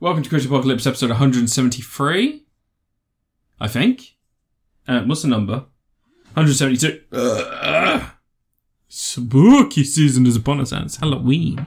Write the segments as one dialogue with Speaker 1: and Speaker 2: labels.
Speaker 1: Welcome to Crazy Apocalypse episode 173, I think. Uh, what's the number? 172. Ugh. Spooky season is upon us, and it's Halloween.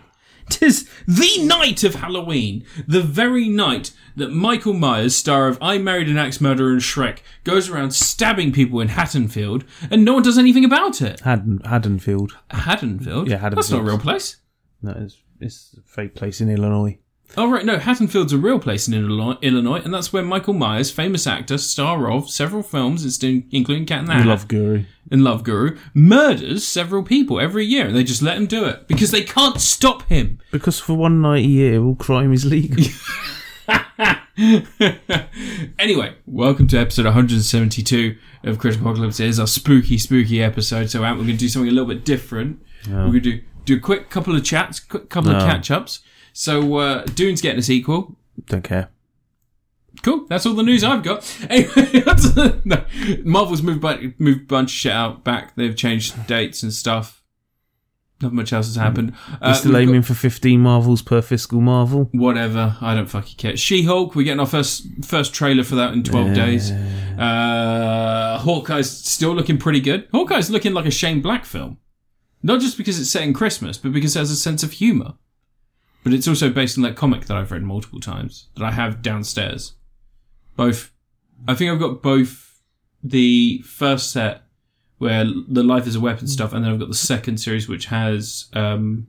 Speaker 1: Tis the night of Halloween, the very night that Michael Myers, star of I Married an Axe Murderer and Shrek, goes around stabbing people in Hattonfield, and no one does anything about it.
Speaker 2: Haddon, Haddonfield.
Speaker 1: Haddonfield?
Speaker 2: Yeah,
Speaker 1: That's not a
Speaker 2: Haddonfield.
Speaker 1: real place.
Speaker 2: No, it's, it's a fake place in Illinois.
Speaker 1: Oh, right, no, Hattonfield's a real place in Illinois, Illinois, and that's where Michael Myers, famous actor, star of several films, it's doing- including Cat in the
Speaker 2: You
Speaker 1: Hat
Speaker 2: love Guru.
Speaker 1: and Love Guru, murders several people every year, and they just let him do it because they can't stop him.
Speaker 2: Because for one night a year, all crime is legal.
Speaker 1: Anyway, welcome to episode 172 of Chris Apocalypse. It is our spooky, spooky episode, so Ant, we're going to do something a little bit different. We're going to do, do a quick couple of chats, quick couple of
Speaker 2: No.
Speaker 1: catch ups. So, uh, Dune's getting a sequel.
Speaker 2: Don't care.
Speaker 1: Cool. That's all the news I've got. Anyway, that's- no, Marvel's moved bu- moved a bunch of shit out back. They've changed dates and stuff. Not much else has happened.
Speaker 2: We're
Speaker 1: Uh,
Speaker 2: still
Speaker 1: we've
Speaker 2: aiming
Speaker 1: got-
Speaker 2: for 15 marvels per fiscal marvel.
Speaker 1: whatever. I don't fucking care. She Hulk. We're getting our first first trailer for that in twelve days. Uh, Hawkeye's still looking pretty good. Hawkeye's looking like a Shane Black film, not just because it's set in Christmas, but because it has a sense of humour. But it's also based on that comic that I've read multiple times that I have downstairs. Both, I think I've got both the first set where the life is a weapon stuff, and then I've got the second series which has um,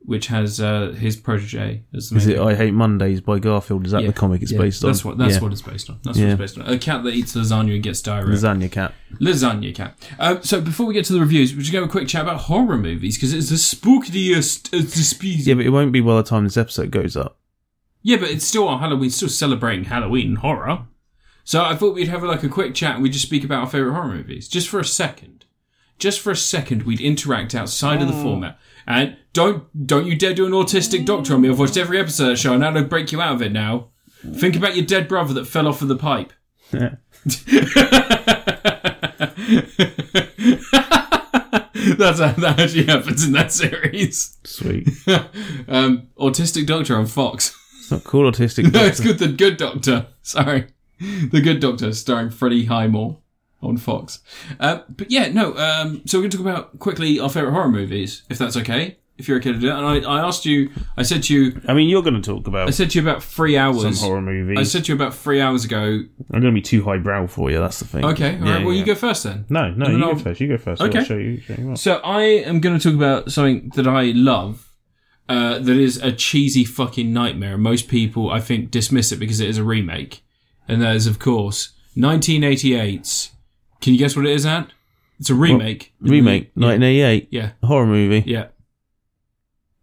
Speaker 1: which has uh, his protege as the
Speaker 2: Is
Speaker 1: main
Speaker 2: it I Hate Mondays by Garfield? Is that
Speaker 1: Yeah.
Speaker 2: the comic it's
Speaker 1: Yeah,
Speaker 2: based on?
Speaker 1: That's what that's
Speaker 2: Yeah.
Speaker 1: what it's based on. That's
Speaker 2: Yeah.
Speaker 1: what it's based on. A cat that eats lasagna and gets diarrhea.
Speaker 2: Lasagna Cat.
Speaker 1: lasagna cat. Um, so before we get to the reviews, we're just going to have a quick chat about horror movies because it's the spookiest of the species.
Speaker 2: Yeah, but it won't be by the time this episode goes up.
Speaker 1: Yeah, but it's still on Halloween, still celebrating Halloween and horror. So I thought we'd have like a quick chat and we'd just speak about our favourite horror movies. Just for a second. Just for a second we'd interact outside of the format. And don't don't you dare do an autistic doctor on me. I've watched every episode of the show and I'll break you out of it now. Think about your dead brother that fell off of the pipe. That's how that actually happens in that series.
Speaker 2: Sweet.
Speaker 1: um, autistic doctor on Fox.
Speaker 2: it's not called Autistic
Speaker 1: No,
Speaker 2: Doctor.
Speaker 1: Oh, it's good. The Good Doctor. Sorry, The Good Doctor, starring Freddie Highmore on Fox. Uh, but yeah, no. Um, so we're going to talk about quickly our favorite horror movies, if that's okay. If you're okay to do it. And I, I asked you. I said to you.
Speaker 2: I mean, you're going to talk about
Speaker 1: I said to you about three
Speaker 2: some
Speaker 1: hours.
Speaker 2: horror
Speaker 1: I
Speaker 2: movies.
Speaker 1: said to you about three hours ago.
Speaker 2: I'm going to be too highbrow for you, that's the thing.
Speaker 1: Okay, all right.
Speaker 2: Yeah,
Speaker 1: well,
Speaker 2: yeah.
Speaker 1: you go first then.
Speaker 2: No, no,
Speaker 1: And
Speaker 2: you
Speaker 1: then
Speaker 2: go
Speaker 1: I'll-
Speaker 2: first. You go first.
Speaker 1: Okay.
Speaker 2: I'll show you, show you what.
Speaker 1: So I am going to talk about something that I love. Uh, that is a cheesy fucking nightmare. and Most people, I think, dismiss it because it is a remake. And that is, of course, 1988's. Can you guess what it is, Ant? It's a remake.
Speaker 2: Remake,
Speaker 1: Yeah.
Speaker 2: 1988.
Speaker 1: Yeah.
Speaker 2: Horror movie.
Speaker 1: Yeah.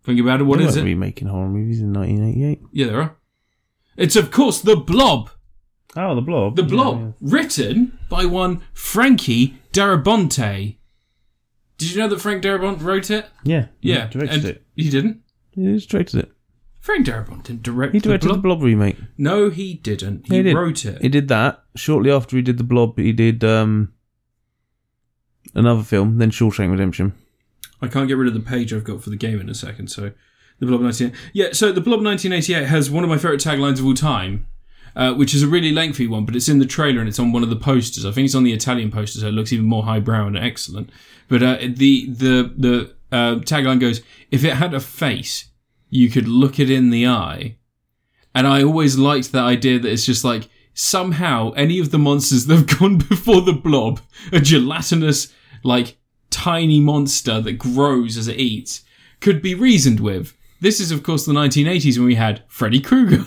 Speaker 1: Think about it. What
Speaker 2: They
Speaker 1: is
Speaker 2: weren't
Speaker 1: it?
Speaker 2: remaking horror movies in 1988.
Speaker 1: yeah, there are. It's, of course, The Blob.
Speaker 2: Oh, The Blob.
Speaker 1: The
Speaker 2: Yeah,
Speaker 1: Blob, written by one Frankie Darabonte. Did you know that Frank Darabont wrote it?
Speaker 2: Yeah. yeah. he
Speaker 1: Yeah.
Speaker 2: directed
Speaker 1: and
Speaker 2: it.
Speaker 1: He didn't?
Speaker 2: He just directed it.
Speaker 1: Frank Darabont didn't direct
Speaker 2: He directed
Speaker 1: the
Speaker 2: the
Speaker 1: Blob.
Speaker 2: Blob remake.
Speaker 1: No, he didn't. He,
Speaker 2: He did.
Speaker 1: wrote it.
Speaker 2: He did that shortly after he did the Blob. He did um another film, then Shawshank Redemption.
Speaker 1: I can't get rid of the page I've got for the game in a second. So, the Blob 19. Yeah, so the Blob 1988 has one of my favorite taglines of all time, uh, which is a really lengthy one, but it's in the trailer and it's on one of the posters. I think it's on the Italian poster, so it looks even more highbrow and excellent. But uh, the the the uh, tagline goes: "If it had a face, you could look it in the eye." And I always liked that idea that it's just like somehow any of the monsters that have gone before the blob, a gelatinous, like tiny monster that grows as it eats, could be reasoned with. This is, of course, the 1980s when we had Freddy Krueger,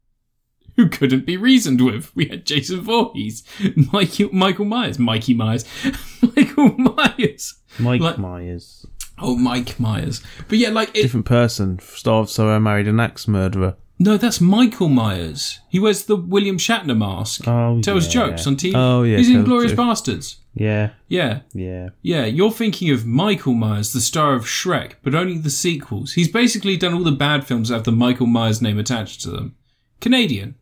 Speaker 1: who couldn't be reasoned with. We had Jason Voorhees, Mikey, Michael Myers, Mikey Myers, Michael Myers.
Speaker 2: Mike
Speaker 1: Like-
Speaker 2: Myers,
Speaker 1: Oh, Mike Myers. But yeah, like, it,
Speaker 2: different person, starved so I married an axe murderer.
Speaker 1: no, that's Michael Myers. He wears the William Shatner mask.
Speaker 2: Oh,
Speaker 1: tells
Speaker 2: yeah.
Speaker 1: jokes on TV.
Speaker 2: Oh, yeah,
Speaker 1: He's in
Speaker 2: tells
Speaker 1: Glorious
Speaker 2: jokes.
Speaker 1: Bastards.
Speaker 2: Yeah,
Speaker 1: Yeah.
Speaker 2: yeah.
Speaker 1: Yeah, you're thinking of Michael Myers, the star of Shrek, but only the sequels. He's basically done all the bad films that have the Michael Myers name attached to them. Canadian,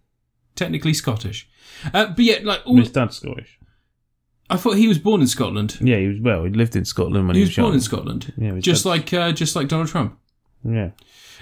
Speaker 1: technically Scottish, uh, but yet like all,
Speaker 2: His dad's Scottish.
Speaker 1: I thought he was born in Scotland.
Speaker 2: Yeah, he was well. He lived in Scotland when
Speaker 1: He
Speaker 2: he,
Speaker 1: was born in
Speaker 2: young.
Speaker 1: Scotland,
Speaker 2: Yeah, his
Speaker 1: just like
Speaker 2: dad's-
Speaker 1: uh, just like Donald Trump.
Speaker 2: yeah,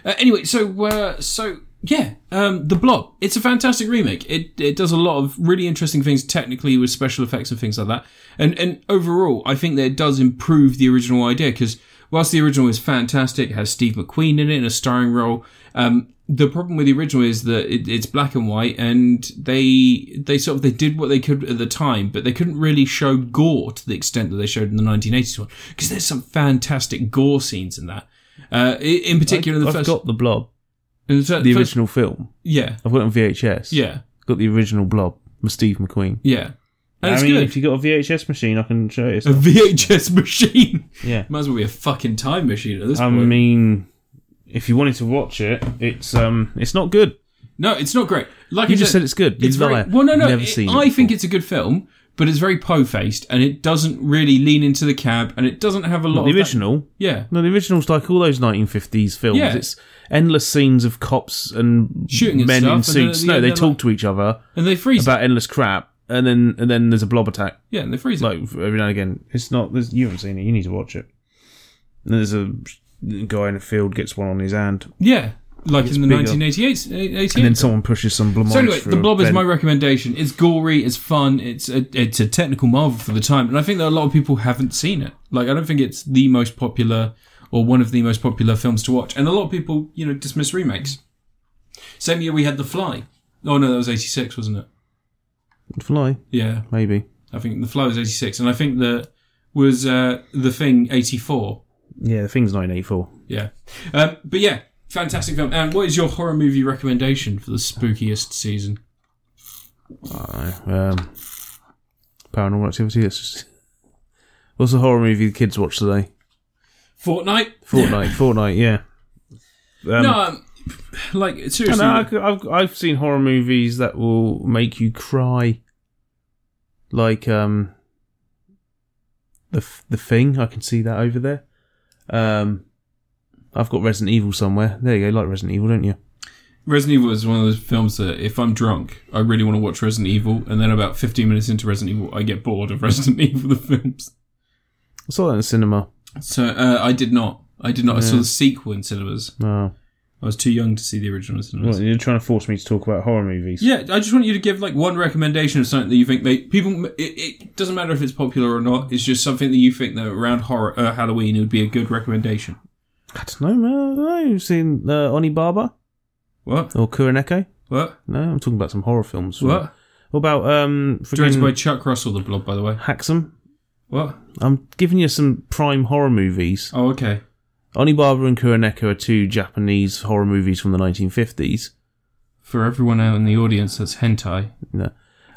Speaker 1: Uh, anyway, so uh, so Yeah, um, The Blob. It's a fantastic remake. It it does a lot of really interesting things technically with special effects and things like that. And and overall, I think that it does improve the original idea because whilst the original is fantastic, it has Steve McQueen in it in a starring role. Um, the problem with the original is that it, it's black and white, and they they sort of they did what they could at the time, but they couldn't really show gore to the extent that they showed in the 1980s one because there's some fantastic gore scenes in that. Uh, i- in particular, in the
Speaker 2: I've
Speaker 1: first,
Speaker 2: got the blob,
Speaker 1: in the, fir-
Speaker 2: the
Speaker 1: first-
Speaker 2: original film.
Speaker 1: yeah,
Speaker 2: I've got it on VHS.
Speaker 1: yeah.
Speaker 2: Got the original blob with Steve McQueen.
Speaker 1: Yeah. And it's
Speaker 2: I mean,
Speaker 1: good.
Speaker 2: if you got a VHS machine, I can show it.
Speaker 1: a VHS machine.
Speaker 2: Yeah.
Speaker 1: Might as well be a fucking time machine at this
Speaker 2: I
Speaker 1: point.
Speaker 2: mean, if you wanted to watch it, it's um, it's not good.
Speaker 1: no, it's not great. Like
Speaker 2: You
Speaker 1: I
Speaker 2: just said it's good. You
Speaker 1: it's
Speaker 2: liar.
Speaker 1: very well. No, no.
Speaker 2: Never
Speaker 1: it-
Speaker 2: seen.
Speaker 1: I
Speaker 2: it
Speaker 1: think
Speaker 2: before.
Speaker 1: it's a good film, but it's very po-faced, and it doesn't really lean into the cab, and it doesn't have a lot.
Speaker 2: the
Speaker 1: of that-
Speaker 2: original.
Speaker 1: yeah,
Speaker 2: No, the original's like all those 1950s films.
Speaker 1: Yeah.
Speaker 2: It's endless scenes of cops and
Speaker 1: Shooting and
Speaker 2: men
Speaker 1: stuff,
Speaker 2: in
Speaker 1: and then at
Speaker 2: suits.
Speaker 1: the
Speaker 2: no,
Speaker 1: end
Speaker 2: they
Speaker 1: they're
Speaker 2: talk
Speaker 1: like-
Speaker 2: to each other
Speaker 1: and they freeze. it.
Speaker 2: about endless crap, and then and then there's a blob attack.
Speaker 1: yeah, and they freeze. it.
Speaker 2: Like every now and again, it's not. There's, you haven't seen it. You need to watch it. And there's a guy in a field gets one on his hand,
Speaker 1: yeah, like in the
Speaker 2: bigger.
Speaker 1: 1988. 88.
Speaker 2: and then someone pushes some blob.
Speaker 1: So anyway, the Blob is my recommendation. It's gory, it's fun, it's a, it's a technical marvel for the time, and I think that a lot of people haven't seen it. Like, I don't think it's the most popular or one of the most popular films to watch, and a lot of people, you know, dismiss remakes. Same year we had The Fly. Oh no, that was eighty six, wasn't it?
Speaker 2: fly.
Speaker 1: Yeah,
Speaker 2: Maybe
Speaker 1: I think The Fly was eighty six, and I think that was uh, The Thing eighty four.
Speaker 2: yeah, the thing's 1984.
Speaker 1: Yeah, um, but yeah, fantastic film. And what is your horror movie recommendation for the spookiest season?
Speaker 2: Um, paranormal activity. It's just... What's the horror movie the kids watch today?
Speaker 1: Fortnite.
Speaker 2: Fortnite. Fortnite. Yeah. Um,
Speaker 1: no, um, like seriously.
Speaker 2: I know, I could- I've, I've seen horror movies that will make you cry, like um, the F- the thing. I can see that over there. Um, I've got Resident Evil somewhere. There you go. You like Resident Evil, don't you?
Speaker 1: Resident Evil is one of those films that if I'm drunk, I really want to watch Resident Evil, and then about 15 minutes into Resident Evil, I get bored of Resident Evil the films.
Speaker 2: I saw that in the cinema.
Speaker 1: So uh, I did not. I did not. I saw the sequel in cinemas.
Speaker 2: Oh,
Speaker 1: I was too young to see the original in cinemas.
Speaker 2: well, you're trying to force me to talk about horror movies.
Speaker 1: Yeah, I just want you to give like one recommendation of something that you think they people. It, it doesn't matter if it's popular or not. It's just something that you think that around horror uh, Halloween it would be a good recommendation.
Speaker 2: I don't know, man. I don't know. You've seen uh, Onibaba
Speaker 1: What?
Speaker 2: or Kuroneko?
Speaker 1: What?
Speaker 2: No, I'm talking about some horror films.
Speaker 1: What?
Speaker 2: What about um?
Speaker 1: Directed by
Speaker 2: Friggin-
Speaker 1: Chuck Russell, The Blob, by the way.
Speaker 2: Haxam.
Speaker 1: What?
Speaker 2: I'm giving you some prime horror movies.
Speaker 1: Oh, okay.
Speaker 2: Onibaba and Kuroneko are two Japanese horror movies from the 1950s.
Speaker 1: For everyone out in the audience, that's hentai.
Speaker 2: No.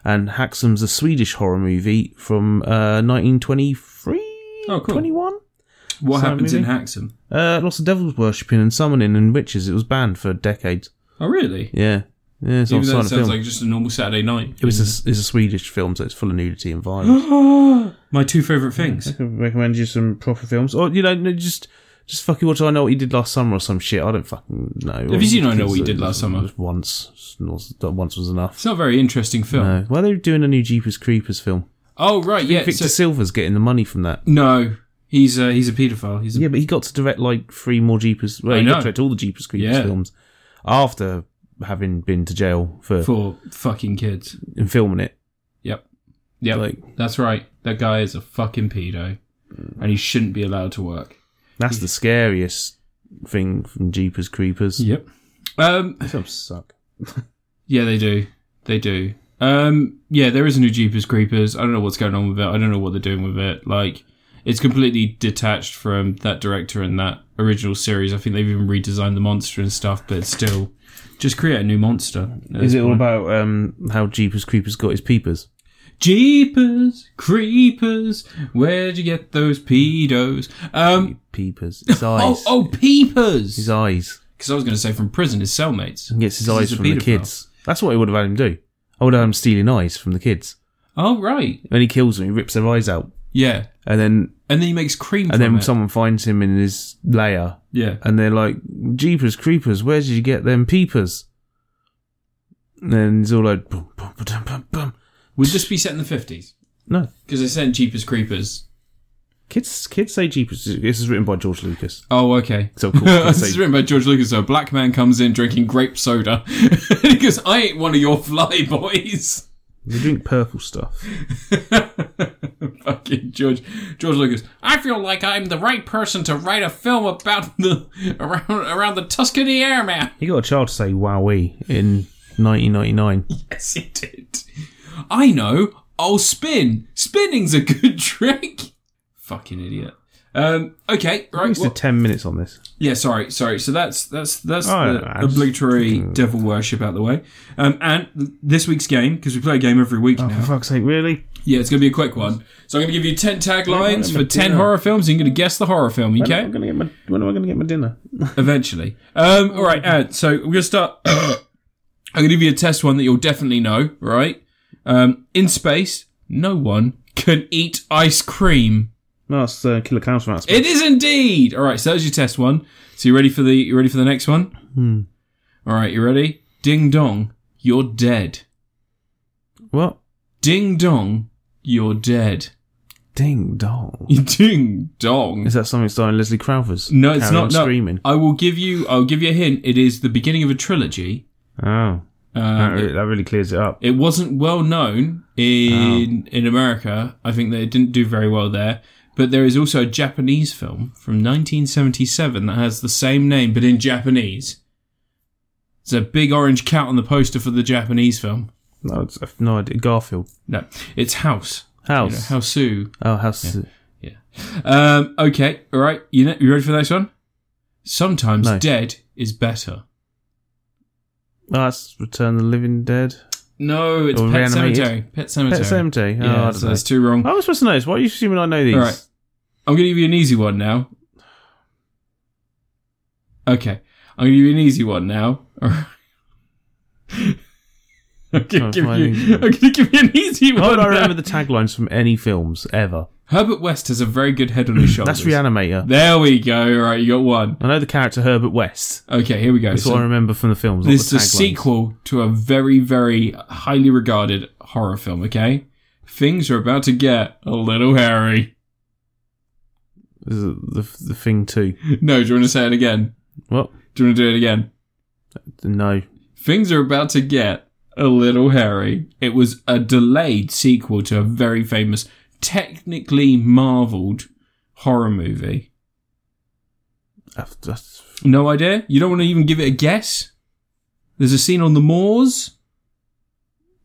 Speaker 2: And Haxam's a Swedish horror movie from uh, 1923?
Speaker 1: Oh, cool.
Speaker 2: 21?
Speaker 1: What
Speaker 2: Silent
Speaker 1: happens
Speaker 2: movie?
Speaker 1: in Haxham?
Speaker 2: Uh, lots of devils worshipping and summoning and witches. It was banned for decades.
Speaker 1: Oh, really?
Speaker 2: Yeah. Yeah, it's not
Speaker 1: Even though it
Speaker 2: a silent
Speaker 1: sounds
Speaker 2: film.
Speaker 1: like just a normal Saturday night.
Speaker 2: it was a, it's a Swedish film, so it's full of nudity and violence.
Speaker 1: My two favourite things.
Speaker 2: could recommend you some proper films. Or, you know, no, just just fucking watch I Know What You Did Last Summer or some shit. I don't fucking know.
Speaker 1: Have you seen I Know What You Did Last Summer?
Speaker 2: Once. Once was enough.
Speaker 1: It's not a very interesting film.
Speaker 2: No. Why are they doing a new Jeepers Creepers film?
Speaker 1: Oh, right, yeah.
Speaker 2: Victor
Speaker 1: so-
Speaker 2: Silva's getting the money from that.
Speaker 1: no, he's uh, he's a paedophile. He's a,
Speaker 2: Yeah, but he got to direct like three more Jeepers. Well,
Speaker 1: I
Speaker 2: he got
Speaker 1: know.
Speaker 2: to direct all the Jeepers Creepers
Speaker 1: Yeah.
Speaker 2: films after having been to jail for,
Speaker 1: for fucking kids.
Speaker 2: and filming it.
Speaker 1: Yep. Yep.
Speaker 2: Like-
Speaker 1: That's right. That guy is a fucking pedo. And he shouldn't be allowed to work.
Speaker 2: That's the scariest thing from Jeepers Creepers.
Speaker 1: Yep. Um,
Speaker 2: These films suck.
Speaker 1: Yeah, they do. They do. Um, yeah, there is a new Jeepers Creepers. I don't know what's going on with it. I don't know what they're doing with it. Like, it's completely detached from that director and that original series. I think they've even redesigned the monster and stuff, but it's still just create a new monster. at
Speaker 2: Is
Speaker 1: this
Speaker 2: it all
Speaker 1: point.
Speaker 2: about um, how Jeepers Creepers got his peepers?
Speaker 1: Jeepers Creepers? Where'd you get those pedos? Um,
Speaker 2: Peepers. His
Speaker 1: oh,
Speaker 2: eyes.
Speaker 1: oh, peepers!
Speaker 2: His eyes.
Speaker 1: Because I was going to say from prison, his cellmates.
Speaker 2: He gets his
Speaker 1: He's
Speaker 2: eyes
Speaker 1: a
Speaker 2: from the
Speaker 1: paedophile.
Speaker 2: kids. That's what I would have had him do. I would have had him stealing eyes from the kids.
Speaker 1: Oh right,
Speaker 2: When he kills them, he rips their eyes out.
Speaker 1: yeah.
Speaker 2: And then
Speaker 1: And then he makes cream.
Speaker 2: and then
Speaker 1: it.
Speaker 2: someone finds him in his lair
Speaker 1: yeah.
Speaker 2: and they're like, Jeepers creepers, where did you get them peepers? And then he's all like boom, boom, boom, boom, boom.
Speaker 1: Would this be set in the fifties?
Speaker 2: No.
Speaker 1: Because they sent Jeepers Creepers
Speaker 2: Kids, kids say Jeepers. This is written by George Lucas.
Speaker 1: Oh, okay.
Speaker 2: So of course kids
Speaker 1: this
Speaker 2: say
Speaker 1: is written by George Lucas. So a black man comes in drinking grape soda and he goes, "I ain't one of your fly boys."
Speaker 2: They drink purple stuff.
Speaker 1: Fucking George, George Lucas. I feel like I'm the right person to write a film about the around around the Tuscany Airman.
Speaker 2: He got a child to say "Wowee" in 1999.
Speaker 1: Yes, it did. I know. I'll spin. Spinning's a good trick. Fucking idiot. Um, okay,
Speaker 2: I
Speaker 1: right.
Speaker 2: used to
Speaker 1: Well,
Speaker 2: ten minutes on this.
Speaker 1: yeah, sorry, sorry. So that's that's that's
Speaker 2: Oh,
Speaker 1: the
Speaker 2: no, I just-
Speaker 1: obligatory devil worship out the way. Um, and this week's game because we play a game every week now.
Speaker 2: Oh, For fuck's sake, really?
Speaker 1: Yeah, it's gonna be a quick one. So I'm gonna give you ten
Speaker 2: I'm
Speaker 1: taglines for
Speaker 2: gonna
Speaker 1: ten
Speaker 2: do that.
Speaker 1: horror films. and You're gonna guess the horror film,
Speaker 2: I'm
Speaker 1: okay?
Speaker 2: gonna get my. When am I gonna get my dinner?
Speaker 1: Eventually. Um, all right, Ant. So we're gonna start. I'm gonna give you a test one that you'll definitely know. Right? Um, in space, no one can eat ice cream.
Speaker 2: No, it's uh, Killer Clowns from Outer Space.
Speaker 1: It is indeed. All right, so there's your test one. So you ready for the you ready for the next one?
Speaker 2: Hmm.
Speaker 1: All right, you ready? Ding dong, you're dead.
Speaker 2: What?
Speaker 1: Ding dong, you're dead.
Speaker 2: Ding dong.
Speaker 1: Ding dong.
Speaker 2: Is that something starring Leslie Crowthers?
Speaker 1: No, it's
Speaker 2: Carry on
Speaker 1: not. No,
Speaker 2: Screaming.
Speaker 1: I will give you. I'll give you a hint. It is the beginning of a trilogy.
Speaker 2: Oh, that,
Speaker 1: Um,
Speaker 2: really, that really clears it up.
Speaker 1: it wasn't well known in
Speaker 2: Oh.
Speaker 1: in America. I think that it didn't do very well there. But there is also a Japanese film from 1977 that has the same name but in Japanese. It's a big orange cat on the poster for the Japanese film.
Speaker 2: No, it's, I've no idea. Garfield.
Speaker 1: No, it's House. You know,
Speaker 2: House.
Speaker 1: Houseu.
Speaker 2: Oh, house.
Speaker 1: Um, okay, all right. You know, you ready for the next one? Sometimes
Speaker 2: No.
Speaker 1: dead is better.
Speaker 2: Oh, that's Return of the Living Dead.
Speaker 1: No, it's
Speaker 2: Or
Speaker 1: Pet
Speaker 2: reanimated?
Speaker 1: Cemetery. Pet Cemetery.
Speaker 2: Pet Cemetery. Oh,
Speaker 1: Yeah,
Speaker 2: I
Speaker 1: so
Speaker 2: don't know.
Speaker 1: that's too wrong.
Speaker 2: I was supposed to know this. Why are you assuming I know these?
Speaker 1: All right. I'm going to give you an easy one now. Okay. I'm going to give you an easy one now. All right. I'm going to
Speaker 2: Trying to
Speaker 1: give
Speaker 2: find
Speaker 1: you.
Speaker 2: easy.
Speaker 1: I'm going to give you an easy
Speaker 2: Why
Speaker 1: one.
Speaker 2: would I
Speaker 1: now.
Speaker 2: remember the taglines from any films ever?
Speaker 1: Herbert West has a very good head on his shoulders.
Speaker 2: That's Reanimator.
Speaker 1: There we go. All right, you got one.
Speaker 2: I know the character Herbert West.
Speaker 1: Okay, here we go.
Speaker 2: That's what I
Speaker 1: So
Speaker 2: remember from the films. not
Speaker 1: this is
Speaker 2: the
Speaker 1: a
Speaker 2: taglines.
Speaker 1: sequel to a very, very highly regarded horror film. Okay, things are about to get a little hairy.
Speaker 2: This is the, the thing too.
Speaker 1: No, do you want to say it again?
Speaker 2: What?
Speaker 1: Do you want to do it again?
Speaker 2: No.
Speaker 1: Things are about to get a little hairy. It was a delayed sequel to a very famous, technically marveled horror movie.
Speaker 2: That's- that's-
Speaker 1: No idea? You don't want to even give it a guess? There's a scene on the moors?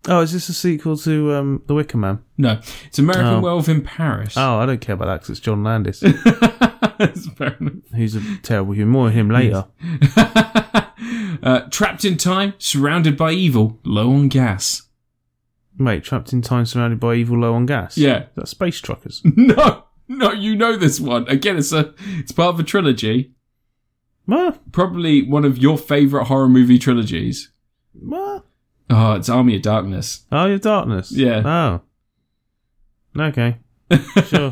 Speaker 2: Oh, is this a sequel to um, The Wicker Man?
Speaker 1: No. It's American
Speaker 2: Oh.
Speaker 1: Werewolf in Paris.
Speaker 2: Oh, I don't care about that because it's John Landis,
Speaker 1: That's fair enough.
Speaker 2: who's a terrible human. More of him later.
Speaker 1: uh, trapped in time, surrounded by evil, low on gas.
Speaker 2: Mate, trapped in time, surrounded by evil, low on gas.
Speaker 1: Yeah.
Speaker 2: Is that space truckers.
Speaker 1: No, no, you know this one. Again, it's a it's part of a trilogy.
Speaker 2: What?
Speaker 1: probably one of your favorite horror movie trilogies.
Speaker 2: What?
Speaker 1: Oh, it's Army of Darkness.
Speaker 2: Oh, your darkness.
Speaker 1: Yeah.
Speaker 2: Oh. Okay. Sure.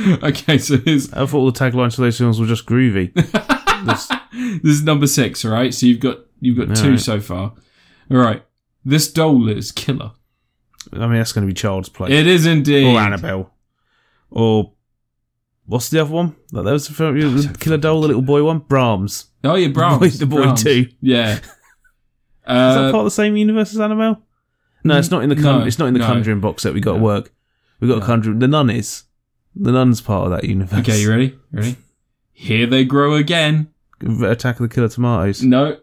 Speaker 1: okay, so here's
Speaker 2: I thought all the taglines for those films were just groovy. This-
Speaker 1: this is number six, all right? So you've got you've got two
Speaker 2: Alright.
Speaker 1: so far. All right, this doll is killer.
Speaker 2: I mean, that's going to be child's play.
Speaker 1: It is indeed.
Speaker 2: or Annabelle. Or what's the other one? Like, that was the film, the Killer Doll, the little boy one. Brahms.
Speaker 1: Oh, yeah, Brahms.
Speaker 2: The boy
Speaker 1: Brahms.
Speaker 2: too.
Speaker 1: Yeah.
Speaker 2: Is that
Speaker 1: Uh,
Speaker 2: part of the same universe as Annabelle? No, it's not in the con-
Speaker 1: no,
Speaker 2: it's not in the
Speaker 1: no.
Speaker 2: Conjuring box set. We got to
Speaker 1: No.
Speaker 2: work. We got a Conjuring. The Nun is. The Nun's part of that universe.
Speaker 1: okay, you ready? Ready? Here they grow again.
Speaker 2: Attack of the Killer Tomatoes.
Speaker 1: No, I'll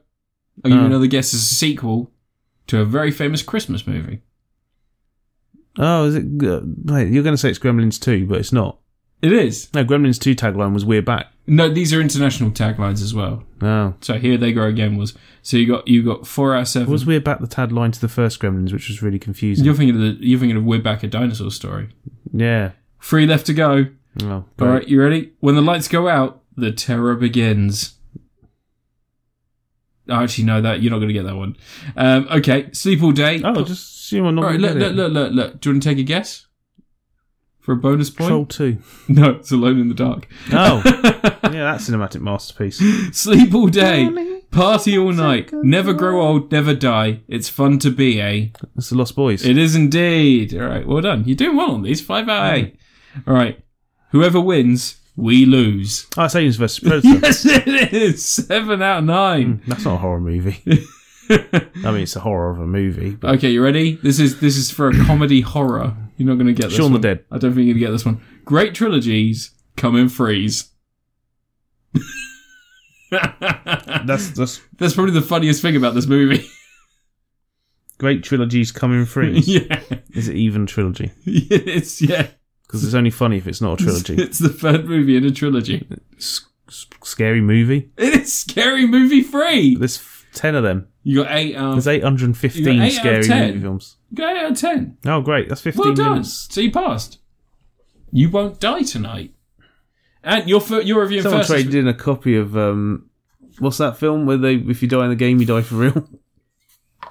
Speaker 1: give you
Speaker 2: Oh.
Speaker 1: another guess. It's a sequel to a very famous Christmas movie.
Speaker 2: Oh, is it? good? Wait, you're going to say it's Gremlins 2, but it's not.
Speaker 1: It is.
Speaker 2: No, Gremlins 2 tagline was "We're back."
Speaker 1: No, these are international taglines as well.
Speaker 2: No,
Speaker 1: So here they go again. Was so you got you got four out of seven.
Speaker 2: was "We're back" the tagline to the first Gremlins, which was really confusing.
Speaker 1: Mm. you're thinking of the, you're thinking of We're Back a Dinosaur Story.
Speaker 2: yeah.
Speaker 1: Three left to go.
Speaker 2: Oh,
Speaker 1: All
Speaker 2: great.
Speaker 1: right, you ready? When the lights go out, the terror begins. I actually know that you're not going to get that one. Um, okay, sleep all day.
Speaker 2: Oh, just assume I'm not.
Speaker 1: all right,
Speaker 2: gonna
Speaker 1: look,
Speaker 2: get
Speaker 1: look,
Speaker 2: it.
Speaker 1: look, look, look. Do you want to take a guess for a bonus point?
Speaker 2: Troll 2.
Speaker 1: No, it's Alone in the Dark.
Speaker 2: Oh, yeah, that cinematic masterpiece.
Speaker 1: Sleep all day, party all night, never grow old, never die. It's fun to be a.
Speaker 2: It's the Lost Boys.
Speaker 1: It is indeed. All right, well done. You're doing well on these. Five out of eight. All right. Whoever wins, we lose.
Speaker 2: Ah, it's Aliens vs Predator.
Speaker 1: Yes, it is. Seven out of nine.
Speaker 2: That's not a horror movie. I mean, it's a horror of a movie. But
Speaker 1: Okay, you ready? This is this is for a comedy horror. You're not going to get this
Speaker 2: Shaun the
Speaker 1: one.
Speaker 2: Dead.
Speaker 1: I don't think you're going to get this one. Great trilogies come in threes.
Speaker 2: That's that's
Speaker 1: That's probably the funniest thing about this movie.
Speaker 2: great trilogies coming free.
Speaker 1: yeah,
Speaker 2: Is it even trilogy?
Speaker 1: it's yeah.
Speaker 2: Because it's only funny if it's not a trilogy.
Speaker 1: It's the third movie in a trilogy.
Speaker 2: S- s- scary movie.
Speaker 1: It is scary movie three.
Speaker 2: There's f- ten of them.
Speaker 1: You got eight out.
Speaker 2: There's
Speaker 1: Of,
Speaker 2: 815
Speaker 1: You got eight out
Speaker 2: scary
Speaker 1: of
Speaker 2: movie
Speaker 1: 10.
Speaker 2: films.
Speaker 1: you got eight out of ten.
Speaker 2: Oh, great! That's 15
Speaker 1: Well done.
Speaker 2: minutes.
Speaker 1: So you passed. You won't die tonight. And your fir- your review
Speaker 2: Someone
Speaker 1: first. is-
Speaker 2: traded in a copy of um, what's that film where they if you die in the game you die for real.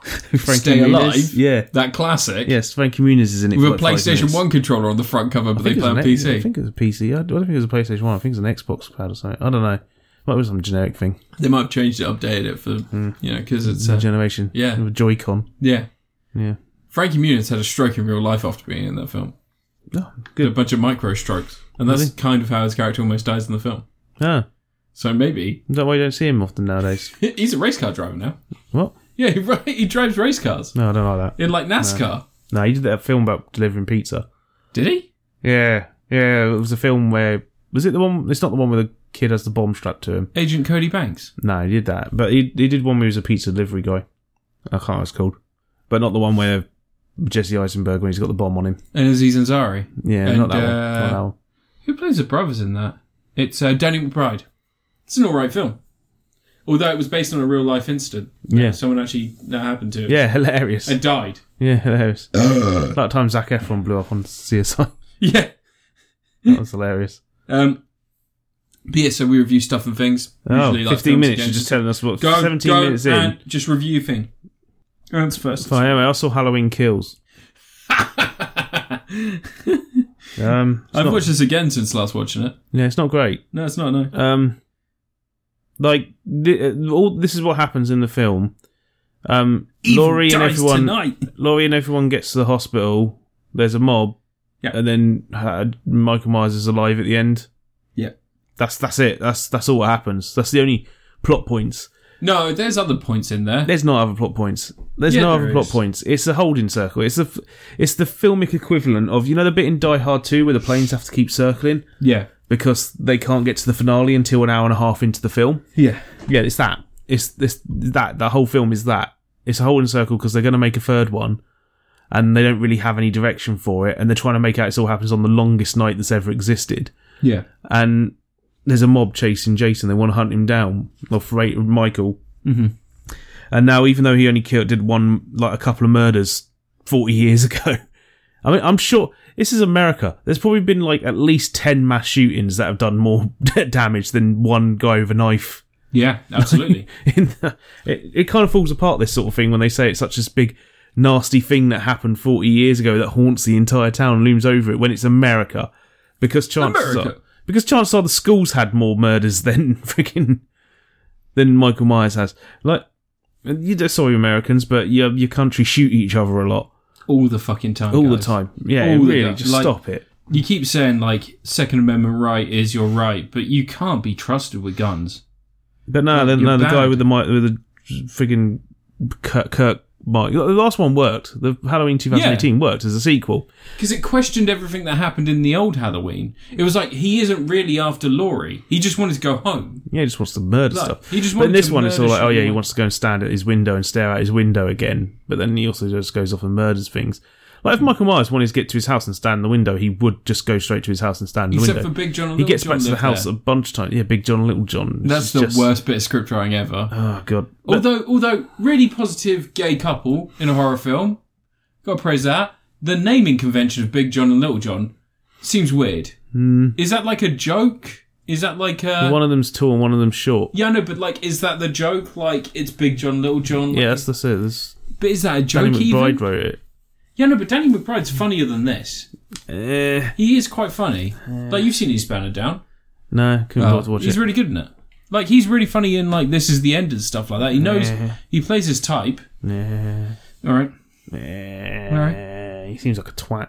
Speaker 2: Frankie
Speaker 1: Stay
Speaker 2: Muniz.
Speaker 1: Alive?
Speaker 2: Yeah.
Speaker 1: that classic.
Speaker 2: Yes, Frankie Muniz is in it.
Speaker 1: With
Speaker 2: for
Speaker 1: a
Speaker 2: like five
Speaker 1: PlayStation
Speaker 2: minutes.
Speaker 1: One controller on the front cover, but
Speaker 2: I
Speaker 1: they
Speaker 2: think
Speaker 1: play on
Speaker 2: it was an X- I
Speaker 1: PC.
Speaker 2: think it was a PC. I don't think it was a PlayStation One. I think it was an Xbox pad or something. I don't know. Might be some generic thing.
Speaker 1: They might have changed it, updated it for
Speaker 2: Hmm.
Speaker 1: you know because it's uh,
Speaker 2: generation.
Speaker 1: yeah.
Speaker 2: With a Joy-Con.
Speaker 1: yeah.
Speaker 2: Yeah.
Speaker 1: Frankie Muniz had a stroke in real life after being in that film.
Speaker 2: Oh,
Speaker 1: Did a
Speaker 2: good.
Speaker 1: bunch of micro strokes, and that's kind of how his character almost dies in the film.
Speaker 2: Ah,
Speaker 1: So maybe
Speaker 2: is that why you don't see him often nowadays?
Speaker 1: he's a race car driver now.
Speaker 2: What?
Speaker 1: Yeah, he, ri- he drives race cars
Speaker 2: No, I don't like that.
Speaker 1: in like NASCAR.
Speaker 2: No, he did that film about delivering pizza.
Speaker 1: Did he?
Speaker 2: Yeah. Yeah, it was a film where... Was it the one... It's not the one where the kid has the bomb strapped to him.
Speaker 1: Agent Cody Banks.
Speaker 2: No, he did that. But he, he did one where he was a pizza delivery guy. I can't remember what it's called. But not the one where Jesse Eisenberg when he's got the bomb on him.
Speaker 1: And Aziz Ansari.
Speaker 2: Yeah,
Speaker 1: And,
Speaker 2: not that one.
Speaker 1: uh,
Speaker 2: Not that one.
Speaker 1: Who plays the brothers in that? It's uh, Danny McBride. It's an alright film. Although it was based on a real life incident.
Speaker 2: Yeah.
Speaker 1: Someone actually that happened to
Speaker 2: Yeah, hilarious.
Speaker 1: and died.
Speaker 2: Yeah, hilarious. that time Zach Efron blew up on CSI.
Speaker 1: Yeah.
Speaker 2: That was hilarious.
Speaker 1: Um, but yeah, so we review stuff and things.
Speaker 2: Oh,
Speaker 1: Usually, like,
Speaker 2: 15
Speaker 1: films
Speaker 2: minutes.
Speaker 1: and
Speaker 2: You're
Speaker 1: games.
Speaker 2: just telling us what.
Speaker 1: go,
Speaker 2: 17
Speaker 1: go
Speaker 2: minutes in.
Speaker 1: and just review thing. That's first.
Speaker 2: Fine, anyway, I saw Halloween Kills. Um, it's
Speaker 1: I've
Speaker 2: not-
Speaker 1: watched this again since last watching it.
Speaker 2: Yeah, it's not great.
Speaker 1: No, it's not. No.
Speaker 2: Um, like th- uh, all this is what happens in the film. Um, Laurie and everyone.
Speaker 1: tonight.
Speaker 2: Laurie and everyone gets to the hospital. There's a mob.
Speaker 1: Yeah.
Speaker 2: And then uh, Michael Myers is alive at the end.
Speaker 1: Yeah.
Speaker 2: That's that's it. That's that's all that happens. That's the only plot points.
Speaker 1: No, there's other points in there.
Speaker 2: There's no other plot points. There's
Speaker 1: Yeah,
Speaker 2: no
Speaker 1: there
Speaker 2: other plot
Speaker 1: is.
Speaker 2: points. It's a holding circle. It's the f- it's the filmic equivalent of you know the bit in Die Hard 2 where the planes have to keep circling
Speaker 1: Yeah.
Speaker 2: because they can't get to the finale until an hour and a half into the film.
Speaker 1: Yeah.
Speaker 2: Yeah, it's that. It's this that the whole film is that. It's a holding circle because they're going to make a third one, and they don't really have any direction for it, and they're trying to make out it all happens on the longest night that's ever existed.
Speaker 1: Yeah.
Speaker 2: And there's a mob chasing Jason. They want to hunt him down, or for Michael.
Speaker 1: Mhm.
Speaker 2: And now, even though he only killed, did one like a couple of murders forty years ago. I mean, I'm sure this is America. There's probably been like at least ten mass shootings that have done more damage than one guy with a knife
Speaker 1: Yeah. Absolutely.
Speaker 2: in the, it, it kind of falls apart this sort of thing when they say it's such this big nasty thing that happened 40 years ago that haunts the entire town looms over it when it's america because chances
Speaker 1: America.
Speaker 2: are because chances are the schools had more murders than freaking than michael myers has like you don't- sorry americans but your your country shoot each other a lot
Speaker 1: All the fucking time.
Speaker 2: all the
Speaker 1: guys.
Speaker 2: time yeah
Speaker 1: All the
Speaker 2: really
Speaker 1: time.
Speaker 2: just
Speaker 1: Like-
Speaker 2: stop it
Speaker 1: You keep saying like Second Amendment right is your right, but you can't be trusted with guns.
Speaker 2: But no,
Speaker 1: You're
Speaker 2: then no, the guy
Speaker 1: banned.
Speaker 2: with the mi- with the friggin' Kirk, Kirk mic. The last one worked. The Halloween 2018 worked as a sequel.
Speaker 1: Because it questioned everything that happened in the old Halloween. It was like he isn't really after Laurie. He just wanted to go home.
Speaker 2: Yeah, he just wants to murder
Speaker 1: Like,
Speaker 2: stuff.
Speaker 1: he just
Speaker 2: but in
Speaker 1: wanted
Speaker 2: this
Speaker 1: to
Speaker 2: one, it's all
Speaker 1: murder
Speaker 2: like, oh yeah, he
Speaker 1: someone.
Speaker 2: wants to go and stand at his window and stare out his window again. But then he also just goes off and murders things. Like if
Speaker 1: Hmm.
Speaker 2: Michael Myers wanted to get to his house and stand in the window, he would just go straight to his house and stand in the
Speaker 1: Except
Speaker 2: window.
Speaker 1: for Big John and
Speaker 2: he
Speaker 1: Little
Speaker 2: gets
Speaker 1: John
Speaker 2: back to the
Speaker 1: lived
Speaker 2: house
Speaker 1: there.
Speaker 2: a bunch of times. Yeah, Big John, Little John. It's
Speaker 1: That's the
Speaker 2: just-
Speaker 1: worst bit of script writing ever.
Speaker 2: Oh god. But-
Speaker 1: although, although really positive gay couple in a horror film, gotta praise that. The naming convention of Big John and Little John seems weird.
Speaker 2: Hmm.
Speaker 1: Is that like a joke? Is that like uh, a
Speaker 2: one of them's tall and one of them's short.
Speaker 1: yeah, no, but like, is that the joke? Like, it's Big John, Little John. like-
Speaker 2: Yeah, that's the it. That's-
Speaker 1: but is that a
Speaker 2: Danny
Speaker 1: joke?
Speaker 2: McBride
Speaker 1: Even?
Speaker 2: wrote it.
Speaker 1: Yeah, no, but Danny McBride's funnier than this.
Speaker 2: Eh,
Speaker 1: He is quite funny. Like you've seen his banner down. Uh,
Speaker 2: no, couldn't bother to watch
Speaker 1: Oh, he's
Speaker 2: it.
Speaker 1: really good in it. Like he's really funny in like this is the end and stuff like that. He knows
Speaker 2: Yeah.
Speaker 1: he plays his type.
Speaker 2: Nah.
Speaker 1: All right.
Speaker 2: He seems like a twat.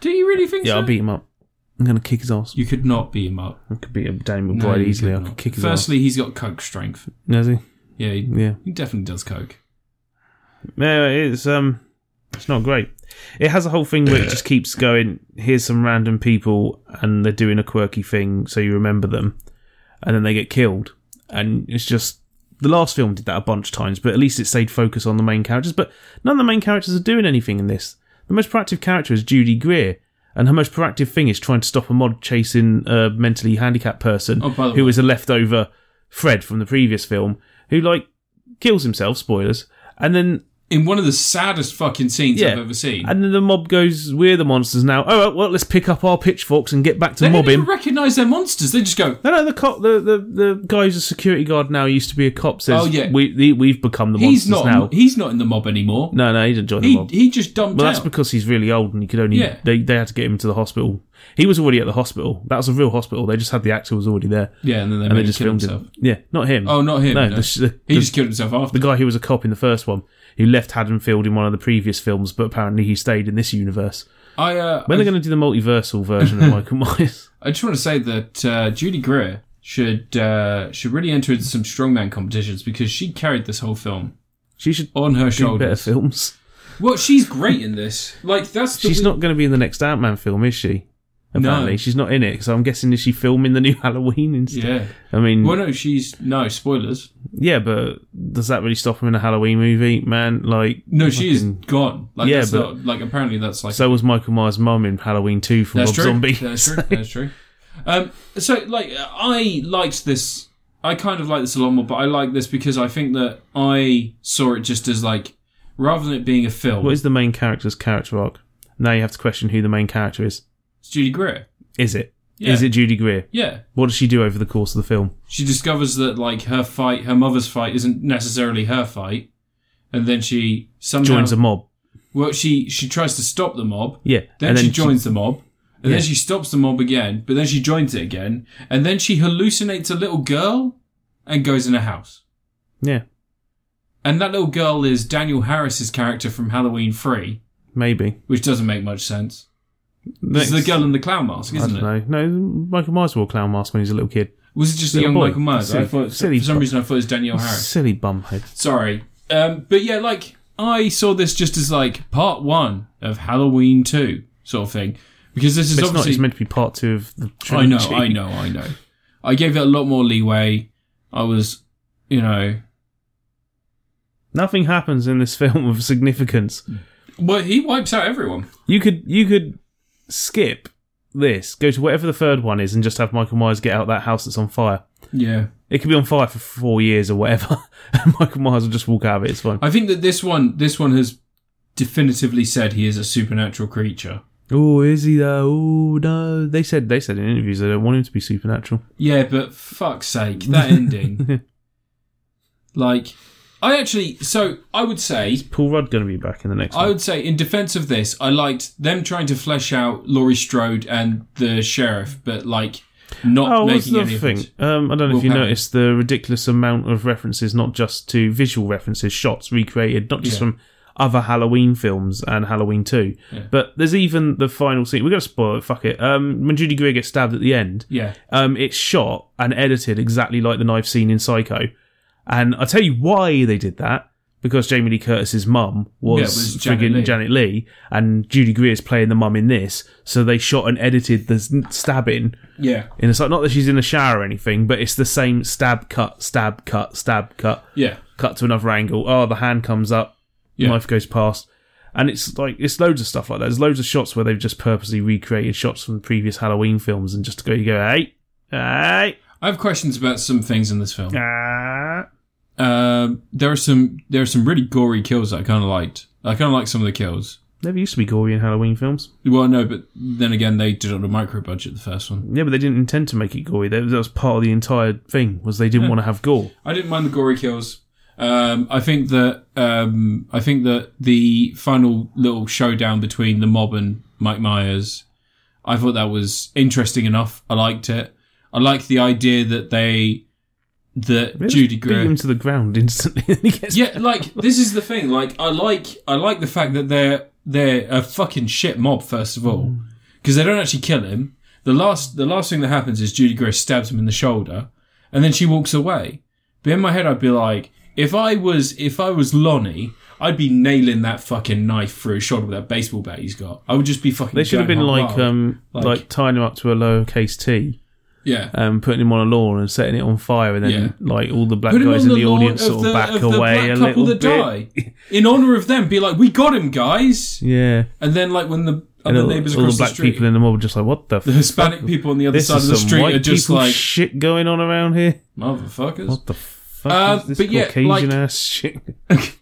Speaker 1: Do you really think
Speaker 2: Yeah,
Speaker 1: so?
Speaker 2: I'll beat him up. I'm gonna kick his ass.
Speaker 1: You could not beat him up.
Speaker 2: I could beat up Danny McBride
Speaker 1: No, you
Speaker 2: easily.
Speaker 1: could
Speaker 2: I could
Speaker 1: not.
Speaker 2: kick his
Speaker 1: Firstly, he's got coke strength.
Speaker 2: ass. Does he?
Speaker 1: Yeah, he,
Speaker 2: Yeah.
Speaker 1: he definitely does coke.
Speaker 2: No, it's um, it's not great. It has a whole thing where it just keeps going. Here's some random people, and they're doing a quirky thing, so you remember them, and then they get killed. And it's just the last film did that a bunch of times, but at least it stayed focused on the main characters. But none of the main characters are doing anything in this. The most proactive character is Judy Greer, and her most proactive thing is trying to stop a mod chasing a mentally handicapped person
Speaker 1: Oh, by the
Speaker 2: who
Speaker 1: way.
Speaker 2: is a leftover Fred from the previous film, who like kills himself. Spoilers. And then
Speaker 1: In one of the saddest fucking scenes
Speaker 2: Yeah.
Speaker 1: I've ever seen.
Speaker 2: and then the mob goes, "We're the monsters now." Oh well, let's pick up our pitchforks and get back to
Speaker 1: they don't
Speaker 2: mobbing.
Speaker 1: even recognise their monsters. They just go,
Speaker 2: No, no, the cop, the, the the guy who's a security guard now he used to be a cop. Says,
Speaker 1: Oh, yeah.
Speaker 2: we the, we've become the
Speaker 1: he's
Speaker 2: monsters
Speaker 1: not
Speaker 2: now."
Speaker 1: he's not in the mob anymore.
Speaker 2: No, no, he didn't join the
Speaker 1: he,
Speaker 2: mob.
Speaker 1: he just dumped
Speaker 2: well,
Speaker 1: out.
Speaker 2: that's because he's really old and he could only
Speaker 1: Yeah.
Speaker 2: they they had to get him to the hospital. He was already at the hospital. That was a real hospital. They just had the actor was already there
Speaker 1: yeah, and then they,
Speaker 2: and
Speaker 1: made
Speaker 2: they
Speaker 1: him
Speaker 2: just
Speaker 1: kill
Speaker 2: filmed
Speaker 1: himself.
Speaker 2: him. Yeah, not him.
Speaker 1: Oh, not him.
Speaker 2: no,
Speaker 1: No,
Speaker 2: The, sh- the,
Speaker 1: he
Speaker 2: the-
Speaker 1: just killed himself after.
Speaker 2: the guy who was a cop in the first one who left Haddonfield in one of the previous films, but apparently he stayed in this universe.
Speaker 1: I uh,
Speaker 2: When are they going to do the multiversal version of Michael Myers?
Speaker 1: I just want to say that uh, Judy Greer should uh, should really enter into some strongman competitions because she carried this whole film
Speaker 2: She should
Speaker 1: on her
Speaker 2: do better
Speaker 1: shoulders.
Speaker 2: films.
Speaker 1: Well, she's great in this. Like that's the
Speaker 2: She's not going to be in the next Ant Man film, is she? Apparently, she's not in it. So I'm guessing is she filming the new Halloween instead?
Speaker 1: Yeah.
Speaker 2: I mean,
Speaker 1: Well, no, she's no spoilers.
Speaker 2: yeah, but does that really stop him in a Halloween movie, man? Like,
Speaker 1: No, she is gone. Like
Speaker 2: Yeah,
Speaker 1: that's
Speaker 2: but-
Speaker 1: not, like apparently that's like
Speaker 2: so was Michael Myers' mum in Halloween 2 from
Speaker 1: that's
Speaker 2: Rob
Speaker 1: true.
Speaker 2: Zombie.
Speaker 1: That's true. That's true. Um, so like I liked this. I kind of like this a lot more, but I like this because I think that I saw it just as like rather than it being a film,
Speaker 2: What is the main character's character arc? Now you have to question who the main character is.
Speaker 1: it's Judy Greer.
Speaker 2: Is it? Is
Speaker 1: Yeah.
Speaker 2: it Judy Greer?
Speaker 1: Yeah.
Speaker 2: What does she do over the course of the film?
Speaker 1: she discovers that like her fight, her mother's fight, isn't necessarily her fight, and then she somehow
Speaker 2: Joins a mob.
Speaker 1: well, she she tries to stop the mob.
Speaker 2: Yeah.
Speaker 1: Then,
Speaker 2: and
Speaker 1: she joins the mob, and then
Speaker 2: Yeah.
Speaker 1: she stops the mob again. But then she joins it again, and then she hallucinates a little girl, and goes in a house.
Speaker 2: Yeah,
Speaker 1: And that little girl is Daniel Harris's character from Halloween Three,
Speaker 2: maybe.
Speaker 1: which doesn't make much sense. This is
Speaker 2: Next-
Speaker 1: the girl in the clown mask,
Speaker 2: I
Speaker 1: isn't
Speaker 2: don't
Speaker 1: it?
Speaker 2: know. No, Michael Myers wore a clown mask when he was a little kid.
Speaker 1: Was it just a
Speaker 2: Little
Speaker 1: young
Speaker 2: boy.
Speaker 1: Michael Myers?
Speaker 2: Silly-
Speaker 1: I thought
Speaker 2: silly
Speaker 1: for some
Speaker 2: fuck.
Speaker 1: reason I thought it was Daniel Harris.
Speaker 2: Silly bumhead.
Speaker 1: Sorry. Um, but yeah, like, I saw this just as, like, part one of Halloween 2 sort of thing. Because this is
Speaker 2: But it's not.
Speaker 1: obviously.
Speaker 2: It's meant to be part two of the
Speaker 1: I
Speaker 2: trilogy.
Speaker 1: know, I know, I know. I gave it a lot more leeway. I was, you know.
Speaker 2: Nothing happens in this film of significance.
Speaker 1: Well, he wipes out everyone.
Speaker 2: You could you could skip this, go to whatever the third one is, and just have Michael Myers get out of that house that's on fire.
Speaker 1: Yeah.
Speaker 2: It could be on fire for four years or whatever, and Michael Myers will just walk out of it. It's fine.
Speaker 1: I think that this one, this one has definitively said he is a supernatural creature.
Speaker 2: Oh, is he though? Oh no, they said they said in interviews they don't want him to be supernatural.
Speaker 1: Yeah, but fuck's sake, that ending. like, I actually, so I would say
Speaker 2: Paul Rudd going to be back in the next
Speaker 1: I
Speaker 2: one.
Speaker 1: would say, in defense of this, I liked them trying to flesh out Laurie Strode and the sheriff, but like not
Speaker 2: Oh, what's
Speaker 1: making
Speaker 2: the
Speaker 1: any of
Speaker 2: thing?
Speaker 1: it.
Speaker 2: Um, I don't know if you
Speaker 1: Willpower.
Speaker 2: noticed the ridiculous amount of references, not just to visual references, shots recreated, not just
Speaker 1: Yeah.
Speaker 2: from other Halloween films and Halloween 2, but there's even the final scene. We're going to spoil it, fuck it. Um, when Judy Greer gets stabbed at the end,
Speaker 1: Yeah,
Speaker 2: um, it's shot and edited exactly like the knife scene in Psycho. And I'll tell you why they did that. Because Jamie Lee Curtis's mum was,
Speaker 1: Yeah, it was Janet
Speaker 2: friggin'
Speaker 1: Leigh.
Speaker 2: Janet Lee, and Judy Greer's playing the mum in this, so they shot and edited the s- stabbing
Speaker 1: yeah,
Speaker 2: and it's like not that she's in a shower or anything, but it's the same stab cut, stab cut, stab cut,
Speaker 1: yeah,
Speaker 2: cut to another angle. Oh, the hand comes up,
Speaker 1: Yeah.
Speaker 2: knife goes past, and it's like it's loads of stuff like that. There's loads of shots where they've just purposely recreated shots from previous Halloween films and just to go, you go, hey, hey,
Speaker 1: I have questions about some things in this film.
Speaker 2: ah."
Speaker 1: Um, there are some there are some really gory kills that I kind of liked. I kind of like some of the kills.
Speaker 2: never used to be gory in Halloween films.
Speaker 1: Well, no, but then again, they did it on a micro budget. The first one,
Speaker 2: Yeah, but they didn't intend to make it gory. That that was part of the entire thing was they didn't want to have gore.
Speaker 1: I didn't mind the gory kills. Um, I think that um, I think that the final little showdown between the mob and Mike Myers, I thought that was interesting enough. I liked it. I liked the idea that they that
Speaker 2: They just
Speaker 1: Judy
Speaker 2: beat him
Speaker 1: Greer.
Speaker 2: to the ground instantly. and he gets
Speaker 1: Yeah, like this is the thing. Like I like I like
Speaker 2: Mm.
Speaker 1: the fact that they're they're a fucking shit mob first of all because they don't actually kill him. The last the last thing that happens is Judy Greer stabs him in the shoulder, and then she walks away. But in my head, I'd be like, if I was if I was Lonnie, I'd be nailing that fucking knife through his shoulder with that baseball bat he's got. I would just be fucking.
Speaker 2: They should have
Speaker 1: going
Speaker 2: been
Speaker 1: hog
Speaker 2: like
Speaker 1: wild.
Speaker 2: um like,
Speaker 1: Like-
Speaker 2: tying him up to a lowercase t
Speaker 1: yeah.
Speaker 2: and um, putting him on a lawn and setting it on fire and then
Speaker 1: Yeah.
Speaker 2: like all the black
Speaker 1: Put him
Speaker 2: guys
Speaker 1: on
Speaker 2: in
Speaker 1: the,
Speaker 2: the,
Speaker 1: lawn
Speaker 2: audience
Speaker 1: of
Speaker 2: sort
Speaker 1: the,
Speaker 2: of back
Speaker 1: of the
Speaker 2: away
Speaker 1: black
Speaker 2: a
Speaker 1: couple
Speaker 2: little
Speaker 1: that
Speaker 2: bit.
Speaker 1: die in honor of them. Be like, we got him, guys.
Speaker 2: Yeah.
Speaker 1: And then like when the
Speaker 2: And
Speaker 1: other
Speaker 2: all,
Speaker 1: neighbors
Speaker 2: all
Speaker 1: across
Speaker 2: the black
Speaker 1: the street,
Speaker 2: people in the mob are just like, what the
Speaker 1: the
Speaker 2: f-
Speaker 1: Hispanic people on the other
Speaker 2: this
Speaker 1: side of
Speaker 2: is
Speaker 1: the
Speaker 2: some
Speaker 1: street
Speaker 2: white
Speaker 1: are just
Speaker 2: people
Speaker 1: like
Speaker 2: shit going on around here.
Speaker 1: motherfuckers.
Speaker 2: What the fuck
Speaker 1: Uh,
Speaker 2: is this
Speaker 1: but yeah,
Speaker 2: Caucasian
Speaker 1: like-
Speaker 2: ass shit?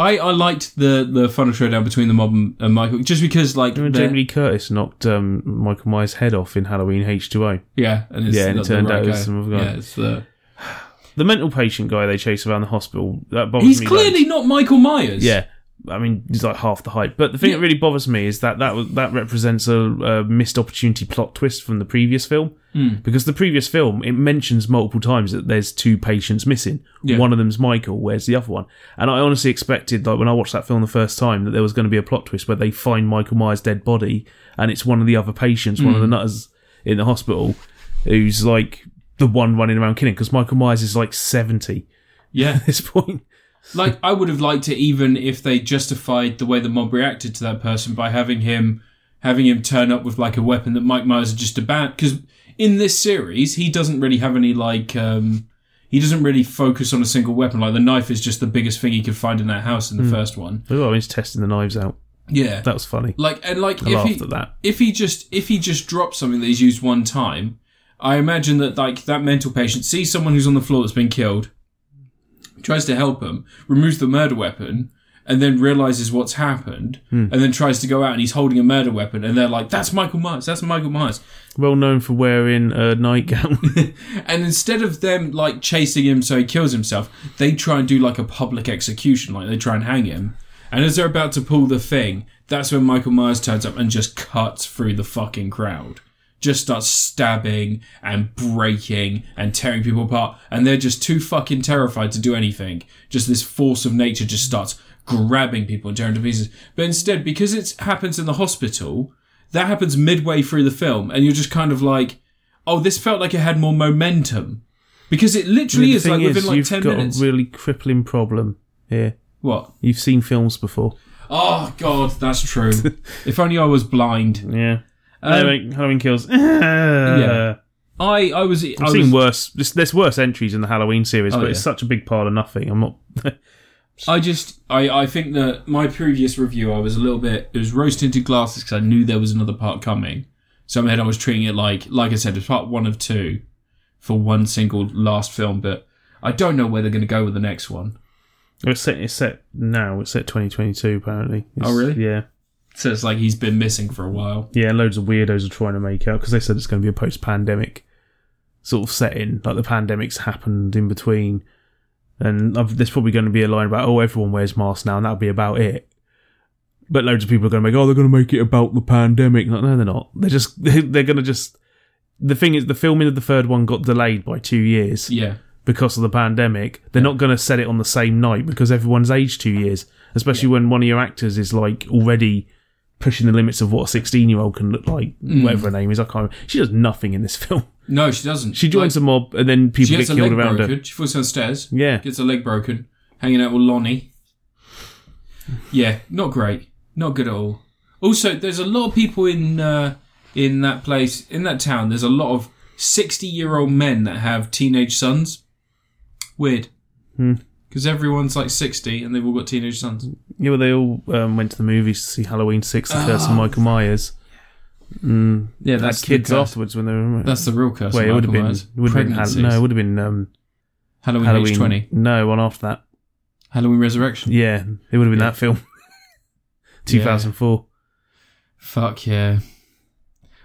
Speaker 1: I, I liked the the final showdown between the mob and, and Michael just because like
Speaker 2: Remember
Speaker 1: they're-
Speaker 2: Jamie Lee Curtis knocked um, Michael Myers' head off in Halloween H2O.
Speaker 1: yeah and it's
Speaker 2: Yeah, and it
Speaker 1: not the
Speaker 2: turned out
Speaker 1: right
Speaker 2: it was
Speaker 1: guy.
Speaker 2: some other guy.
Speaker 1: yeah it's the
Speaker 2: The mental patient guy they chase around the hospital. That bothers
Speaker 1: he's
Speaker 2: me.
Speaker 1: clearly not Michael Myers
Speaker 2: loads. yeah. I mean, he's like half the height. But the thing that really bothers me is that that was, that represents a, a missed opportunity plot twist from the previous film. Because the previous film, it mentions multiple times that there's two patients missing.
Speaker 1: Yeah.
Speaker 2: One of them's Michael. Where's the other one? And I honestly expected, like when I watched that film the first time, that there was going to be a plot twist where they find Michael Myers' dead body, and it's one of the other patients, one of the nutters in the hospital, who's like the one running around killing. Because Michael Myers is like seventy
Speaker 1: yeah
Speaker 2: at this point.
Speaker 1: like I would have liked it even if they justified the way the mob reacted to that person by having him having him turn up with like a weapon that Mike Myers had just about because in this series he doesn't really have any like um he doesn't really focus on a single weapon like the knife is just the biggest thing he could find in that house in the first one
Speaker 2: Oh, I mean, he's testing the knives out.
Speaker 1: yeah
Speaker 2: That was funny.
Speaker 1: like and like
Speaker 2: I
Speaker 1: if
Speaker 2: laughed
Speaker 1: he,
Speaker 2: at that.
Speaker 1: if he just if he just drops something that he's used one time, I imagine that like that mental patient sees someone who's on the floor that's been killed, tries to help him, removes the murder weapon, and then realizes what's happened, and then tries to go out and he's holding a murder weapon, and they're like, "That's Michael Myers. That's Michael Myers."
Speaker 2: Well known for wearing a nightgown.
Speaker 1: And instead of them like chasing him so he kills himself, they try and do like a public execution, like they try and hang him. And as they're about to pull the thing, that's when Michael Myers turns up and just cuts through the fucking crowd. Just starts stabbing and breaking and tearing people apart. And they're just too fucking terrified to do anything. Just this force of nature just starts grabbing people and tearing to pieces. But instead, because it happens in the hospital, that happens midway through the film. And you're just kind of like, oh, this felt like it had more momentum. Because it literally
Speaker 2: The
Speaker 1: is like
Speaker 2: thing
Speaker 1: within like
Speaker 2: you've
Speaker 1: 10
Speaker 2: got
Speaker 1: minutes.
Speaker 2: a really crippling problem here.
Speaker 1: what?
Speaker 2: You've seen films before.
Speaker 1: Oh God, that's true. if only I was blind.
Speaker 2: Yeah.
Speaker 1: Um,
Speaker 2: Halloween, Halloween kills. yeah.
Speaker 1: I I was. I
Speaker 2: I've
Speaker 1: was Oh,
Speaker 2: seen worse. There's, there's worse entries in the Halloween series, but it's
Speaker 1: yeah.
Speaker 2: such a big pile of nothing. I'm not.
Speaker 1: I just I I think that my previous review I was a little bit it was rose tinted glasses because I knew there was another part coming. So in my head I was treating it like like I said it's part one of two for one single last film, but I don't know where they're going to go with the next one.
Speaker 2: It's set. It's set now. It's set 2022. Apparently. It's-
Speaker 1: Oh, really?
Speaker 2: Yeah.
Speaker 1: So it's like he's been missing for a while.
Speaker 2: Yeah. Loads of weirdos are trying to make out because they said it's going to be a post-pandemic sort of setting. Like the pandemic's happened in between, and I've, there's probably going to be a line about oh everyone wears masks now, and that'll be about it. But loads of people are going to make oh they're going to make it about the pandemic. Like, no, they're not. They're just they're going to just. The thing is, the filming of the third one got delayed by two years.
Speaker 1: Yeah,
Speaker 2: because of the pandemic. They're not going to set it on the same night because everyone's aged two years, especially when one of your actors is like already pushing the limits of what a 16 year old can look like,
Speaker 1: Mm.
Speaker 2: whatever her name is. I can't remember. She does nothing in this film.
Speaker 1: no, she doesn't.
Speaker 2: She joins
Speaker 1: Like,
Speaker 2: a mob and then people
Speaker 1: she
Speaker 2: get
Speaker 1: gets a
Speaker 2: killed
Speaker 1: leg
Speaker 2: around
Speaker 1: broken. She falls downstairs.
Speaker 2: her. Yeah.
Speaker 1: Gets her leg broken. Hanging out with Lonnie. Yeah, not great. Not good at all. Also, there's a lot of people in uh, in that place, in that town. There's a lot of sixty-year-old men that have teenage sons. Weird,
Speaker 2: Hmm.
Speaker 1: because everyone's like sixty and they've all got teenage sons.
Speaker 2: Yeah, well, they all um, went to the movies to see Halloween 6, The Curse of Michael Myers.
Speaker 1: Yeah,
Speaker 2: Had
Speaker 1: Ah. that's
Speaker 2: kids
Speaker 1: the curse.
Speaker 2: afterwards when they were.
Speaker 1: That's the real curse.
Speaker 2: Wait,
Speaker 1: of
Speaker 2: it would have
Speaker 1: Michael
Speaker 2: been.
Speaker 1: Myers.
Speaker 2: Would have been Hall-
Speaker 1: Pregnancies.
Speaker 2: no, it would have been um,
Speaker 1: Halloween,
Speaker 2: Halloween.
Speaker 1: age twenty,
Speaker 2: No, one after that.
Speaker 1: Halloween Resurrection.
Speaker 2: Yeah, it would have been that film. 2004.
Speaker 1: Fuck yeah.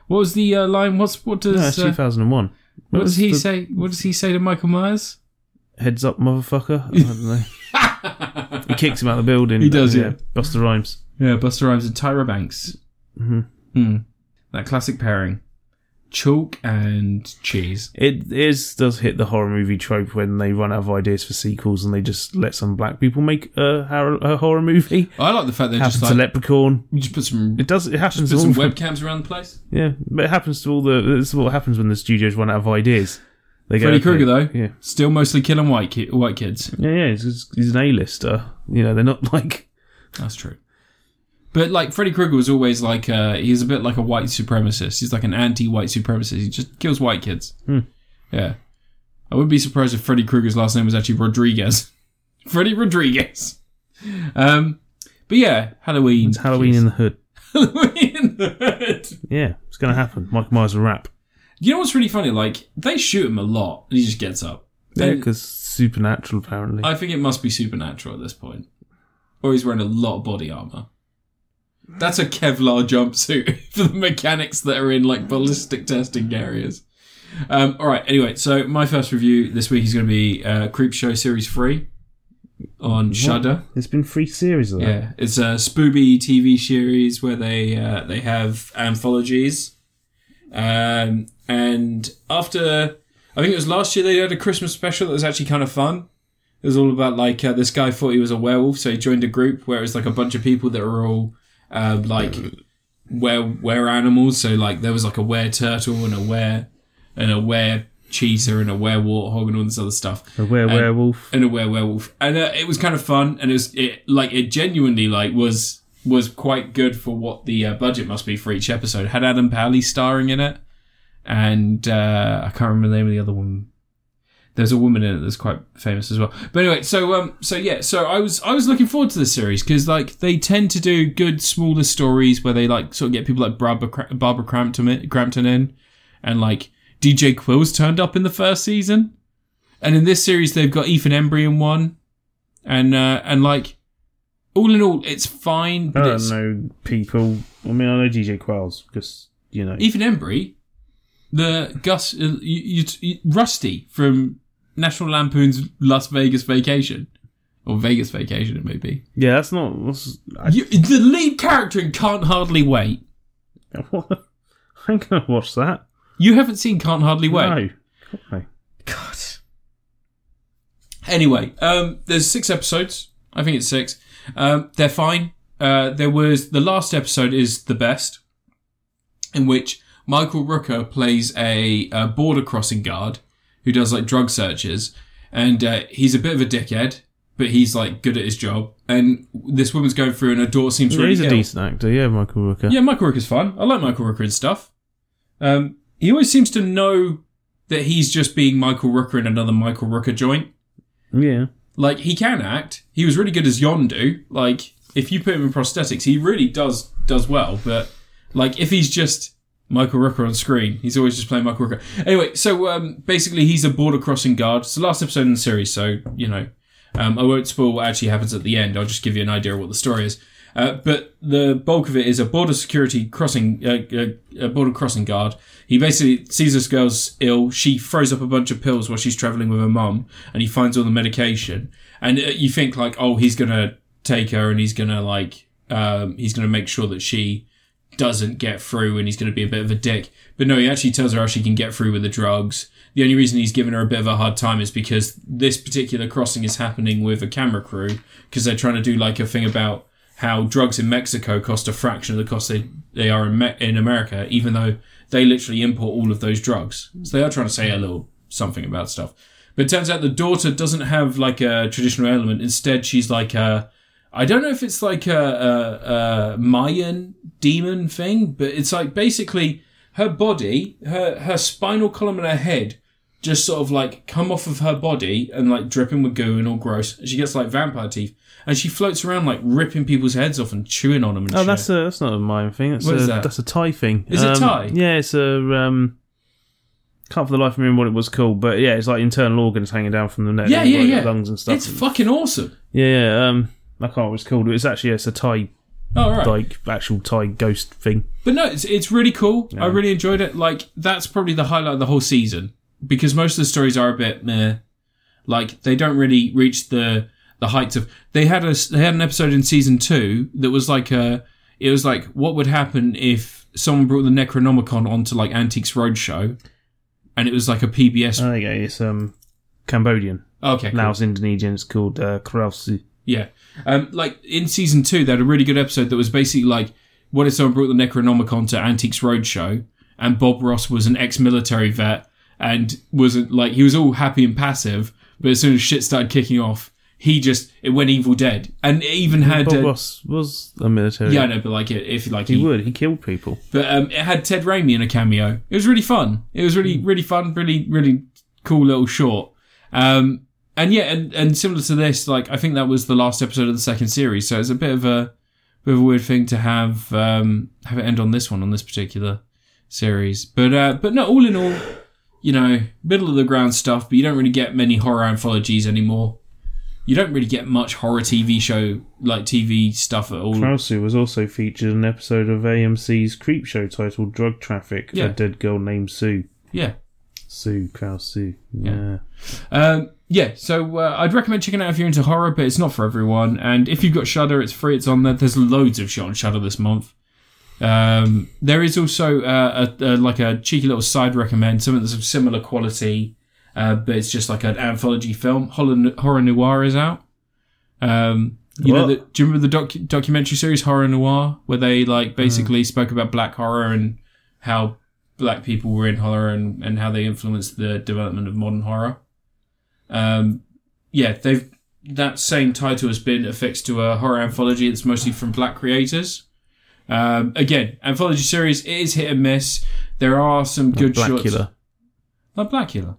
Speaker 1: What was the uh, line? What's what
Speaker 2: No,
Speaker 1: does
Speaker 2: it's
Speaker 1: uh,
Speaker 2: 2001.
Speaker 1: what does he
Speaker 2: the
Speaker 1: say? What does he say to Michael Myers?
Speaker 2: Heads up, motherfucker. I don't know. he kicks him out of the building.
Speaker 1: He does, yeah.
Speaker 2: Buster Rhymes.
Speaker 1: Yeah, Buster Rhymes and Tyra Banks. Mm-hmm. That classic Hmm. pairing. chalk and cheese.
Speaker 2: It is does hit the horror movie trope when they run out of ideas for sequels and they just let some black people make a, har- a horror movie.
Speaker 1: I like the fact they're
Speaker 2: happens
Speaker 1: just
Speaker 2: to
Speaker 1: like
Speaker 2: Leprechaun.
Speaker 1: we just put some
Speaker 2: It does. It happens.
Speaker 1: put
Speaker 2: to
Speaker 1: some
Speaker 2: all-
Speaker 1: webcams around the place.
Speaker 2: Yeah, but it happens to all the. This is what happens when the studios run out of ideas. They go,
Speaker 1: Freddy
Speaker 2: okay,
Speaker 1: Krueger though,
Speaker 2: Yeah,
Speaker 1: still mostly killing white ki- white kids.
Speaker 2: yeah, yeah. He's, he's an A-lister. You know, they're not like.
Speaker 1: That's true. But like Freddy Krueger was always like uh, he's a bit like a white supremacist. He's like an anti-white supremacist. He just kills white kids.
Speaker 2: Hmm.
Speaker 1: Yeah, I wouldn't be surprised if Freddy Krueger's last name was actually Rodriguez. Freddy Rodriguez. Um, but yeah, Halloween.
Speaker 2: It's Halloween in the hood.
Speaker 1: Halloween in the hood.
Speaker 2: Yeah, it's gonna happen. Mike Myers a rap.
Speaker 1: You know what's really funny? Like they shoot him a lot, and he just gets up.
Speaker 2: Yeah,
Speaker 1: And
Speaker 2: because supernatural apparently.
Speaker 1: I think it must be supernatural at this point, or he's wearing a lot of body armor. That's a Kevlar jumpsuit for the mechanics that are in like ballistic testing areas. Um, all right. Anyway, so my first review this week is going to be uh, Creep Show Series Three on Shudder.
Speaker 2: There's been three series of that.
Speaker 1: Yeah, it's a spooky TV series where they uh, they have anthologies, um, and after I think it was last year they had a Christmas special that was actually kind of fun. It was all about like uh, this guy thought he was a werewolf, so he joined a group where it was like a bunch of people that were all um, like were were animals. So like there was like a were turtle and a were and a were cheetah and a were warthog and all this other stuff
Speaker 2: A were werewolf.
Speaker 1: and a were werewolf, and uh, it was kind of fun, and it was it like it genuinely like was was quite good for what the uh, budget must be for each episode. Had Adam Pally starring in it, and uh, I can't remember the name of the other one. There's a woman in it that's quite famous as well. But anyway, so um, so yeah, so I was I was looking forward to this series because like they tend to do good smaller stories where they like sort of get people like Barbara Cra- Barbara Crampton in- Crampton in, and like DJ Quills turned up in the first season. And in this series, they've got Ethan Embry in one, and uh, and like, all in all, it's fine.
Speaker 2: I
Speaker 1: But
Speaker 2: don't
Speaker 1: it's
Speaker 2: know people. I mean, I know DJ Qualls because you know.
Speaker 1: Ethan Embry, the Gus, uh, you, you, you- Rusty from National Lampoon's Las Vegas Vacation, or Vegas Vacation, it may be.
Speaker 2: Yeah, that's not. That's, I,
Speaker 1: You, the lead character in Can't Hardly Wait.
Speaker 2: I'm gonna watch that.
Speaker 1: You haven't seen Can't Hardly Wait.
Speaker 2: No. God, no.
Speaker 1: God. Anyway, um, there's six episodes. I think it's six. Um, they're fine. Uh, there was the last episode is the best, in which Michael Rooker plays a, uh border crossing guard who does like drug searches, and uh, he's a bit of a dickhead, but he's like good at his job. And this woman's going through, and her daughter seems really
Speaker 2: He's a
Speaker 1: ill.
Speaker 2: decent actor. Yeah, Michael Rooker.
Speaker 1: Yeah, Michael Rooker's fun. I like Michael Rooker and stuff. Um, he always seems to know that he's just being Michael Rooker in another Michael Rooker joint.
Speaker 2: yeah.
Speaker 1: Like he can act. He was really good as Yondu. Like if you put him in prosthetics, he really does does well. But like if he's just Michael Rooker on screen, he's always just playing Michael Rooker. Anyway, so um, basically he's a border crossing guard. It's the last episode in the series, so you know um, I won't spoil what actually happens at the end. I'll just give you an idea of what the story is. Uh, but the bulk of it is a border security crossing, uh, uh, a border crossing guard. He basically sees this girl's ill. She throws up a bunch of pills while she's traveling with her mum, and he finds all the medication. And uh, you think like, oh, he's gonna take her, and he's gonna like, um, he's gonna make sure that she doesn't get through and he's going to be a bit of a dick. But no, he actually tells her how she can get through with the drugs. The only reason he's giving her a bit of a hard time is because this particular crossing is happening with a camera crew because they're trying to do like a thing about how drugs in Mexico cost a fraction of the cost they, they are in, Me- in America, even though they literally import all of those drugs. So they are trying to say a little something about stuff. But it turns out the daughter doesn't have like a traditional element. Instead, she's like a, I don't know if it's like a, a, a Mayan demon thing, but it's like basically her body, her her spinal column and her head just sort of like come off of her body and like dripping with goo and all gross. She gets like vampire teeth and she floats around like ripping people's heads off and chewing on them. And
Speaker 2: Oh,
Speaker 1: shit.
Speaker 2: that's a that's not a mime thing. That's
Speaker 1: What
Speaker 2: a,
Speaker 1: is that?
Speaker 2: That's a Thai thing.
Speaker 1: Is it
Speaker 2: Um,
Speaker 1: Thai?
Speaker 2: Yeah, it's a. Um, can't for the life of me remember what it was called, but yeah, it's like internal organs hanging down from the neck.
Speaker 1: yeah,
Speaker 2: and
Speaker 1: yeah,
Speaker 2: like
Speaker 1: yeah.
Speaker 2: Lungs and stuff.
Speaker 1: It's fucking awesome.
Speaker 2: yeah, yeah. Um, I can't remember what it's called. It's actually yeah, it's a Thai
Speaker 1: All right.
Speaker 2: like actual Thai ghost thing.
Speaker 1: But no, it's it's really cool. I really enjoyed it. Like that's probably the highlight of the whole season because most of the stories are a bit meh. Like they don't really reach the the heights of. They had a s- they had an episode in season two that was like a. It was like what would happen if someone brought the Necronomicon onto like Antiques Roadshow, and it was like a PBS.
Speaker 2: Oh, yeah, it's um, Cambodian.
Speaker 1: okay, cool.
Speaker 2: Now it's Indonesian. It's called uh, Krausi.
Speaker 1: Yeah. Um, like in season two, they had a really good episode that was basically like, what if someone brought the Necronomicon to Antiques Roadshow and Bob Ross was an ex military vet and wasn't like, he was all happy and passive, but as soon as shit started kicking off, he just, it went evil dead. And it even had,
Speaker 2: Bob
Speaker 1: uh,
Speaker 2: Ross was a military.
Speaker 1: yeah, I know, but like, it, if like
Speaker 2: he would. He killed people.
Speaker 1: but um, it had Ted Raimi in a cameo. It was really fun. It was really, really fun. Really, really cool little short. Um, and yeah, and, and similar to this, like I think that was the last episode of the second series. So it's a bit of a bit of a weird thing to have um, have it end on this one on this particular series. But uh, but no, all in all, you know, middle of the ground stuff. But you don't really get many horror anthologies anymore. You don't really get much horror TV show like TV stuff at all.
Speaker 2: Krausu was also featured in an episode of AMC's Creep Show titled Drug Traffic,
Speaker 1: Yeah.
Speaker 2: a dead girl named Sue.
Speaker 1: Yeah.
Speaker 2: Sue, Krausu. Yeah.
Speaker 1: Um, yeah, so uh, I'd recommend checking it out if you're into horror, but it's not for everyone. And if you've got Shudder, it's free. It's on there. There's loads of shit on Shudder this month. Um, there is also uh, a, a, like a cheeky little side recommend, something that's of similar quality, uh, but it's just like an anthology film. Horror, horror Noir is out. Um, you know,
Speaker 2: What?
Speaker 1: the, do you remember the doc- documentary series Horror Noir, where they like basically spoke about black horror and how black people were in horror and, and how they influenced the development of modern horror? Um, yeah, they've that same title has been affixed to a horror anthology that's mostly from black creators. Um, again, anthology series it is hit and miss. There are some good shots.
Speaker 2: Blackula.
Speaker 1: Not Blackula.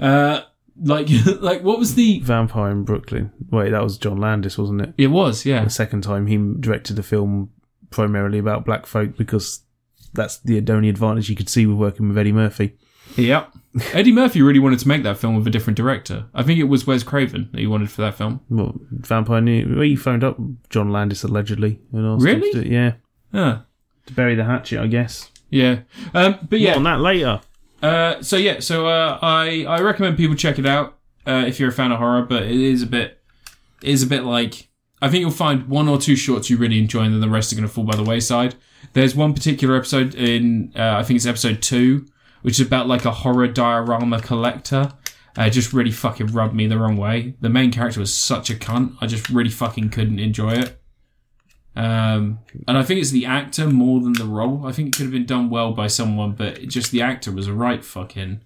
Speaker 1: Uh, like like what was the?
Speaker 2: Vampire in Brooklyn. Wait, that was John Landis, wasn't it?
Speaker 1: It was yeah
Speaker 2: The second time he directed a film primarily about black folk because that's the only advantage you could see with working with Eddie Murphy.
Speaker 1: yeah. Eddie Murphy really wanted to make that film with a different director. I think it was Wes Craven that he wanted for that film.
Speaker 2: Well, Vampire knew. Well, he phoned up John Landis allegedly. And asked
Speaker 1: Really?
Speaker 2: him to- yeah.
Speaker 1: Huh.
Speaker 2: To bury the hatchet, I guess.
Speaker 1: Yeah. Um, but
Speaker 2: Yeah.
Speaker 1: yeah,
Speaker 2: on that later.
Speaker 1: Uh, so yeah, so uh, I I recommend people check it out uh, if you're a fan of horror, but it is a bit it is a bit like I think you'll find one or two shorts you really enjoy, and then the rest are going to fall by the wayside. There's one particular episode in uh, I think it's episode two, which is about like a horror diorama collector. Uh, it just really fucking rubbed me the wrong way. The main character was such a cunt. I just really fucking couldn't enjoy it. Um, and I think it's the actor more than the role. I think it could have been done well by someone, but it just the actor was a right fucking.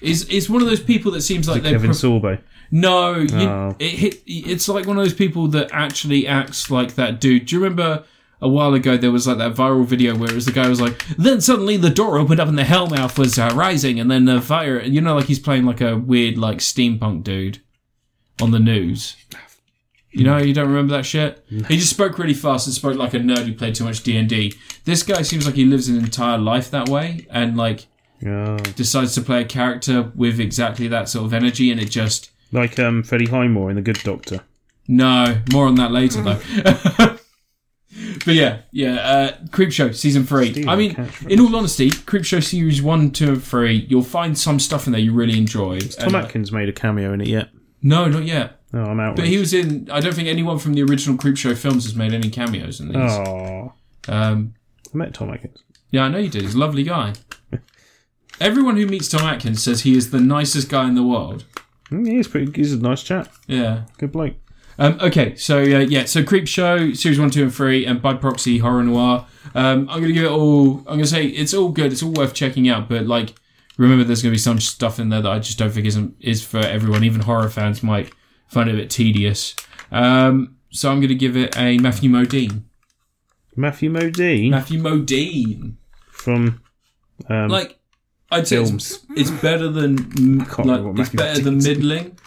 Speaker 1: Is is one of those people that seems like they're
Speaker 2: Kevin
Speaker 1: pro-
Speaker 2: Sorbo.
Speaker 1: no, you,
Speaker 2: Oh.
Speaker 1: it hit. It's like one of those people that actually acts like that dude. Do you remember a while ago there was like that viral video where it was the guy was like, then suddenly the door opened up and the hellmouth was uh, rising, and then the fire. And you know, like he's playing like a weird like steampunk dude on the news. You know, you don't remember that shit. He just spoke really fast and spoke like a nerd who played too much D and D. This guy seems like he lives an entire life that way, and like
Speaker 2: Oh.
Speaker 1: decides to play a character with exactly that sort of energy, and it just
Speaker 2: Like um, Freddie Highmore in The Good Doctor.
Speaker 1: No, more on that later though. but yeah, yeah, uh, Creepshow season three.
Speaker 2: Stealing
Speaker 1: I mean,
Speaker 2: catchphrases.
Speaker 1: in all honesty, Creepshow series one, two, and three. You'll find some stuff in there you really enjoy.
Speaker 2: Tom
Speaker 1: And- uh,
Speaker 2: Atkins made a cameo in it yet.
Speaker 1: no, not yet.
Speaker 2: Oh, I'm out.
Speaker 1: But he was in. I don't think anyone from the original Creepshow films has made any cameos in these.
Speaker 2: Oh,
Speaker 1: Um,
Speaker 2: I met Tom Atkins.
Speaker 1: yeah, I know you did. He's a lovely guy. Everyone who meets Tom Atkins says he is the nicest guy in the world.
Speaker 2: Mm, He's pretty. He's a nice chap.
Speaker 1: Yeah.
Speaker 2: Good bloke.
Speaker 1: Um, okay, so uh, yeah, so Creep Show series one, two, and three, and by proxy horror noir. Um, I'm gonna give it all. I'm gonna say it's all good. It's all worth checking out. But like, remember, there's gonna be some stuff in there that I just don't think isn't is for everyone. Even horror fans might find it a bit tedious. Um, so I'm gonna give it a Matthew Modine.
Speaker 2: Matthew Modine
Speaker 1: Matthew Modine,
Speaker 2: from um,
Speaker 1: like I'd say it's,
Speaker 2: films.
Speaker 1: it's better than
Speaker 2: can't remember
Speaker 1: like
Speaker 2: what
Speaker 1: it's
Speaker 2: Matthew
Speaker 1: better than
Speaker 2: Modine's.
Speaker 1: middling.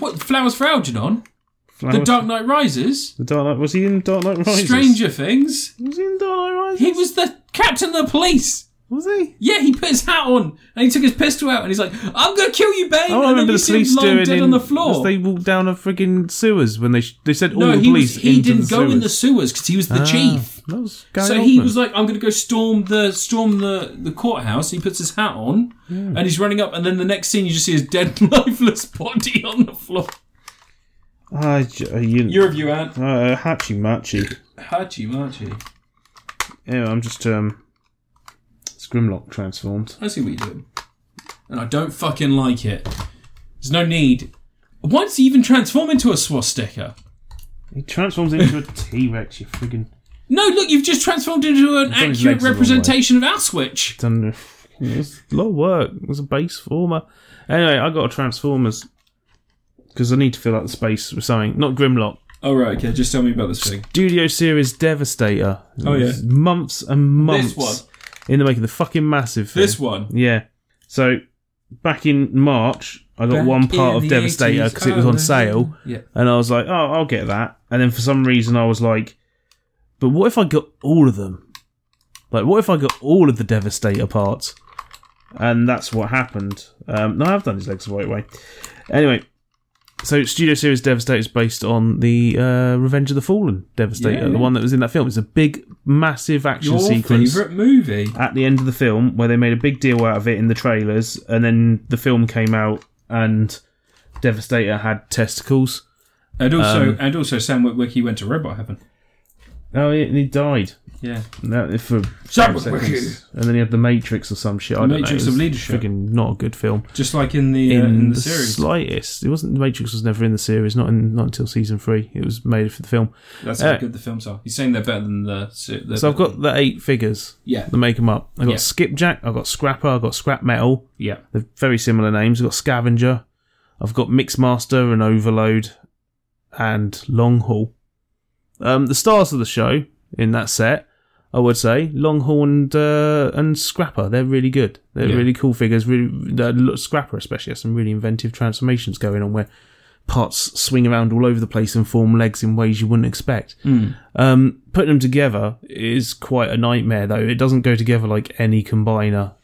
Speaker 1: What Flowers for Algernon?
Speaker 2: Flowers-
Speaker 1: The Dark Knight Rises,
Speaker 2: The Dark Knight. Was he in Dark Knight Rises?
Speaker 1: Stranger Things.
Speaker 2: Was he in Dark Knight Rises?
Speaker 1: He was the captain of the police.
Speaker 2: Was he?
Speaker 1: Yeah, he put his hat on and he took his pistol out and he's like, "I'm gonna kill you, babe." and
Speaker 2: Oh, I remember
Speaker 1: then you
Speaker 2: the
Speaker 1: see him
Speaker 2: police
Speaker 1: lying
Speaker 2: doing
Speaker 1: dead
Speaker 2: in,
Speaker 1: on the
Speaker 2: as
Speaker 1: floor.
Speaker 2: They walked down a frigging sewers when they sh- they said all
Speaker 1: no,
Speaker 2: the
Speaker 1: he, was,
Speaker 2: police
Speaker 1: he
Speaker 2: into
Speaker 1: didn't
Speaker 2: the
Speaker 1: go
Speaker 2: sewers. Ah.
Speaker 1: in the sewers because he was the chief.
Speaker 2: That was Gary
Speaker 1: So he
Speaker 2: Oldman.
Speaker 1: was like, "I'm gonna go storm the storm the the courthouse." He puts his hat on and he's running up, and then the next scene you just see his dead, lifeless body on the floor.
Speaker 2: I j- uh, you,
Speaker 1: Your review, Ant.
Speaker 2: uh, Hachi Machi.
Speaker 1: Hachi Machi.
Speaker 2: Yeah, I'm just um Grimlock transformed.
Speaker 1: I see what you're doing. And I don't fucking like it. There's no need. Why does he even transform into a swastika?
Speaker 2: He transforms into a T Rex. You friggin'
Speaker 1: No, look, you've just transformed into an
Speaker 2: done his
Speaker 1: accurate
Speaker 2: legs the wrong way.
Speaker 1: representation of Auschwitz.
Speaker 2: done. a- It's a lot of work. It was a base former. Anyway, I got a Transformers because I need to fill out the space with something. Not Grimlock.
Speaker 1: Oh, right, okay, just tell me about this thing.
Speaker 2: Studio series Devastator.
Speaker 1: Oh, yeah.
Speaker 2: months and months
Speaker 1: This one.
Speaker 2: in the making. The fucking massive thing.
Speaker 1: This one.
Speaker 2: Yeah. So back in March, I got
Speaker 1: Back
Speaker 2: one part
Speaker 1: in
Speaker 2: of
Speaker 1: the
Speaker 2: Devastator
Speaker 1: 80s.
Speaker 2: because it was
Speaker 1: Oh,
Speaker 2: on
Speaker 1: no.
Speaker 2: sale,
Speaker 1: Yeah.
Speaker 2: and I was like, "Oh, I'll get that." And then for some reason, I was like, "But what if I got all of them? Like, what if I got all of the Devastator parts?" And that's what happened. Um, no, I've done his legs the right way. Anyway, so Studio Series Devastator is based on the uh, Revenge of the Fallen Devastator,
Speaker 1: Yeah.
Speaker 2: the one that was in that film. It's a big, massive action
Speaker 1: Your
Speaker 2: sequence
Speaker 1: favourite movie.
Speaker 2: at the end of the film where they made a big deal out of it in the trailers, and then the film came out and Devastator had testicles.
Speaker 1: And also,
Speaker 2: Um,
Speaker 1: and also, Sam Witwicky went to Robot Heaven.
Speaker 2: Oh, yeah, and he died
Speaker 1: Yeah.
Speaker 2: That- for
Speaker 1: Sam
Speaker 2: five
Speaker 1: Witwicky.
Speaker 2: seconds. and then he had the Matrix or some shit. I
Speaker 1: The
Speaker 2: don't
Speaker 1: Matrix
Speaker 2: know. It
Speaker 1: of
Speaker 2: was
Speaker 1: Leadership.
Speaker 2: friggin' not a good film
Speaker 1: Just like in the, uh, in the series.
Speaker 2: slightest. It wasn't. The Matrix was never in the series. Not in, not until season three. It was made for the film.
Speaker 1: That's
Speaker 2: Uh,
Speaker 1: how good the films are. He's saying they're better than the. se- the
Speaker 2: So I've got the eight figures
Speaker 1: Yeah.
Speaker 2: that make them up. I've got
Speaker 1: Yeah.
Speaker 2: Skipjack. I've got Scrapper. I've got Scrap Metal.
Speaker 1: Yeah.
Speaker 2: They're very similar names. I've got Scavenger, I've got Mixmaster and Overload, and Long Haul. Um, the stars of the show in that set, I would say, Long Haul and uh, and Scrapper. They're really good. They're
Speaker 1: Yeah.
Speaker 2: really cool figures. Really, uh, look, Scrapper especially has some really inventive transformations going on where parts swing around all over the place and form legs in ways you wouldn't expect.
Speaker 1: Hmm.
Speaker 2: Um, putting them together is quite a nightmare, though. It doesn't go together like any combiner.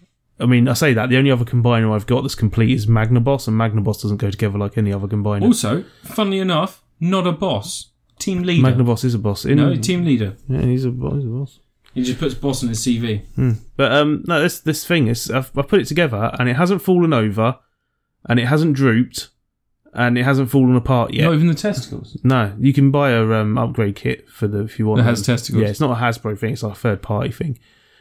Speaker 2: I mean, I say that the only other combiner I've got that's complete is Magnaboss, and Magnaboss doesn't go together like any other combiner.
Speaker 1: Also, funnily enough, not a boss. Team leader.
Speaker 2: Magnaboss is a boss. In,
Speaker 1: no, team leader.
Speaker 2: yeah, he's a boss. He's a boss.
Speaker 1: He just puts boss on his CV.
Speaker 2: But um, no, this this thing is I've, I put it together and it hasn't fallen over, and it hasn't drooped, and it hasn't fallen apart yet.
Speaker 1: Not even the testicles.
Speaker 2: No, you can buy a um, upgrade kit for the if you want.
Speaker 1: That has
Speaker 2: them.
Speaker 1: testicles.
Speaker 2: Yeah, it's not a Hasbro thing; it's like a third party thing.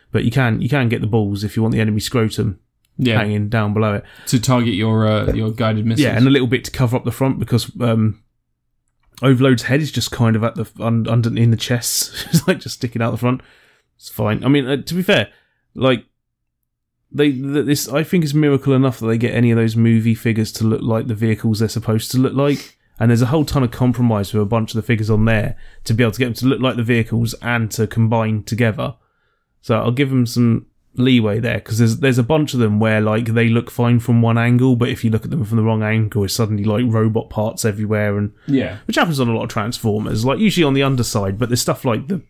Speaker 2: But you can you can get the balls if you want the enemy scrotum
Speaker 1: Yeah.
Speaker 2: hanging down below it.
Speaker 1: To target your uh, your guided missiles.
Speaker 2: Yeah, and a little bit to cover up the front because um, Overload's head is just kind of at the un, under in the chest. it's like just sticking out the front. It's fine. I mean, uh, to be fair, like they th- this I think is miracle enough that they get any of those movie figures to look like the vehicles they're supposed to look like. And there's a whole ton of compromise with a bunch of the figures on there to be able to get them to look like the vehicles and to combine together. So I'll give them some leeway there because there's there's a bunch of them where like they look fine from one angle, but if you look at them from the wrong angle, it's suddenly like robot parts everywhere, and
Speaker 1: Yeah.
Speaker 2: which happens on a lot of Transformers, like usually on the underside. But there's stuff like the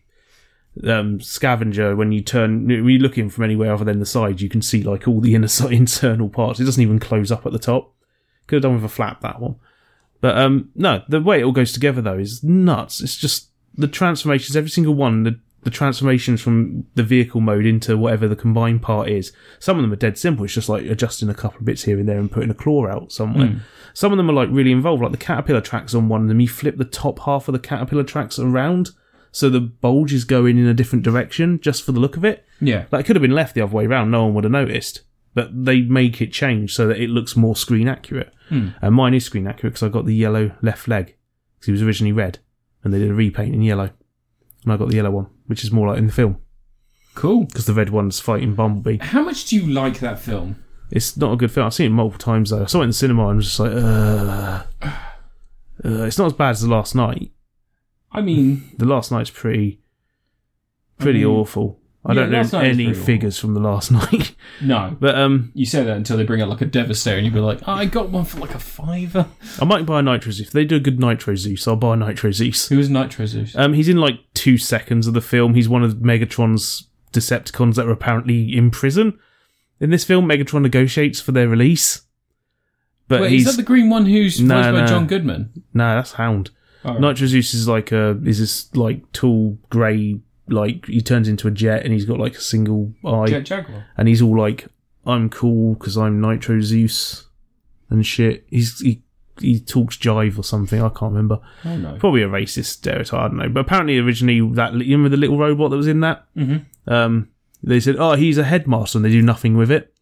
Speaker 2: um, scavenger when you turn when you look in from anywhere other than the side, you can see like all the inner internal parts. It doesn't even close up at the top. Could have done with a flap that one. But um, no, the way it all goes together though is nuts. It's just the transformations, every single one, the the transformations from the vehicle mode into whatever the combined part is. Some of them are dead simple. It's just like adjusting a couple of bits here and there and putting a claw out somewhere. Some of them are like really involved. Like the caterpillar tracks on one of them, you flip the top half of the caterpillar tracks around, so the bulge is going in a different direction just for the look of it.
Speaker 1: Yeah.
Speaker 2: That could have been left the other way round. No one would have noticed. But they make it change so that it looks more screen accurate. And mine is screen accurate because I got the yellow left leg because he was originally red, and they did a repaint in yellow, and I got the yellow one, which is more like in the film
Speaker 1: Cool.
Speaker 2: because the red one's fighting Bumblebee.
Speaker 1: How much do you like that film?
Speaker 2: It's not a good film. I've seen it multiple times though. I saw it in the cinema and was just like, Ugh. Uh, it's not as bad as the last night.
Speaker 1: I mean,
Speaker 2: The last night's pretty, pretty
Speaker 1: I mean,
Speaker 2: awful. I
Speaker 1: Mm. yeah,
Speaker 2: don't know
Speaker 1: last night was
Speaker 2: any
Speaker 1: pretty awful.
Speaker 2: figures from the last night,
Speaker 1: no.
Speaker 2: but um,
Speaker 1: You say that until they bring out like a Devastator and you'd be like, oh, I got one for like a fiver.
Speaker 2: I might buy a Nitro Zeus. If they do a good Nitro Zeus, I'll buy a Nitro Zeus.
Speaker 1: Who was Nitro Zeus?
Speaker 2: Um, he's in like two seconds of the film. He's one of Megatron's Decepticons that are apparently in prison. In this film, Megatron negotiates for their release, but
Speaker 1: Wait,
Speaker 2: he's
Speaker 1: is that the green one who's
Speaker 2: No,
Speaker 1: voiced by
Speaker 2: no.
Speaker 1: John Goodman?
Speaker 2: nah, that's Hound.
Speaker 1: Oh,
Speaker 2: Nitro Zeus is like a is this like tall grey like he turns into a jet and he's got like a single eye
Speaker 1: Jet Jaguar.
Speaker 2: and he's all like I'm cool because I'm Nitro Zeus and shit. He's he he talks jive or something. I can't remember.
Speaker 1: Oh no.
Speaker 2: Probably a racist stereotype. I don't know. But apparently originally that you remember the little robot that was in that. Mm-hmm. Um, They said, "Oh, he's a headmaster," and they do nothing with it.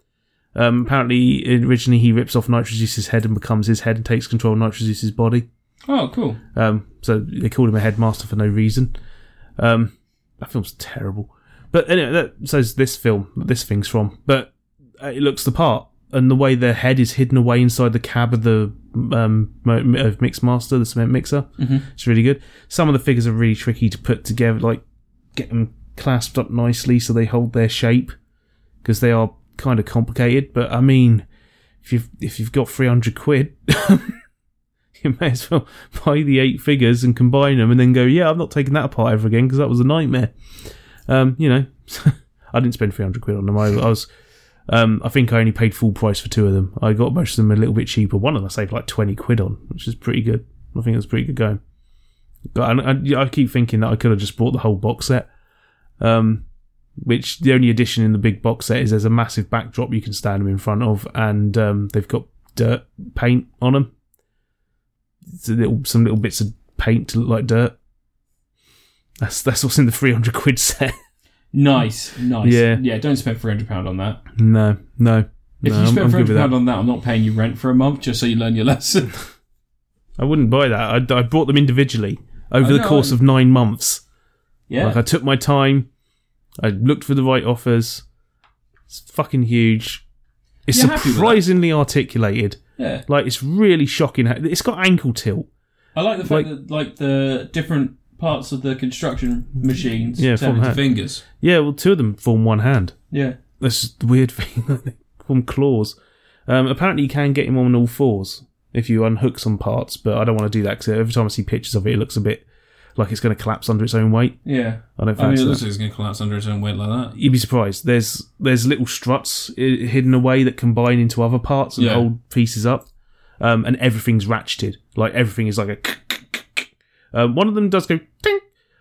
Speaker 2: Um, apparently, originally he rips off Nitrojuice's head and becomes his head and takes control of Nitrojuice's body.
Speaker 1: Oh, cool.
Speaker 2: Um, so they called him a headmaster for no reason. Um, that film's terrible. But anyway, that so's this film, this thing's from. But uh, it looks the part. And the way their head is hidden away inside the cab of the um, mo- of Mixmaster, the cement mixer, it's really good. Some of the figures are really tricky to put together, like get them clasped up nicely so they hold their shape because they are kind of complicated. But I mean, if you've if you've got three hundred quid, you may as well buy the eight figures and combine them, and then go, yeah, I'm not taking that apart ever again because that was a nightmare. Um, you know, I didn't spend three hundred quid on them. I, I was. Um, I think I only paid full price for two of them. I got most of them a little bit cheaper. One of them I saved like twenty quid on, which is pretty good. I think it was pretty good going. But I, I, I keep thinking that I could have just bought the whole box set. Um, which the only addition in the big box set is there's a massive backdrop you can stand them in front of, and um, they've got dirt paint on them. It's a little, some little bits of paint to look like dirt. That's that's what's in the three hundred quid set.
Speaker 1: Nice, nice.
Speaker 2: Yeah.
Speaker 1: yeah. Don't spend three hundred pound on that.
Speaker 2: no, no,
Speaker 1: If you
Speaker 2: no. I'm,
Speaker 1: spend
Speaker 2: I'm
Speaker 1: three
Speaker 2: good with
Speaker 1: hundred
Speaker 2: that.
Speaker 1: pound on that, I'm not paying you rent for a month just so you learn your lesson.
Speaker 2: I wouldn't buy that. I, I bought them individually over
Speaker 1: I
Speaker 2: the
Speaker 1: know,
Speaker 2: course
Speaker 1: I-
Speaker 2: of nine months.
Speaker 1: Yeah,
Speaker 2: Like I took my time. I looked for the right offers. It's fucking huge. It's
Speaker 1: You're happy with that?
Speaker 2: surprisingly articulated.
Speaker 1: yeah.
Speaker 2: Like it's really shocking. how- It's got ankle tilt.
Speaker 1: I like the fact
Speaker 2: Like-
Speaker 1: that like the different parts of the construction machines
Speaker 2: Yeah,
Speaker 1: turn
Speaker 2: form
Speaker 1: into
Speaker 2: hand.
Speaker 1: fingers.
Speaker 2: Yeah, well, two of them form one hand.
Speaker 1: Yeah.
Speaker 2: That's just the weird thing. they form claws. Um, apparently, you can get him on all fours if you unhook some parts, but I don't want to do that because every time I see pictures of it, it looks a bit like it's going to collapse under its own weight.
Speaker 1: Yeah.
Speaker 2: I
Speaker 1: I
Speaker 2: don't
Speaker 1: mean,
Speaker 2: fancy
Speaker 1: it
Speaker 2: that.
Speaker 1: looks like it's going to collapse under its own weight like that.
Speaker 2: you'd be surprised. There's there's little struts i- hidden away that combine into other parts and
Speaker 1: Yeah.
Speaker 2: hold pieces up, um, and everything's ratcheted. Like everything is like a. Um, one of them does go ding,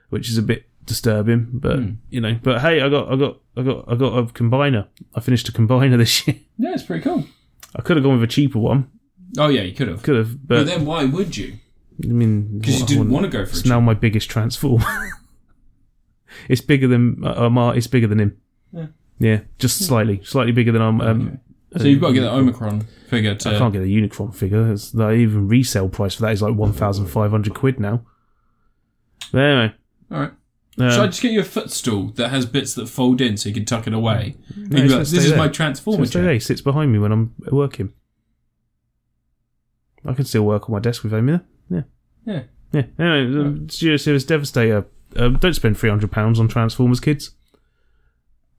Speaker 2: which is a bit disturbing, but
Speaker 1: Hmm.
Speaker 2: you know. But hey, I got I got I got I got a combiner. I finished a combiner this year.
Speaker 1: Yeah, it's pretty cool.
Speaker 2: I could have gone with a cheaper one.
Speaker 1: Oh yeah, you could have.
Speaker 2: Could have,
Speaker 1: But
Speaker 2: but,
Speaker 1: then why would you?
Speaker 2: I mean,
Speaker 1: Because you
Speaker 2: what-
Speaker 1: didn't
Speaker 2: what-
Speaker 1: want to go for
Speaker 2: It's
Speaker 1: it.
Speaker 2: now my biggest transform. it's bigger than uh, Omar. It's bigger than him.
Speaker 1: Yeah. Hmm.
Speaker 2: Yeah, just slightly, slightly bigger than um, um,
Speaker 1: So you've got to get that Omicron figure to.
Speaker 2: I can't get a Unicron figure. It's, the even resale price for that is like one thousand five hundred quid now. But anyway,
Speaker 1: All right.
Speaker 2: um,
Speaker 1: Should I just get you a footstool that has bits that fold in so you can tuck it away? You can
Speaker 2: it's
Speaker 1: be
Speaker 2: gonna
Speaker 1: like,
Speaker 2: stay
Speaker 1: this is
Speaker 2: there.
Speaker 1: my
Speaker 2: so
Speaker 1: transformer
Speaker 2: it's
Speaker 1: chair.
Speaker 2: okay, he sits behind me when I'm working. I can still work on my desk with him. Yeah, yeah,
Speaker 1: Yeah.
Speaker 2: yeah. Anyway, um, Studio Series Devastator. Um, don't spend three hundred pounds on Transformers, kids.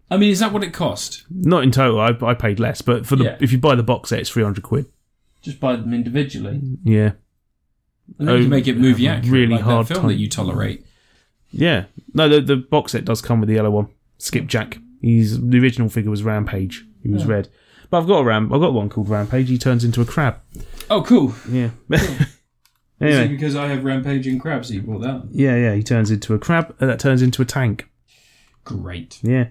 Speaker 1: I mean, is that what it cost?
Speaker 2: Not in total. I, I paid less, but for the
Speaker 1: Yeah.
Speaker 2: if you buy the box set, it's three hundred quid.
Speaker 1: Just buy them individually, and
Speaker 2: Yeah,
Speaker 1: then you
Speaker 2: Oh,
Speaker 1: can make it movie
Speaker 2: yeah,
Speaker 1: accurate,
Speaker 2: really
Speaker 1: like
Speaker 2: hard
Speaker 1: that film
Speaker 2: time.
Speaker 1: that you tolerate.
Speaker 2: Yeah. No, the, the box set does come with the yellow one. Skipjack. He's the original figure was Rampage. He was red. But I've got a ram I've got one called Rampage. He turns into a crab.
Speaker 1: Oh, cool!
Speaker 2: Yeah.
Speaker 1: Is it
Speaker 2: anyway.
Speaker 1: because I have rampaging crabs? You bought that.
Speaker 2: Yeah, yeah, he turns into a crab and that turns into a tank.
Speaker 1: Great.
Speaker 2: Yeah.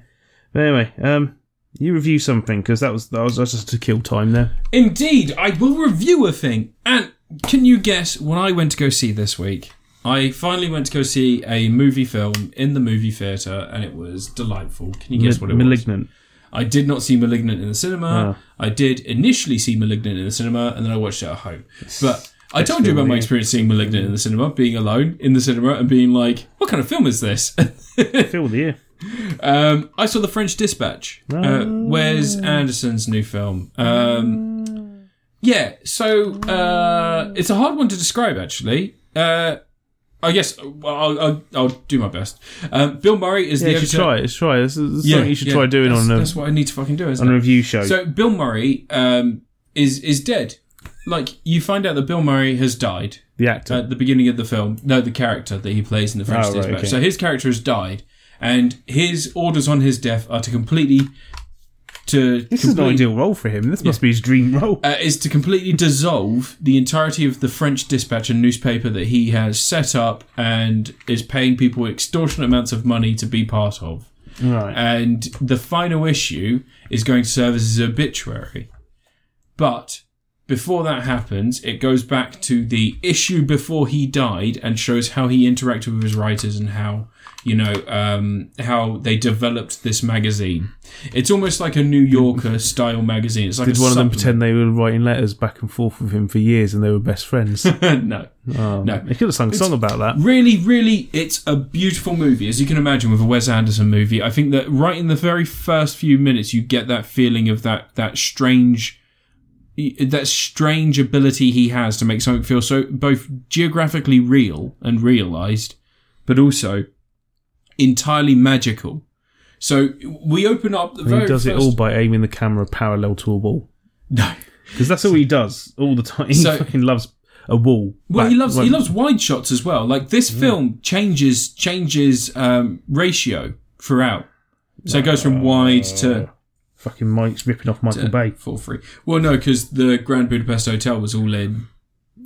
Speaker 2: But anyway, um you review something because that was that was that's just to kill time there.
Speaker 1: Indeed, I will review a thing. And can you guess what I went to go see this week? I finally went to go see a movie film in the movie theater, and it was delightful. Can you guess what it was?
Speaker 2: Malignant.
Speaker 1: I did not see Malignant in the cinema.
Speaker 2: Ah.
Speaker 1: I did initially see Malignant in the cinema, and then I watched it at home. But I told you
Speaker 2: film,
Speaker 1: about my
Speaker 2: yeah.
Speaker 1: experience seeing Malignant in the cinema, being alone in the cinema, and being like, "What kind of film is this?"
Speaker 2: Fill the ear.
Speaker 1: Um, I saw The French Dispatch,
Speaker 2: Ah.
Speaker 1: uh, Wes Anderson's new film. Um, yeah, so uh, it's a hard one to describe, actually. Uh, I guess well, I'll, I'll, I'll do my best. Um, Bill Murray is the
Speaker 2: Yeah, you should
Speaker 1: editor.
Speaker 2: try it. Let's try it. This is this is something you should
Speaker 1: yeah,
Speaker 2: try doing
Speaker 1: that's,
Speaker 2: on um, a,
Speaker 1: That's what I need to fucking do, isn't
Speaker 2: on a
Speaker 1: it?
Speaker 2: review show.
Speaker 1: So Bill Murray um, is is dead. Like you find out that Bill Murray has died
Speaker 2: the actor.
Speaker 1: at the beginning of the film. No, the character that he plays in the French
Speaker 2: Oh, right,
Speaker 1: Dispatch.
Speaker 2: okay.
Speaker 1: So his character has died, and his orders on his death are to completely to
Speaker 2: this is an ideal role for him. This must be his dream role.
Speaker 1: uh, is to completely dissolve the entirety of the French Dispatch and newspaper that he has set up and is paying people extortionate amounts of money to be part of.
Speaker 2: right.
Speaker 1: And the final issue is going to serve as his obituary, but Before that happens, it goes back to the issue before he died and shows how he interacted with his writers and how you know um, how they developed this magazine. It's almost like a New Yorker style magazine. It's like
Speaker 2: Did
Speaker 1: a
Speaker 2: one of them
Speaker 1: supplement.
Speaker 2: pretend they were writing letters back and forth with him for years and they were best friends?
Speaker 1: no.
Speaker 2: Oh,
Speaker 1: No.
Speaker 2: He could have sung a song about that.
Speaker 1: Really, really, it's a beautiful movie, as you can imagine with a Wes Anderson movie. I think that right in the very first few minutes, you get that feeling of that that strange, that strange ability he has to make something feel so both geographically real and realized, but also entirely magical. So we open up the
Speaker 2: And
Speaker 1: very
Speaker 2: he does it
Speaker 1: first-
Speaker 2: all by aiming the camera parallel to a wall.
Speaker 1: no.
Speaker 2: Because that's all he does all the time. He
Speaker 1: So-
Speaker 2: fucking loves a wall.
Speaker 1: Well,
Speaker 2: Back-
Speaker 1: he loves
Speaker 2: well,
Speaker 1: he loves wide shots as well. Like this film changes changes um, ratio throughout, so it goes from wide to
Speaker 2: Fucking Mike's ripping off Michael Bay.
Speaker 1: for free. Well, no, because the Grand Budapest Hotel was all in.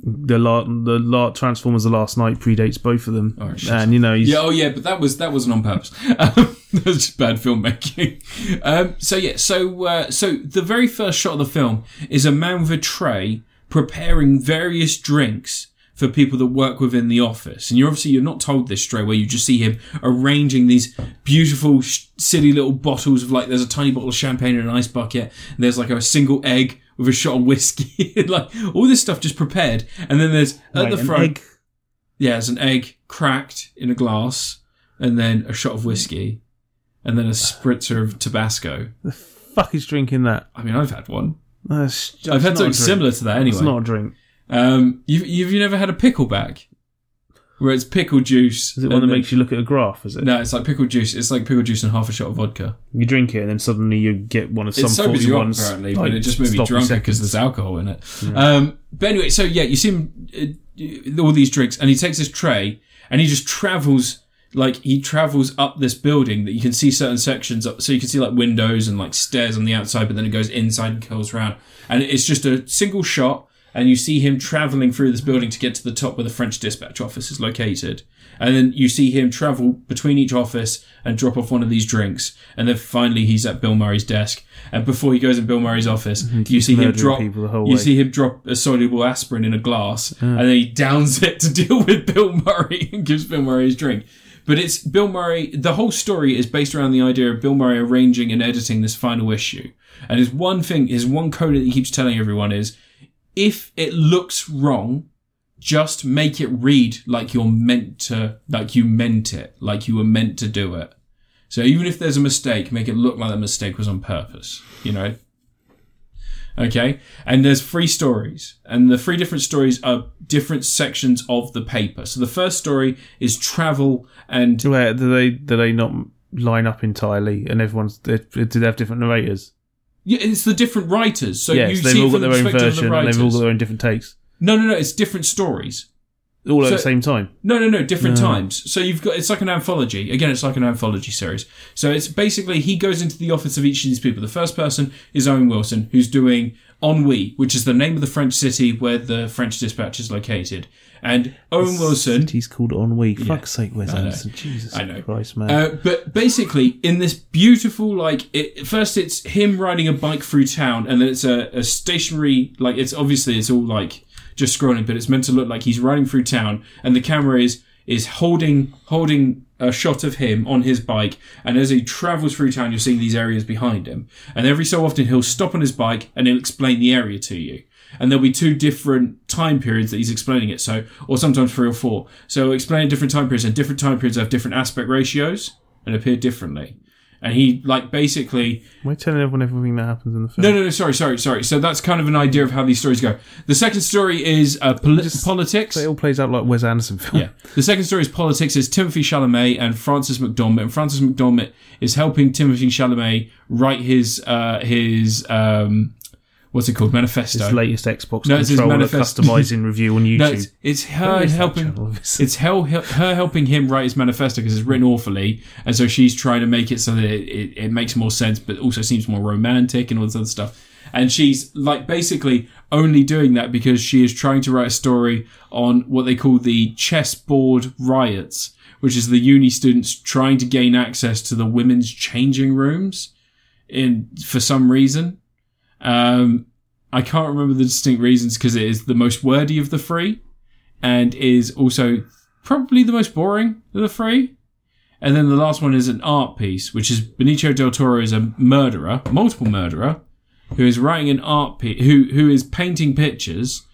Speaker 2: The la- the la- Transformers the last night predates both of them,
Speaker 1: Oh, shit.
Speaker 2: and you know he's
Speaker 1: Yeah, oh yeah, but that was that wasn't on purpose. Um, that was just bad filmmaking. Um, so yeah, so uh, so the very first shot of the film is a man with a tray preparing various drinks for people that work within the office, and you're obviously you're not told this straight away. You just see him arranging these beautiful sh- silly little bottles of like there's a tiny bottle of champagne in an ice bucket, and there's like a single egg. With a shot of whiskey, like all this stuff just prepared, and then there's at
Speaker 2: Right,
Speaker 1: the
Speaker 2: an
Speaker 1: front
Speaker 2: egg.
Speaker 1: yeah, it's an egg cracked in a glass, and then a shot of whiskey, and then a spritzer of Tabasco.
Speaker 2: The fuck is drinking that?
Speaker 1: I mean, I've had one.
Speaker 2: That's, that's
Speaker 1: I've had
Speaker 2: not a
Speaker 1: something
Speaker 2: drink.
Speaker 1: similar to that
Speaker 2: It's not
Speaker 1: anyway.
Speaker 2: a drink.
Speaker 1: Um, you've, you've never had a pickleback, where it's pickle juice.
Speaker 2: Is it one that
Speaker 1: and
Speaker 2: makes you look at a graph? Is it?
Speaker 1: then- No, it's like pickle juice. It's like pickle juice and half a shot of vodka.
Speaker 2: You drink it, and then suddenly you get one of
Speaker 1: It
Speaker 2: some
Speaker 1: sobers you up
Speaker 2: forty-ones.
Speaker 1: apparently,
Speaker 2: like,
Speaker 1: but it just made me
Speaker 2: sloppy
Speaker 1: drunker
Speaker 2: seconds.
Speaker 1: because there's alcohol in it. Um, but anyway, so yeah, you see him uh, all these drinks, and he takes his tray and he just travels like he travels up this building that you can see certain sections up, so you can see like windows and like stairs on the outside, but then it goes inside and curls round, and it's just a single shot. And you see him traveling through this building to get to the top where the French dispatch office is located. And then you see him travel between each office and drop off one of these drinks. And then finally he's at Bill Murray's desk. And before he goes in Bill Murray's office, you see him
Speaker 2: murdering
Speaker 1: drop,
Speaker 2: people the whole
Speaker 1: you
Speaker 2: way.
Speaker 1: see him drop a soluble aspirin in a glass and then he downs it to deal with Bill Murray and gives Bill Murray his drink. But it's Bill Murray, the whole story is based around the idea of Bill Murray arranging and editing this final issue. And his one thing, his one code that he keeps telling everyone is, if it looks wrong, just make it read like you're meant to, like you meant it, like you were meant to do it. So even if there's a mistake, make it look like that mistake was on purpose, you know? Okay. And there's three stories and the three different stories are different sections of the paper. So the first story is travel and
Speaker 2: Where do they do they not line up entirely? And everyone's they, do they have different narrators?
Speaker 1: yeah, it's the different writers. So
Speaker 2: yes,
Speaker 1: you
Speaker 2: they've
Speaker 1: see
Speaker 2: all
Speaker 1: it
Speaker 2: got
Speaker 1: from the
Speaker 2: their own
Speaker 1: perspective of
Speaker 2: version.
Speaker 1: the
Speaker 2: and
Speaker 1: writers.
Speaker 2: they've all got their own different takes,
Speaker 1: no, no, no. It's different stories.
Speaker 2: all at
Speaker 1: So-
Speaker 2: the same time.
Speaker 1: No, no, no, different times. So you've got it's like an anthology. Again, it's like an anthology series. So it's basically he goes into the office of each of these people. The first person is Owen Wilson, who's doing Ennui, which is the name of the French city where the French dispatch is located. And Owen Wilson
Speaker 2: He's called Ennui. Fuck's sake, Wes
Speaker 1: know.
Speaker 2: Anderson. Jesus
Speaker 1: I know.
Speaker 2: Christ, man.
Speaker 1: Uh, but basically, in this beautiful, like, it, first it's him riding a bike through town, and then it's a, a stationary, like, it's obviously it's all like just scrolling, but it's meant to look like he's riding through town, and the camera is is holding holding a shot of him on his bike, and as he travels through town, you're seeing these areas behind him, and every so often he'll stop on his bike and he'll explain the area to you and there'll be two different time periods that he's explaining it. So, or sometimes three or four. So, explaining different time periods, and different time periods have different aspect ratios and appear differently. And he, like, basically,
Speaker 2: Am I telling everyone everything that happens in the film?
Speaker 1: no, no, no, sorry, sorry, sorry. So that's kind of an idea of how these stories go. The second story is uh, poli- politics.
Speaker 2: It all plays out like Wes Anderson film.
Speaker 1: Yeah. The second story is politics. Is Timothy Chalamet and Francis McDormand. And Francis McDormand is helping Timothy Chalamet write his uh, his um, what's it called manifesto.
Speaker 2: His latest Xbox
Speaker 1: No, it's his
Speaker 2: controller
Speaker 1: manifest-
Speaker 2: customizing review on YouTube.
Speaker 1: No, it's, it's her
Speaker 2: Where is that channel
Speaker 1: helping.
Speaker 2: of his?
Speaker 1: It's her, her helping him write his manifesto because it's written awfully, and so she's trying to make it so that it, it, it makes more sense, but also seems more romantic and all this other stuff. And she's like basically only doing that because she is trying to write a story on what they call the chessboard riots, which is the uni students trying to gain access to the women's changing rooms in for some reason. Um, I can't remember the distinct reasons because it is the most wordy of the three, and is also probably the most boring of the three. And then the last one is an art piece, which is Benicio del Toro is a murderer, multiple murderer, who is writing an art piece, who who is painting pictures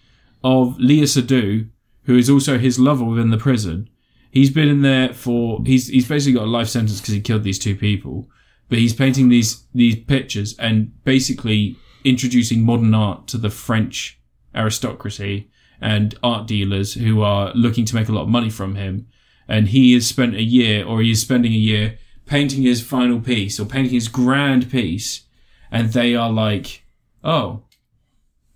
Speaker 1: of Leah Sadu, who is also his lover within the prison. He's been in there for he's he's basically got a life sentence because he killed these two people, but he's painting these these pictures and basically introducing modern art to the French aristocracy and art dealers who are looking to make a lot of money from him. And he has spent a year, or he is spending a year, painting his final piece or painting his grand piece, and they are like, "Oh,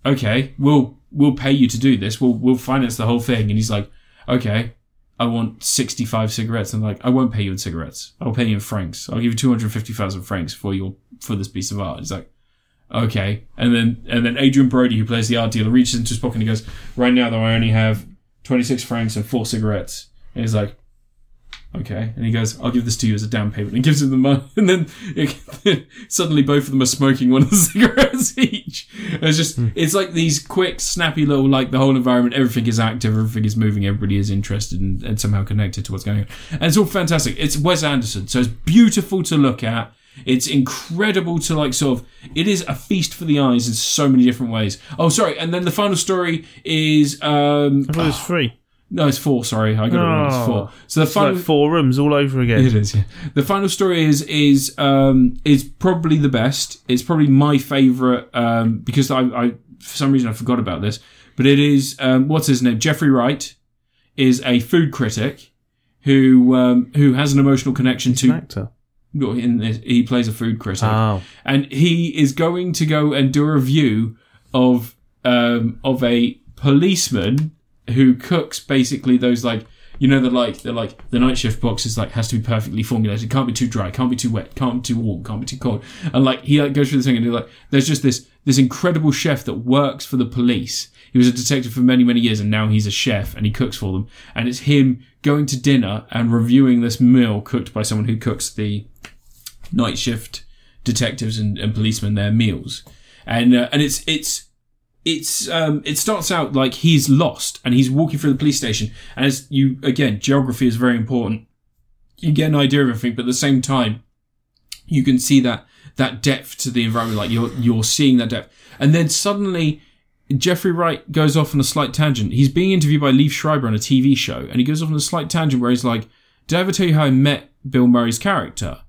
Speaker 1: okay, we'll we'll pay you to do this. We'll we'll finance the whole thing. And he's like, okay, I want sixty five cigarettes. And I'm like, I won't pay you in cigarettes. I'll pay you in francs. I'll give you two hundred fifty thousand francs for your for this piece of art. He's like, okay. And then and then Adrian Brody, who plays the art dealer, reaches into his pocket and he goes, right now though, I only have twenty six francs and four cigarettes. And he's like. Okay, and he goes, "I'll give this to you as a down payment." And gives him the money, and then it- suddenly both of them are smoking one of the cigarettes each. And it's
Speaker 2: Hmm.
Speaker 1: just, it's like these quick, snappy little, like the whole environment, everything is active, everything is moving, everybody is interested and, and somehow connected to what's going on. And it's all fantastic. It's Wes Anderson, so it's beautiful to look at. It's incredible to like sort of. It is a feast for the eyes in so many different ways. Oh, sorry, and then the final story is um
Speaker 2: I thought it was free.
Speaker 1: no, it's four. Sorry, I got it wrong. It's
Speaker 2: Oh.
Speaker 1: four. So the
Speaker 2: It's like
Speaker 1: final
Speaker 2: four rooms all over again.
Speaker 1: it is. Yeah. The final story is is um, is probably the best. It's probably my favorite um, because I, I for some reason I forgot about this, but it is um, what's his name? Jeffrey Wright is a food critic who um, who has an emotional connection
Speaker 2: An
Speaker 1: to.
Speaker 2: actor.
Speaker 1: In this, he plays a food critic
Speaker 2: Oh,
Speaker 1: and he is going to go and do a review of um, of a policeman who cooks basically those like you know the like the like the night shift box is like has to be perfectly formulated can't be too dry can't be too wet can't be too warm can't be too cold and like he like goes through the thing and he's like there's just this this incredible chef that works for the police he was a detective for many many years and now he's a chef and he cooks for them and it's him going to dinner and reviewing this meal cooked by someone who cooks the night shift detectives and, and policemen their meals, and uh, and it's it's it's um it starts out like he's lost and he's walking through the police station, and as you again geography is very important. You get an idea of everything, but at the same time, you can see that that depth to the environment. Like you're you're seeing that depth, and then suddenly. Jeffrey Wright goes off on a slight tangent. He's being interviewed by Leif Schreiber on a TV show, and he goes off on a slight tangent where he's like, "Did I ever tell you how I met Bill Murray's character?"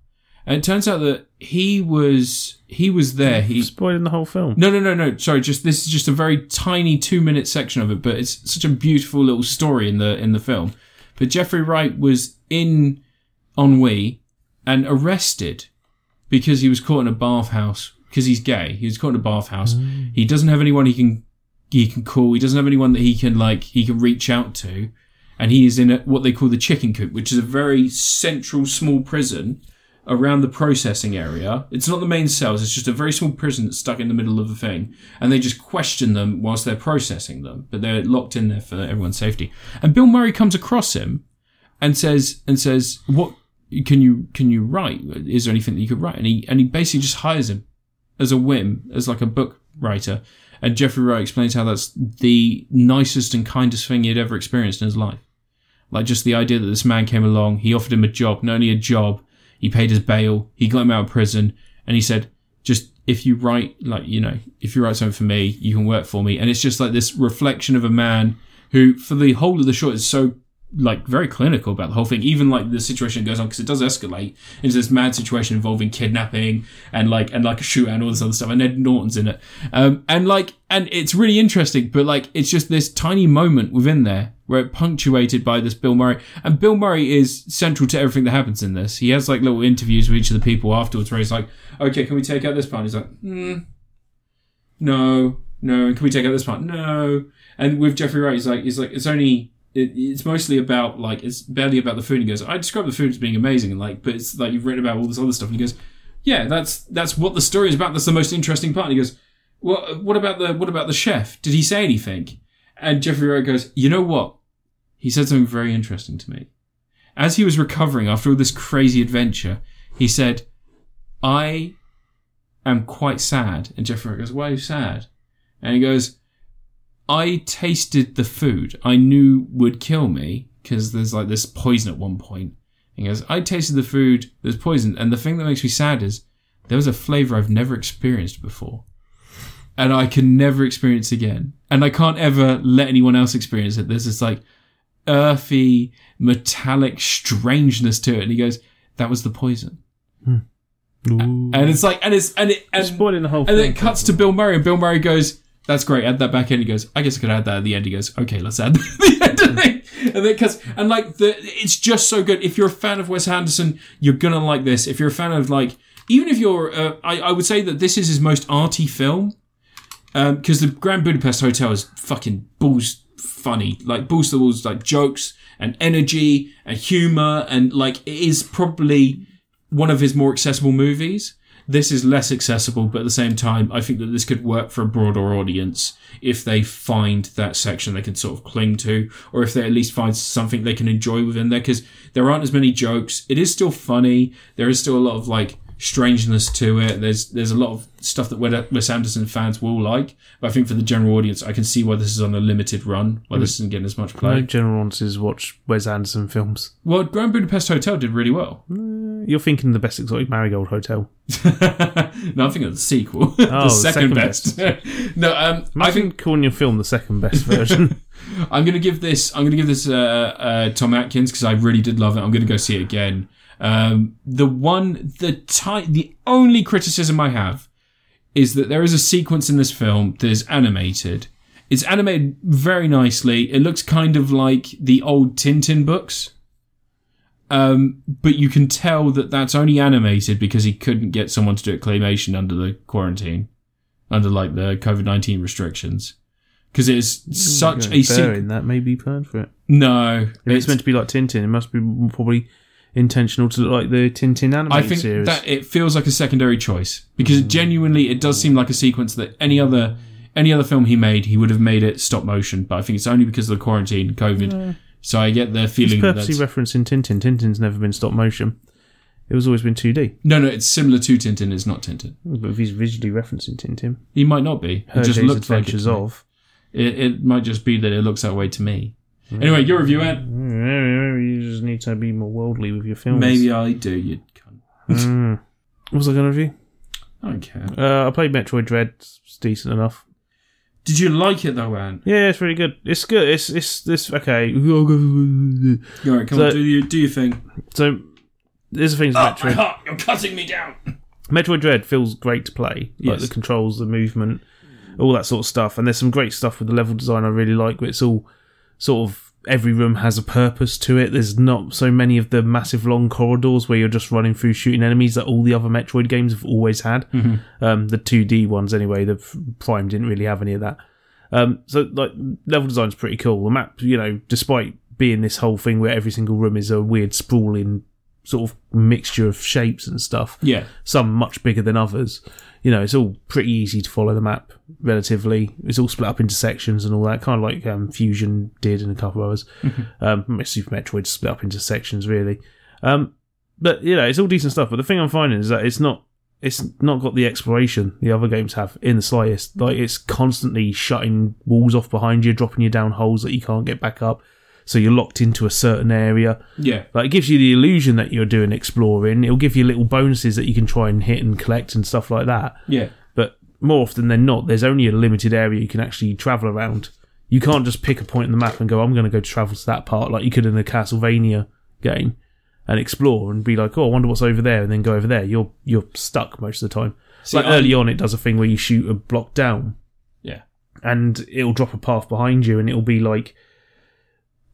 Speaker 1: And it turns out that he was he was there. He
Speaker 2: spoiling the whole film.
Speaker 1: no, no, no, no. Sorry, just this is just a very tiny two-minute section of it, but it's such a beautiful little story in the in the film. But Jeffrey Wright was in ennui and arrested because he was caught in a bathhouse because he's gay. He was caught in a bathhouse. He doesn't have anyone he can he can call. He doesn't have anyone that he can like he can reach out to, and he is in a, what they call the chicken coop, which is a very central small prison around the processing area. It's not the main cells. It's just a very small prison that's stuck in the middle of the thing, and they just question them whilst they're processing them. But they're locked in there for everyone's safety. And Bill Murray comes across him and says and says what can you can you write is there anything that you could write and he and he basically just hires him as a whim as like a book writer and jeffrey wright explains how that's the nicest and kindest thing he'd ever experienced in his life like just the idea that this man came along he offered him a job not only a job he paid his bail he got him out of prison and he said just if you write like you know if you write something for me you can work for me and it's just like this reflection of a man who for the whole of the short is so like very clinical about the whole thing. Even like the situation goes on because it does escalate into this mad situation involving kidnapping and like and like a shootout and all this other stuff. And Ed Norton's in it, um, and like and it's really interesting. But like it's just this tiny moment within there where it punctuated by this Bill Murray, and Bill Murray is central to everything that happens in this. He has like little interviews with each of the people afterwards where he's like, "Okay, can we take out this part?" And he's like, "Hmm, no, no. And can we take out this part? No. And with Jeffrey Wright, he's like, he's like, it's only, it, it's mostly about like, it's barely about the food. And he goes, I describe the food as being amazing, and like, but it's like you've written about all this other stuff. And he goes, yeah, that's that's what the story is about. That's the most interesting part. And he goes, well, what about the what about the chef? Did he say anything? And Jeffrey Wright goes, you know what? He said something very interesting to me. As he was recovering after all this crazy adventure, he said, I am quite sad. And Jeffrey Wright goes, Why are you sad? and he goes, "I tasted the food I knew would kill me because there's like this poison at one point." And he goes, "I tasted the food that's poison, and the thing that makes me sad is there was a flavor I've never experienced before." And I can never experience again. And I can't ever let anyone else experience it. There's this like earthy, metallic strangeness to it. And he goes, That was the poison. And it's like, and it's, and it, and,
Speaker 2: Spoiling the whole
Speaker 1: and
Speaker 2: thing.
Speaker 1: then it cuts to Bill Murray, and Bill Murray goes, "That's great." Add that back in. He goes, "I guess I could add that at the end." He goes, "Okay, let's add that at the end." of it." and then it cuts, and like the, it's just so good. If you're a fan of Wes Anderson, you're gonna like this. If you're a fan of like, even if you're, uh, I, I would say that this is his most arty film, because the Grand Budapest Hotel is fucking balls funny, like balls to the walls, like jokes and energy and humor, and like it is probably one of his more accessible movies. This is less accessible, but at the same time, I think that this could work for a broader audience if they find that section they can sort of cling to, or if they at least find something they can enjoy within there, because there aren't as many jokes. It is still funny. There is still a lot of like strangeness to it. There's there's a lot of stuff that Wed- Wes Anderson fans will like, but I think for the general audience, I can see why this is on a limited run, why this isn't getting as much
Speaker 2: No
Speaker 1: play.
Speaker 2: general audiences watch Wes Anderson films.
Speaker 1: Well, Grand Budapest Hotel did really well.
Speaker 2: You're thinking the best exotic marigold hotel.
Speaker 1: no, I'm thinking of the sequel. the
Speaker 2: Oh, the
Speaker 1: second,
Speaker 2: second
Speaker 1: best. no, um, I
Speaker 2: Imagine
Speaker 1: think
Speaker 2: calling your film the second best version.
Speaker 1: I'm going to give this. I'm going to give this uh, uh, Tom Atkins because I really did love it. I'm going to go see it again. Um, the one, the ti- the only criticism I have is that there is a sequence in this film that is animated. It's animated very nicely. It looks kind of like the old Tintin books. Um, but you can tell that that's only animated because he couldn't get someone to do it claymation under the quarantine, under like the COVID nineteen restrictions, because it is such a sequence.
Speaker 2: in that may be planned for it.
Speaker 1: No,
Speaker 2: If it's, meant to be like Tintin, it must be probably intentional to look like the Tintin animated
Speaker 1: I think
Speaker 2: series.
Speaker 1: that it feels like a secondary choice because genuinely, it does seem like a sequence that any other any other film he made, he would have made it stop motion. But I think it's only because of the quarantine, COVID. So I get the
Speaker 2: He's
Speaker 1: feeling that
Speaker 2: purposely
Speaker 1: that's,
Speaker 2: referencing Tintin. Tintin's never been stop motion. It was always been 2D.
Speaker 1: no, no, it's similar to Tintin. It's not Tintin.
Speaker 2: But if he's visually referencing Tintin,
Speaker 1: He might not be. It
Speaker 2: Hergé's
Speaker 1: just looks like it.
Speaker 2: Adventures
Speaker 1: to me.
Speaker 2: of.
Speaker 1: It, it might just be that it looks that way to me. Anyway, your review, Ed.
Speaker 2: You just need to be more worldly with your films.
Speaker 1: Maybe I do. You cunt.
Speaker 2: Mm. What was I going to review?
Speaker 1: I don't care.
Speaker 2: Uh, I played Metroid Dread. It's decent enough.
Speaker 1: Did you like it though, Anne?
Speaker 2: Yeah, it's really good. It's good. It's it's this okay.
Speaker 1: All right, come
Speaker 2: So-
Speaker 1: on, do your do your thing.
Speaker 2: So there's the things
Speaker 1: Oh,
Speaker 2: about
Speaker 1: my
Speaker 2: Metroid.
Speaker 1: heart, you're cutting me down.
Speaker 2: Metroid Dread feels great to play.
Speaker 1: Yes.
Speaker 2: Like the controls, the movement, all that sort of stuff. And there's some great stuff with the level design I really like, but it's all sort of every room has a purpose to it. There's not so many of the massive long corridors where you're just running through shooting enemies that all the other Metroid games have always had. Um, the 2D ones, anyway. The f- Prime didn't really have any of that. Um, so like level design's pretty cool. The map, you know, despite being this whole thing where every single room is a weird sprawling sort of mixture of shapes and stuff
Speaker 1: Yeah,
Speaker 2: some much bigger than others. You know, it's all pretty easy to follow the map relatively. It's all split up into sections and all that, kind of like um, Fusion did in a couple of others. Um, Super Metroid split up into sections, really. Um, but you know, it's all decent stuff. But the thing I'm finding is that it's not it's not got the exploration the other games have in the slightest. Like it's constantly shutting walls off behind you, dropping you down holes that you can't get back up. So you're locked into a certain area.
Speaker 1: yeah.
Speaker 2: Like it gives you the illusion that you're doing exploring. It'll give you little bonuses that you can try and hit and collect and stuff like that.
Speaker 1: Yeah.
Speaker 2: But more often than not, there's only a limited area you can actually travel around. You can't just pick a point in the map and go, "I'm going to go travel to that part," like you could in a Castlevania game, and explore and be like, "Oh, I wonder what's over there," and then go over there. You're you're stuck most of the time.
Speaker 1: See,
Speaker 2: like
Speaker 1: I-
Speaker 2: early on, it does a thing where you shoot a block down,
Speaker 1: Yeah.
Speaker 2: and it'll drop a path behind you, and it'll be like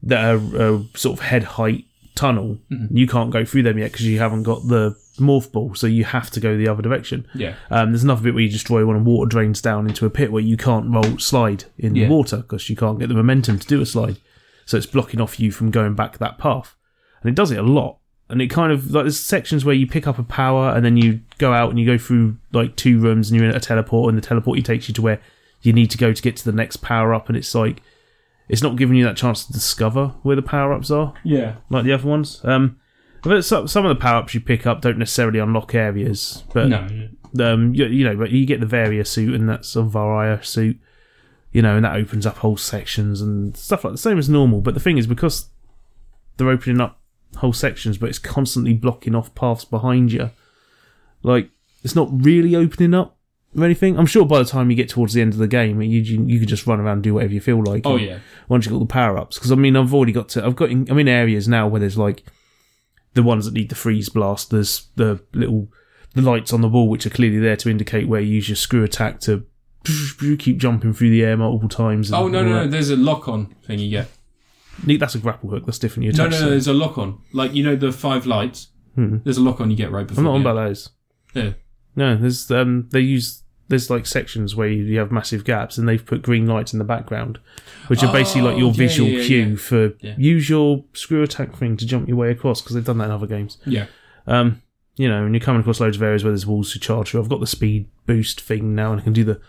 Speaker 2: that a, a sort of head height tunnel. You can't go through them yet because you haven't got the morph ball, so you have to go the other direction.
Speaker 1: Yeah.
Speaker 2: Um, there's another bit where you destroy one and water drains down into a pit where you can't roll slide in
Speaker 1: Yeah.
Speaker 2: the water because you can't get the momentum to do a slide. So it's blocking off you from going back that path. And it does it a lot. And it kind of like there's sections where you pick up a power and then you go out and you go through like two rooms and you're in a teleport and the teleport takes you to where you need to go to get to the next power up and it's like it's not giving you that chance to discover where the power ups are
Speaker 1: Yeah.
Speaker 2: like the other ones. Um, but some some of the power ups you pick up don't necessarily unlock areas, but
Speaker 1: No.
Speaker 2: um, you, you know, but you get the Varia suit and that's a Varia suit. you know, and that opens up whole sections and stuff like the same as normal. But the thing is, because they're opening up whole sections, but it's constantly blocking off paths behind you. Like it's not really opening up or anything. I'm sure by the time you get towards the end of the game, you you, you can just run around and do whatever you feel like.
Speaker 1: Oh,
Speaker 2: And
Speaker 1: yeah.
Speaker 2: Once you got all the power ups, because I mean, I've already got to. I've got. In, I'm in areas now where there's like the ones that need the freeze blast. There's the little the lights on the wall, which are clearly there to indicate where you use your screw attack to keep jumping through the air multiple times. and
Speaker 1: Oh no
Speaker 2: all
Speaker 1: no no!
Speaker 2: that.
Speaker 1: There's a lock on thing you get.
Speaker 2: Neat, That's a grapple hook. That's different. You
Speaker 1: No
Speaker 2: attach
Speaker 1: no
Speaker 2: to-
Speaker 1: no! There's a lock on. Like you know the five lights. There's a lock on you get right before.
Speaker 2: Hmm. I'm not on
Speaker 1: the end.
Speaker 2: about those.
Speaker 1: Yeah.
Speaker 2: No, there's um they use there's like sections where you, you have massive gaps and they've put green lights in the background, which are basically like
Speaker 1: Oh,
Speaker 2: your
Speaker 1: yeah,
Speaker 2: visual
Speaker 1: yeah, yeah,
Speaker 2: cue
Speaker 1: yeah.
Speaker 2: for
Speaker 1: Yeah.
Speaker 2: use your screw attack thing to jump your way across because they've done that in other games.
Speaker 1: Yeah.
Speaker 2: Um, you know, and you're coming across loads of areas where there's walls to charge through. I've got the speed boost thing now, and I can do the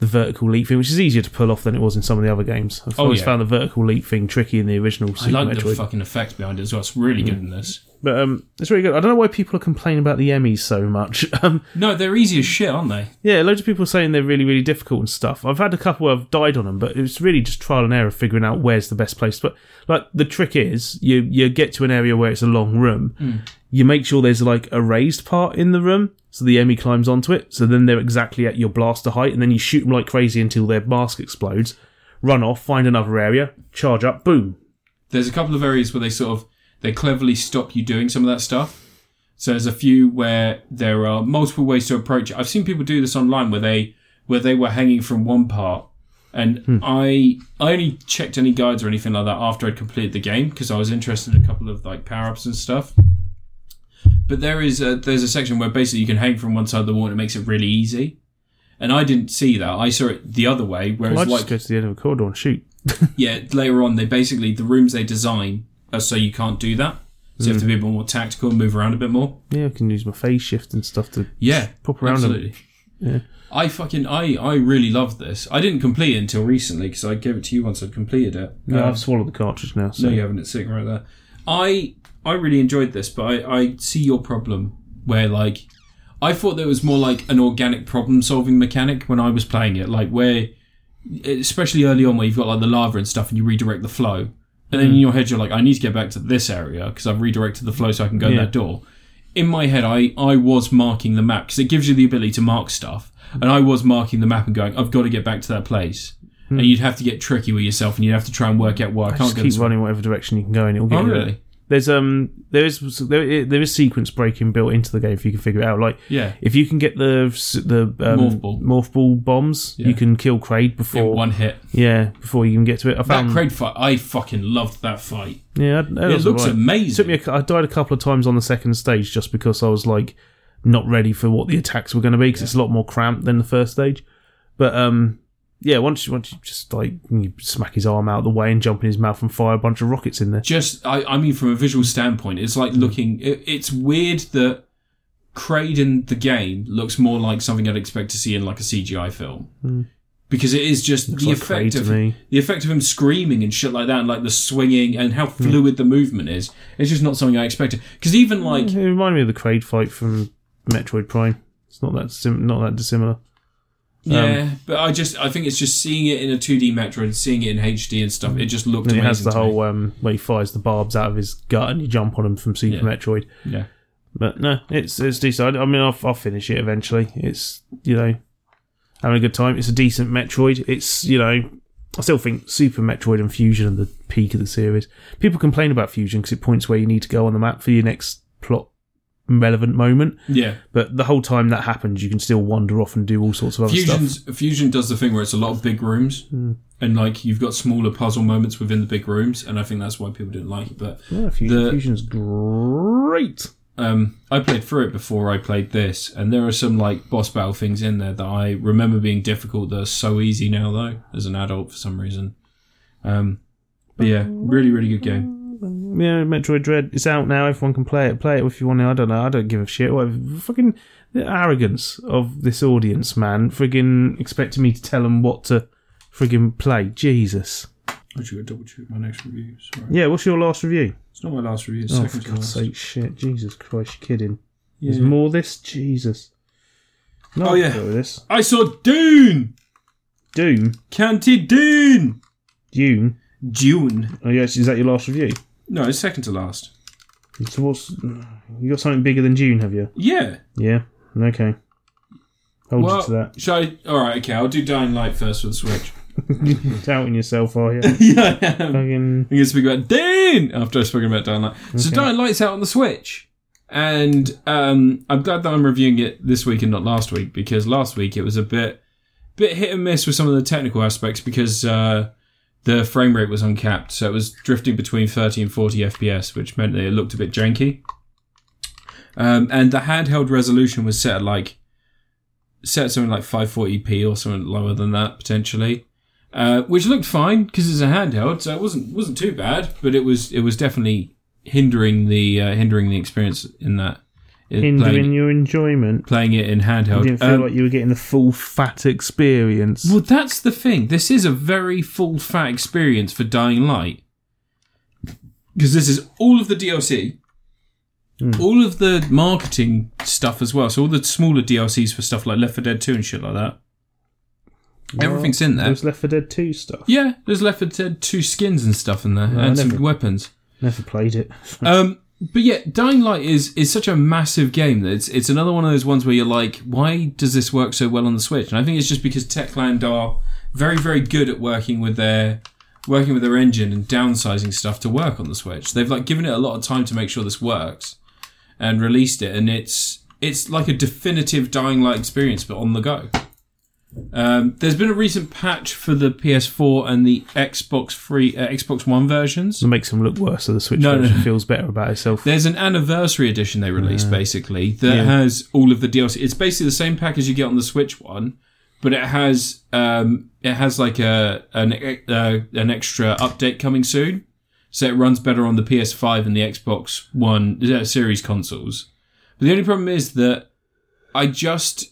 Speaker 2: the vertical leap thing, which is easier to pull off than it was in some of the other games. I've
Speaker 1: Oh,
Speaker 2: always
Speaker 1: yeah.
Speaker 2: found the vertical leap thing tricky in the original
Speaker 1: I
Speaker 2: Super
Speaker 1: like the
Speaker 2: Metroid. Hmm.
Speaker 1: fucking effects behind it as well. It's really good in this.
Speaker 2: but um, it's really good. I don't know why people are complaining about the Emmys so much. Um,
Speaker 1: No, they're easy as shit, aren't they?
Speaker 2: Yeah, loads of people saying they're really, really difficult and stuff. I've had a couple where I've died on them, but it's really just trial and error figuring out where's the best place. But like the trick is, you you get to an area where it's a long room.
Speaker 1: Hmm.
Speaker 2: You make sure there's like a raised part in the room, so the enemy climbs onto it. So then they're exactly at your blaster height, and then you shoot them like crazy until their mask explodes. Run off, find another area, charge up, boom.
Speaker 1: There's a couple of areas where they sort of they cleverly stop you doing some of that stuff. So there's a few where there are multiple ways to approach it. I've seen people do this online where they where they were hanging from one part, and
Speaker 2: Hmm.
Speaker 1: I I only checked any guides or anything like that after I'd completed the game because I was interested in a couple of like power ups and stuff. But there is a, there's a section where basically you can hang from one side of the wall and it makes it really easy. And I didn't see that. I saw it the other way, whereas
Speaker 2: I just
Speaker 1: like
Speaker 2: go to the end of a corridor and shoot.
Speaker 1: yeah, later on, they basically the rooms they design are so you can't do that. So
Speaker 2: Mm.
Speaker 1: you have to be a bit more tactical and move around a bit more.
Speaker 2: Yeah, I can use my phase shift and stuff to
Speaker 1: Yeah,
Speaker 2: pop around them.
Speaker 1: absolutely. I fucking I I really love this. I didn't complete it until recently because I gave it to you once I'd completed it.
Speaker 2: No,
Speaker 1: Um,
Speaker 2: I've swallowed the cartridge now. So
Speaker 1: no, you haven't. It's sitting right there. I I really enjoyed this, but I, I see your problem where like I thought there was more like an organic problem solving mechanic when I was playing it, like where especially early on where you've got like the lava and stuff and you redirect the flow, and then
Speaker 2: Mm.
Speaker 1: in your head you're like, I need to get back to this area because I've redirected the flow so I can go in
Speaker 2: Yeah.
Speaker 1: that door. In my head, I I was marking the map because it gives you the ability to mark stuff, and I was marking the map and going, I've got to get back to that place. And you'd have to get tricky with yourself, and you'd have to try and work out why I, can't
Speaker 2: Hmm. just
Speaker 1: go
Speaker 2: keep
Speaker 1: this way.
Speaker 2: running whatever direction you can go, and it'll get
Speaker 1: Oh,
Speaker 2: you there.
Speaker 1: really?
Speaker 2: There's um there is there i- there is sequence breaking built into the game if you can figure it out. Like
Speaker 1: Yeah.
Speaker 2: if you can get the s- the um,
Speaker 1: Morph ball.
Speaker 2: morph ball bombs, you can kill Kraid
Speaker 1: In
Speaker 2: before
Speaker 1: one hit.
Speaker 2: yeah before you can get to it. I
Speaker 1: That
Speaker 2: found
Speaker 1: Craig fight, I fucking loved that fight.
Speaker 2: yeah that- that
Speaker 1: It
Speaker 2: was
Speaker 1: looks
Speaker 2: alright.
Speaker 1: amazing.
Speaker 2: Took me a cou- I died a couple of times on the second stage just because I was like not ready for what the attacks were going to be because it's a lot more cramped than the first stage. But um yeah once you, once you just like you smack his arm out of the way and jump in his mouth and fire a bunch of rockets in there.
Speaker 1: just I, I mean from a visual standpoint it's like
Speaker 2: Mm.
Speaker 1: looking it, it's weird that Kraid in the game looks more like something I'd expect to see in like a CGI film because it is just the
Speaker 2: Mm. like Kraid
Speaker 1: effect
Speaker 2: to
Speaker 1: of
Speaker 2: me.
Speaker 1: the effect of him screaming and shit like that and like the swinging and
Speaker 2: Mm.
Speaker 1: how fluid the movement is it's just not something I expected because even like
Speaker 2: It reminded me of the Kraid fight from Metroid Prime. It's not that sim- not that dissimilar.
Speaker 1: yeah
Speaker 2: Um,
Speaker 1: but I just I think it's just seeing it in a 2D Metro and seeing it in HD and stuff it just looked
Speaker 2: And
Speaker 1: amazing
Speaker 2: it has the
Speaker 1: to me.
Speaker 2: whole um, where he fires the barbs out of his gut and you jump on him from Super
Speaker 1: Yeah.
Speaker 2: Metroid.
Speaker 1: yeah
Speaker 2: But no, it's it's decent. I, I mean, I'll, I'll finish it eventually. It's you know having a good time. It's a decent Metroid. It's you know I still think Super Metroid and Fusion are the peak of the series. People complain about Fusion because it points where you need to go on the map for your next plot relevant moment.
Speaker 1: yeah
Speaker 2: But the whole time that happens, you can still wander off and do all sorts of other stuff. Hmm.
Speaker 1: Fusion's, Fusion does the thing where it's a lot of big rooms, and like you've got smaller puzzle moments within the big rooms, and I think that's why people didn't like it. But
Speaker 2: Yeah, Fusion,
Speaker 1: The-
Speaker 2: Fusion's great.
Speaker 1: um, I played through it before I played this, and there are some like boss battle things in there that I remember being difficult that are so easy now though, as an adult for some reason. Um, but yeah, really, really good game.
Speaker 2: Yeah, Metroid Dread. It's out now. Everyone can play it. Play it if you want. to. I don't know. I don't give a shit. Whatever. Fucking the arrogance of this audience, man. Friggin' expecting me to tell them what to friggin' play. Jesus.
Speaker 1: I should go double check my next review. Sorry,
Speaker 2: Yeah. What's your last review?
Speaker 1: it's not my last review. It's
Speaker 2: Oh, for
Speaker 1: second to
Speaker 2: God's
Speaker 1: last.
Speaker 2: sake! Shit. Jesus Christ. You're kidding.
Speaker 1: Yeah.
Speaker 2: There's more of this. Jesus. No,
Speaker 1: Oh,
Speaker 2: I'll
Speaker 1: yeah.
Speaker 2: go with This.
Speaker 1: I saw Dune.
Speaker 2: Doom.
Speaker 1: County Dune!
Speaker 2: Doom.
Speaker 1: Dune.
Speaker 2: Oh yes, is that your last review?
Speaker 1: No, it's second to last.
Speaker 2: So what's you got something bigger than June, have you?
Speaker 1: Yeah.
Speaker 2: Yeah. Okay. Hold you to
Speaker 1: Well,
Speaker 2: that.
Speaker 1: shall I? Alright, okay, I'll do Dying Light first for the Switch.
Speaker 2: Doubting yourself, are you?
Speaker 1: yeah, I am.
Speaker 2: Fucking
Speaker 1: I'm going to speak about Dune after I've spoken about Dying Light. So Dying Light's out on the Switch. And um, I'm glad that I'm reviewing it this week and not last week because last week it was a bit bit hit and miss with some of the technical aspects because uh, the frame rate was uncapped. So it was drifting between 30 and 40 FPS, which meant that it looked a bit janky. Um, and the handheld resolution was set at like set at something like 540p or something lower than that potentially uh, which looked fine because it's a handheld, so it wasn't wasn't too bad. But it was it was definitely hindering the uh, hindering the experience in that in
Speaker 2: hindering
Speaker 1: playing,
Speaker 2: your enjoyment.
Speaker 1: playing it in handheld.
Speaker 2: You didn't feel
Speaker 1: Um,
Speaker 2: like you were getting the full fat experience.
Speaker 1: well, that's the thing. This is a very full fat experience for Dying Light because this is all of the DLC,
Speaker 2: Hmm.
Speaker 1: all of the marketing stuff as well. So all the smaller DLCs for stuff like Left 4 Dead 2 and shit like that. everything's in there.
Speaker 2: There's Left 4 Dead 2 stuff.
Speaker 1: Yeah, there's Left 4 Dead 2 skins and stuff in there,
Speaker 2: No, I
Speaker 1: and some
Speaker 2: never-
Speaker 1: weapons.
Speaker 2: Never played it.
Speaker 1: um, but yeah, Dying Light is is such a massive game that it's it's another one of those ones where you're like, why does this work so well on the Switch? And I think it's just because Techland are very very good at working with their working with their engine and downsizing stuff to work on the Switch. They've like given it a lot of time to make sure this works and released it, and it's it's like a definitive Dying Light experience, but on the go. Um, there's been a recent patch for the PS4 and the Xbox Free uh, Xbox One versions.
Speaker 2: It makes them look worse, so the Switch
Speaker 1: No, no,
Speaker 2: version
Speaker 1: no.
Speaker 2: feels better about itself.
Speaker 1: There's an anniversary edition they released basically that has all of the DLC. It's basically the same pack as you get on the Switch one, but it has um, it has like a an e- uh, an extra update coming soon, so it runs better on the PS5 and the Xbox One uh, Series consoles. But the only problem is that I just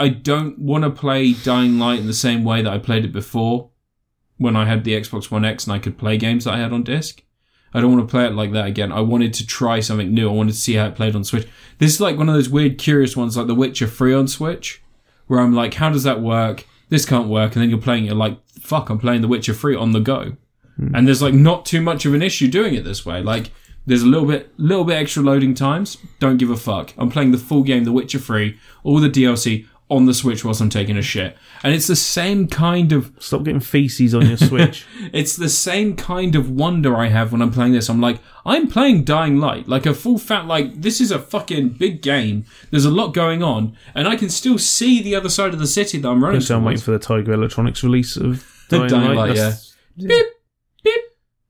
Speaker 1: I don't want to play Dying Light in the same way that I played it before when I had the Xbox One X and I could play games that I had on disc. I don't want to play it like that again. I wanted to try something new. I wanted to see how it played on Switch. This is like one of those weird, curious ones, like The Witcher Free on Switch, where I'm like, how does that work? This can't work. And then you're playing it you're like, fuck, I'm playing The Witcher Free on the go. And there's like not too much of an issue doing it this way. Like there's a little bit, little bit extra loading times. Don't give a fuck. I'm playing the full game, The Witcher Free, all the DLC on the Switch whilst I'm taking a shit. And it's the same kind of
Speaker 2: Stop getting feces on your Switch.
Speaker 1: it's the same kind of wonder I have when I'm playing this. I'm like, I'm playing Dying Light, like a full fat, like, this is a fucking big game. There's a lot going on, and I can still see the other side of the city that I'm running
Speaker 2: so I'm waiting
Speaker 1: towards.
Speaker 2: for the Tiger Electronics release of
Speaker 1: The
Speaker 2: Dying,
Speaker 1: Dying
Speaker 2: Light.
Speaker 1: Light,
Speaker 2: That's-
Speaker 1: Beep, beep,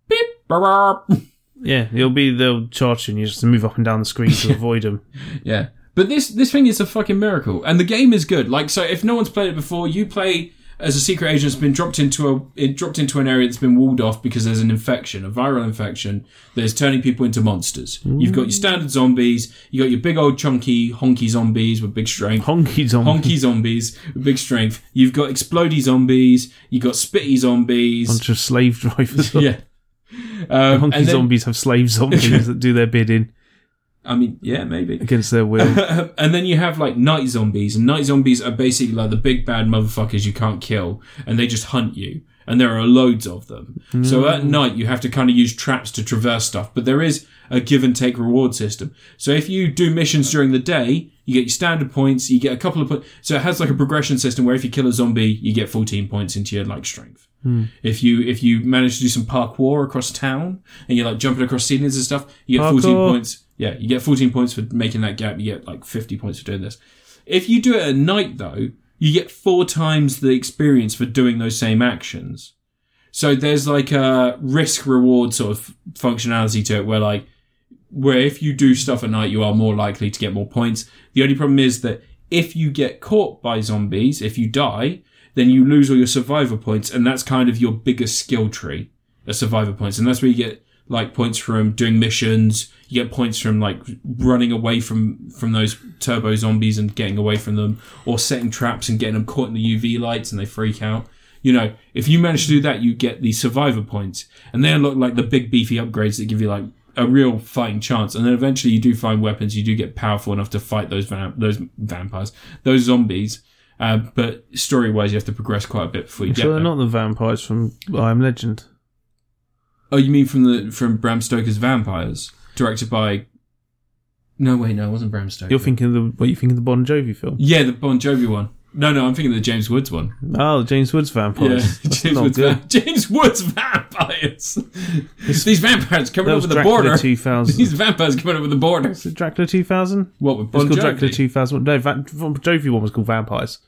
Speaker 1: beep, brr, brr.
Speaker 2: yeah, it'll be they'll charge you and you just move up and down the screen to avoid them.
Speaker 1: Yeah. But this this thing is a fucking miracle, and the game is good. Like, so if no one's played it before, you play as a secret agent that's been dropped into a it dropped into an area that's been walled off because there's an infection, a viral infection that is turning people into monsters. You've got your standard zombies, you got your big old chunky honky zombies with big strength.
Speaker 2: Honky zombie.
Speaker 1: Honky zombies with big strength. You've got explodey zombies. You've got spitty zombies.
Speaker 2: bunch of slave drivers.
Speaker 1: Yeah. Um,
Speaker 2: Honky
Speaker 1: and then-
Speaker 2: zombies have slave zombies that do their bidding
Speaker 1: I mean, yeah, maybe.
Speaker 2: against their will.
Speaker 1: and then you have like night zombies, and night zombies are basically like the big bad motherfuckers you can't kill, and they just hunt you. And there are loads of them. So at night you have to kind of use traps to traverse stuff, but there is a give and take reward system. So if you do missions during the day, you get your standard points, you get a couple of points. So it has like a progression system where if you kill a zombie, you get 14 points into your like strength. If you if you manage to do some parkour across town and you're like jumping across ceilings and stuff, you get 14
Speaker 2: Parkour.
Speaker 1: points points- Yeah, you get 14 points for making that gap. You get like 50 points for doing this. If you do it at night, though, you get four times the experience for doing those same actions. So there's like a risk reward sort of functionality to it where like, where if you do stuff at night, you are more likely to get more points. The only problem is that if you get caught by zombies, if you die, then you lose all your survivor points, and that's kind of your biggest skill tree, the survivor points, and that's where you get like points from doing missions. You get points from like running away from from those turbo zombies and getting away from them, or setting traps and getting them caught in the UV lights and they freak out. You know, if you manage to do that, you get the survivor points, and they look like the big beefy upgrades that give you like a real fighting chance. And then eventually, you do find weapons. You do get powerful enough to fight those vamp- those vampires, those zombies. Uh, but story wise, you have to progress quite a bit before you get
Speaker 2: So
Speaker 1: there.
Speaker 2: they're not the vampires from I Am Legend.
Speaker 1: oh, you mean from the from Bram Stoker's Vampires, directed by? No, wait, no, it wasn't Bram Stoker.
Speaker 2: You're thinking of the what you think of the Bon Jovi film?
Speaker 1: yeah, the Bon Jovi one. No, no, I'm thinking of the James Woods one.
Speaker 2: Oh, James Woods vampires.
Speaker 1: Yeah,
Speaker 2: That's
Speaker 1: James
Speaker 2: not
Speaker 1: Woods,
Speaker 2: good.
Speaker 1: va- James Woods vampires. These vampires coming
Speaker 2: That
Speaker 1: over
Speaker 2: was
Speaker 1: the
Speaker 2: Dracula
Speaker 1: border.
Speaker 2: 2000.
Speaker 1: These vampires coming over the border.
Speaker 2: Is it Dracula 2000?
Speaker 1: What with
Speaker 2: It's
Speaker 1: Bon
Speaker 2: called
Speaker 1: Jovi?
Speaker 2: Dracula 2000. No, Va- Bon Jovi one was called Vampires.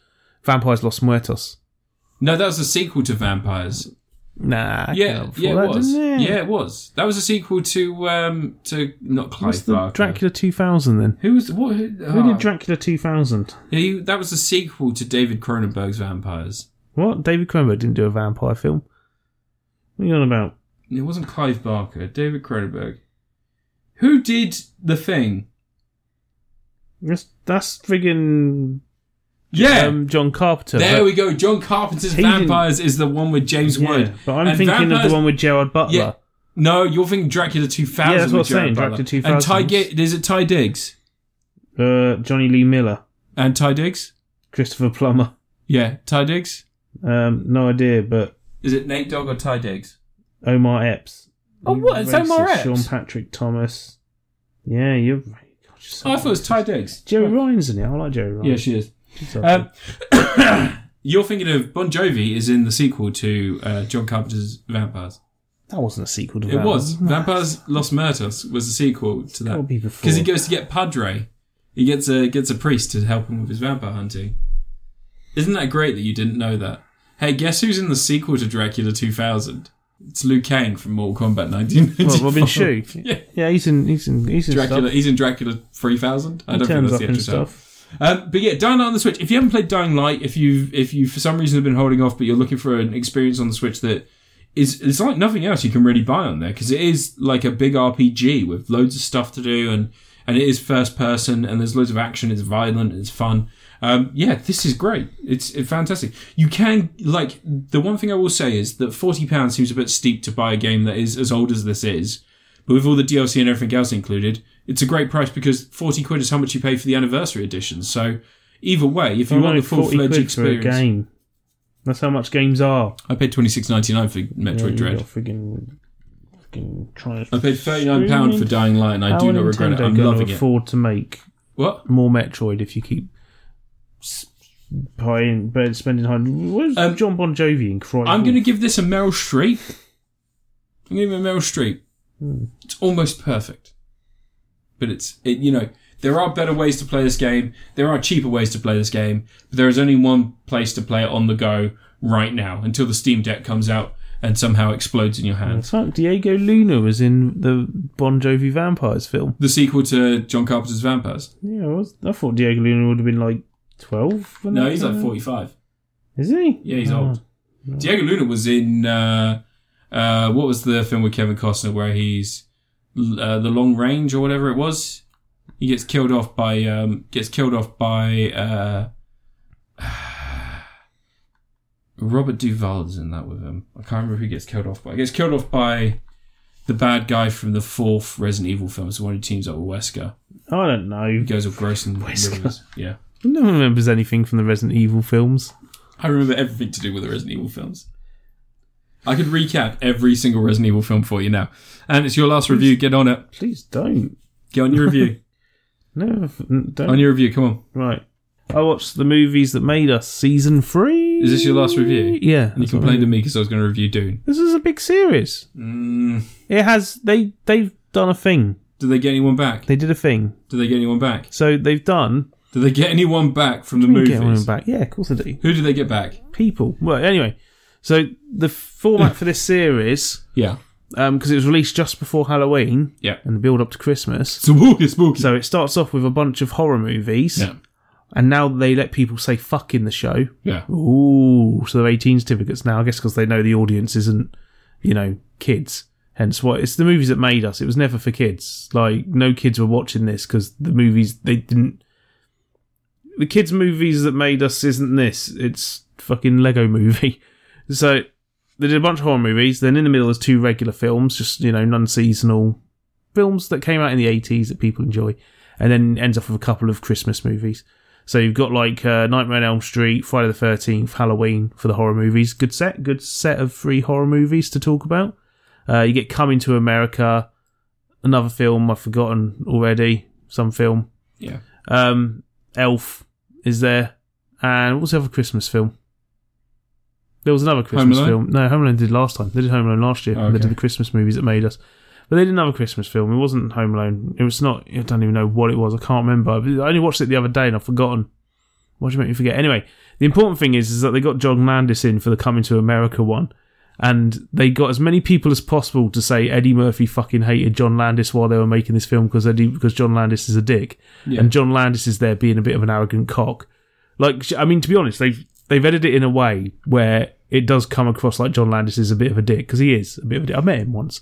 Speaker 2: Vampires Los Muertos.
Speaker 1: No, that was a sequel to Vampires.
Speaker 2: Nah. it came
Speaker 1: Yeah,
Speaker 2: out before
Speaker 1: yeah, it
Speaker 2: that,
Speaker 1: was.
Speaker 2: didn't it?
Speaker 1: Yeah, it was. That was a sequel to um to not
Speaker 2: What's
Speaker 1: Clive
Speaker 2: the
Speaker 1: Barker.
Speaker 2: Dracula 2000 then?
Speaker 1: Who was what? Who,
Speaker 2: Who
Speaker 1: oh.
Speaker 2: did Dracula 2000?
Speaker 1: Yeah, you- that was a sequel to David Cronenberg's Vampires.
Speaker 2: What? David Cronenberg didn't do a vampire film. What are you on about?
Speaker 1: It wasn't Clive Barker. David Cronenberg. Who did the thing?
Speaker 2: That's, that's friggin'
Speaker 1: Yeah.
Speaker 2: um, John Carpenter.
Speaker 1: there
Speaker 2: but-
Speaker 1: we go. John Carpenter's
Speaker 2: He didn't-
Speaker 1: Vampires is the one with James
Speaker 2: yeah,
Speaker 1: Wood.
Speaker 2: But I'm
Speaker 1: And
Speaker 2: thinking of
Speaker 1: Vampires-
Speaker 2: the one with Gerard Butler.
Speaker 1: Yeah. No, you're thinking Dracula 2000.
Speaker 2: Yeah,
Speaker 1: with
Speaker 2: that's what I'm
Speaker 1: Gerard
Speaker 2: saying,
Speaker 1: Butler.
Speaker 2: Dracula
Speaker 1: And Ty
Speaker 2: 2000.
Speaker 1: Gi- is it Ty Diggs?
Speaker 2: Uh, Johnny Lee Miller,
Speaker 1: And Ty Diggs?
Speaker 2: Christopher Plummer.
Speaker 1: Yeah, Ty Diggs.
Speaker 2: Um, no idea, but
Speaker 1: Is it Nate Dogg or Ty Diggs?
Speaker 2: Omar Epps.
Speaker 1: Oh,
Speaker 2: You
Speaker 1: what? It's Omar
Speaker 2: racist. Sean
Speaker 1: Epps?
Speaker 2: Patrick Thomas. Yeah, you're. God, you're so
Speaker 1: Oh, I thought it was Ty Diggs.
Speaker 2: Jerry Ryan's in it. I like Jerry Ryan.
Speaker 1: Yeah, she is.
Speaker 2: She's lovely.
Speaker 1: Um, you're thinking of Bon Jovi is in the sequel to uh, John Carpenter's Vampires.
Speaker 2: that wasn't a sequel to
Speaker 1: It
Speaker 2: that.
Speaker 1: was Vampires Los Muertos was the sequel to
Speaker 2: Gotta
Speaker 1: that
Speaker 2: be Oh, before.
Speaker 1: because he goes to get Padre. He gets a gets a priest to help him with his vampire hunting. Isn't that great that you didn't know that? Hey, guess who's in the sequel to Dracula 2000? It's Liu Kang from Mortal Kombat 1994.
Speaker 2: Well, Robin Shue.
Speaker 1: Yeah.
Speaker 2: yeah, he's in. He's in. He's in
Speaker 1: Dracula.
Speaker 2: stuff.
Speaker 1: He's in Dracula 3000. I
Speaker 2: He
Speaker 1: don't think
Speaker 2: turns
Speaker 1: that's
Speaker 2: up
Speaker 1: the
Speaker 2: and
Speaker 1: actual title.
Speaker 2: stuff.
Speaker 1: Um, but yeah, Dying Light on the Switch. If you haven't played Dying Light, if you if you for some reason have been holding off, but you're looking for an experience on the Switch that is it's like nothing else you can really buy on there because it is like a big RPG with loads of stuff to do and and it is first person and there's loads of action. It's violent. It's fun. Um, yeah, this is great. It's, it's fantastic. You can like the one thing I will say is that forty pounds seems a bit steep to buy a game that is as old as this is. But with all the DLC and everything else included, it's a great price because 40 quid is how much you pay for the anniversary edition. So either way, if you
Speaker 2: I
Speaker 1: want
Speaker 2: know,
Speaker 1: the full
Speaker 2: 40
Speaker 1: fledged
Speaker 2: quid for a
Speaker 1: experience,
Speaker 2: game. That's how much games are.
Speaker 1: I paid 26.99 for
Speaker 2: Yeah,
Speaker 1: Metroid
Speaker 2: you
Speaker 1: Dread.
Speaker 2: got Friggin', friggin' trying
Speaker 1: I paid 39 pound for Dying Light and I do not regret it. I'm loving it.
Speaker 2: afford to make
Speaker 1: What?
Speaker 2: more Metroid if you keep s- buying, but spending hundred. Where's
Speaker 1: Um,
Speaker 2: John Bon Jovi in Cry?
Speaker 1: I'm going to give this a Meryl Streep. I'm going to give it a Meryl Streep. It's almost perfect. But it's, it, you know, there are better ways to play this game. There are cheaper ways to play this game. But there is only one place to play it on the go right now until the Steam Deck comes out and somehow explodes in your hands.
Speaker 2: Fuck, Diego Luna was in the Bon Jovi Vampires film.
Speaker 1: The sequel to John Carpenter's Vampires.
Speaker 2: Yeah, I, was, I thought Diego Luna would have been like twelve. when
Speaker 1: No,
Speaker 2: that
Speaker 1: he's
Speaker 2: came
Speaker 1: like
Speaker 2: out.
Speaker 1: 45.
Speaker 2: Is he?
Speaker 1: Yeah, he's
Speaker 2: Oh.
Speaker 1: old. Diego Luna was in, uh, uh, what was the film with Kevin Costner where he's, uh, the long range or whatever it was? He gets killed off by, um, gets killed off by, uh, Robert Duvall is in that with him. I can't remember who he gets killed off by. He gets killed off by the bad guy from the fourth Resident Evil film. It's the one who teams up with Wesker.
Speaker 2: I don't know.
Speaker 1: He goes with gross and
Speaker 2: Wesker.
Speaker 1: rivers. Yeah.
Speaker 2: No one remembers anything from the Resident Evil films.
Speaker 1: I remember everything to do with the Resident Evil films. I could recap every single Resident Evil film for you now. And it's your last review. Get on it.
Speaker 2: Please don't.
Speaker 1: Get on your review.
Speaker 2: No, f- n- don't.
Speaker 1: on your review. Come on.
Speaker 2: Right. I watched the movies that made us season three.
Speaker 1: Is this your last review?
Speaker 2: Yeah.
Speaker 1: And you
Speaker 2: that's what I
Speaker 1: complained to
Speaker 2: mean.
Speaker 1: me because I was going to review Dune.
Speaker 2: This is a big series.
Speaker 1: Mm,
Speaker 2: It has they they've done a thing.
Speaker 1: did they get anyone back?
Speaker 2: They did a thing.
Speaker 1: Did they get anyone back?
Speaker 2: So they've done.
Speaker 1: Did they get anyone back from the
Speaker 2: Let me get one
Speaker 1: movies?
Speaker 2: back. Yeah, of course they do.
Speaker 1: Who did they get back?
Speaker 2: People. Well, anyway. So the format for this series,
Speaker 1: Yeah.
Speaker 2: because it was released just before Halloween
Speaker 1: Yeah.
Speaker 2: and the build up to Christmas.
Speaker 1: So spooky, spooky.
Speaker 2: So it starts off with a bunch of horror movies,
Speaker 1: yeah.
Speaker 2: and now they let people say "fuck" in the show.
Speaker 1: Yeah.
Speaker 2: Ooh, so they're 18 certificates now, I guess, because they know the audience isn't, you know, kids. Hence why it's the movies that made us. It was never for kids. Like, no kids were watching this because the movies, they didn't. The kids' movies that made us isn't this. It's fucking Lego movie. So they did a bunch of horror movies. Then in the middle, there's two regular films, just, you know, non seasonal films that came out in the 80s that people enjoy. And then ends off with a couple of Christmas movies. So you've got like uh, Nightmare on Elm Street, Friday the Thirteenth, Halloween for the horror movies. Good set, good set of three horror movies to talk about. Uh, you get Coming to America, another film I've forgotten already, some film.
Speaker 1: Yeah.
Speaker 2: Um, Elf is there, and what's the other Christmas film? There was another Christmas
Speaker 1: Alone?
Speaker 2: film. No, Home Alone did last time. They did Home Alone last year.
Speaker 1: Oh,
Speaker 2: They
Speaker 1: okay.
Speaker 2: did the Christmas movies that made us. But they did another Christmas film. It wasn't Home Alone. It was not. I don't even know what it was. I can't remember. I only watched it the other day and I've forgotten. What do you make me forget? Anyway, the important thing is, is that they got John Landis in for the Coming to America one, and they got as many people as possible to say Eddie Murphy fucking hated John Landis while they were making this film because Eddie because John Landis is a dick,
Speaker 1: Yeah.
Speaker 2: and John Landis is there being a bit of an arrogant cock. Like, I mean, to be honest, they've they've edited it in a way where it does come across like John Landis is a bit of a dick because he is a bit of a dick. I met him once.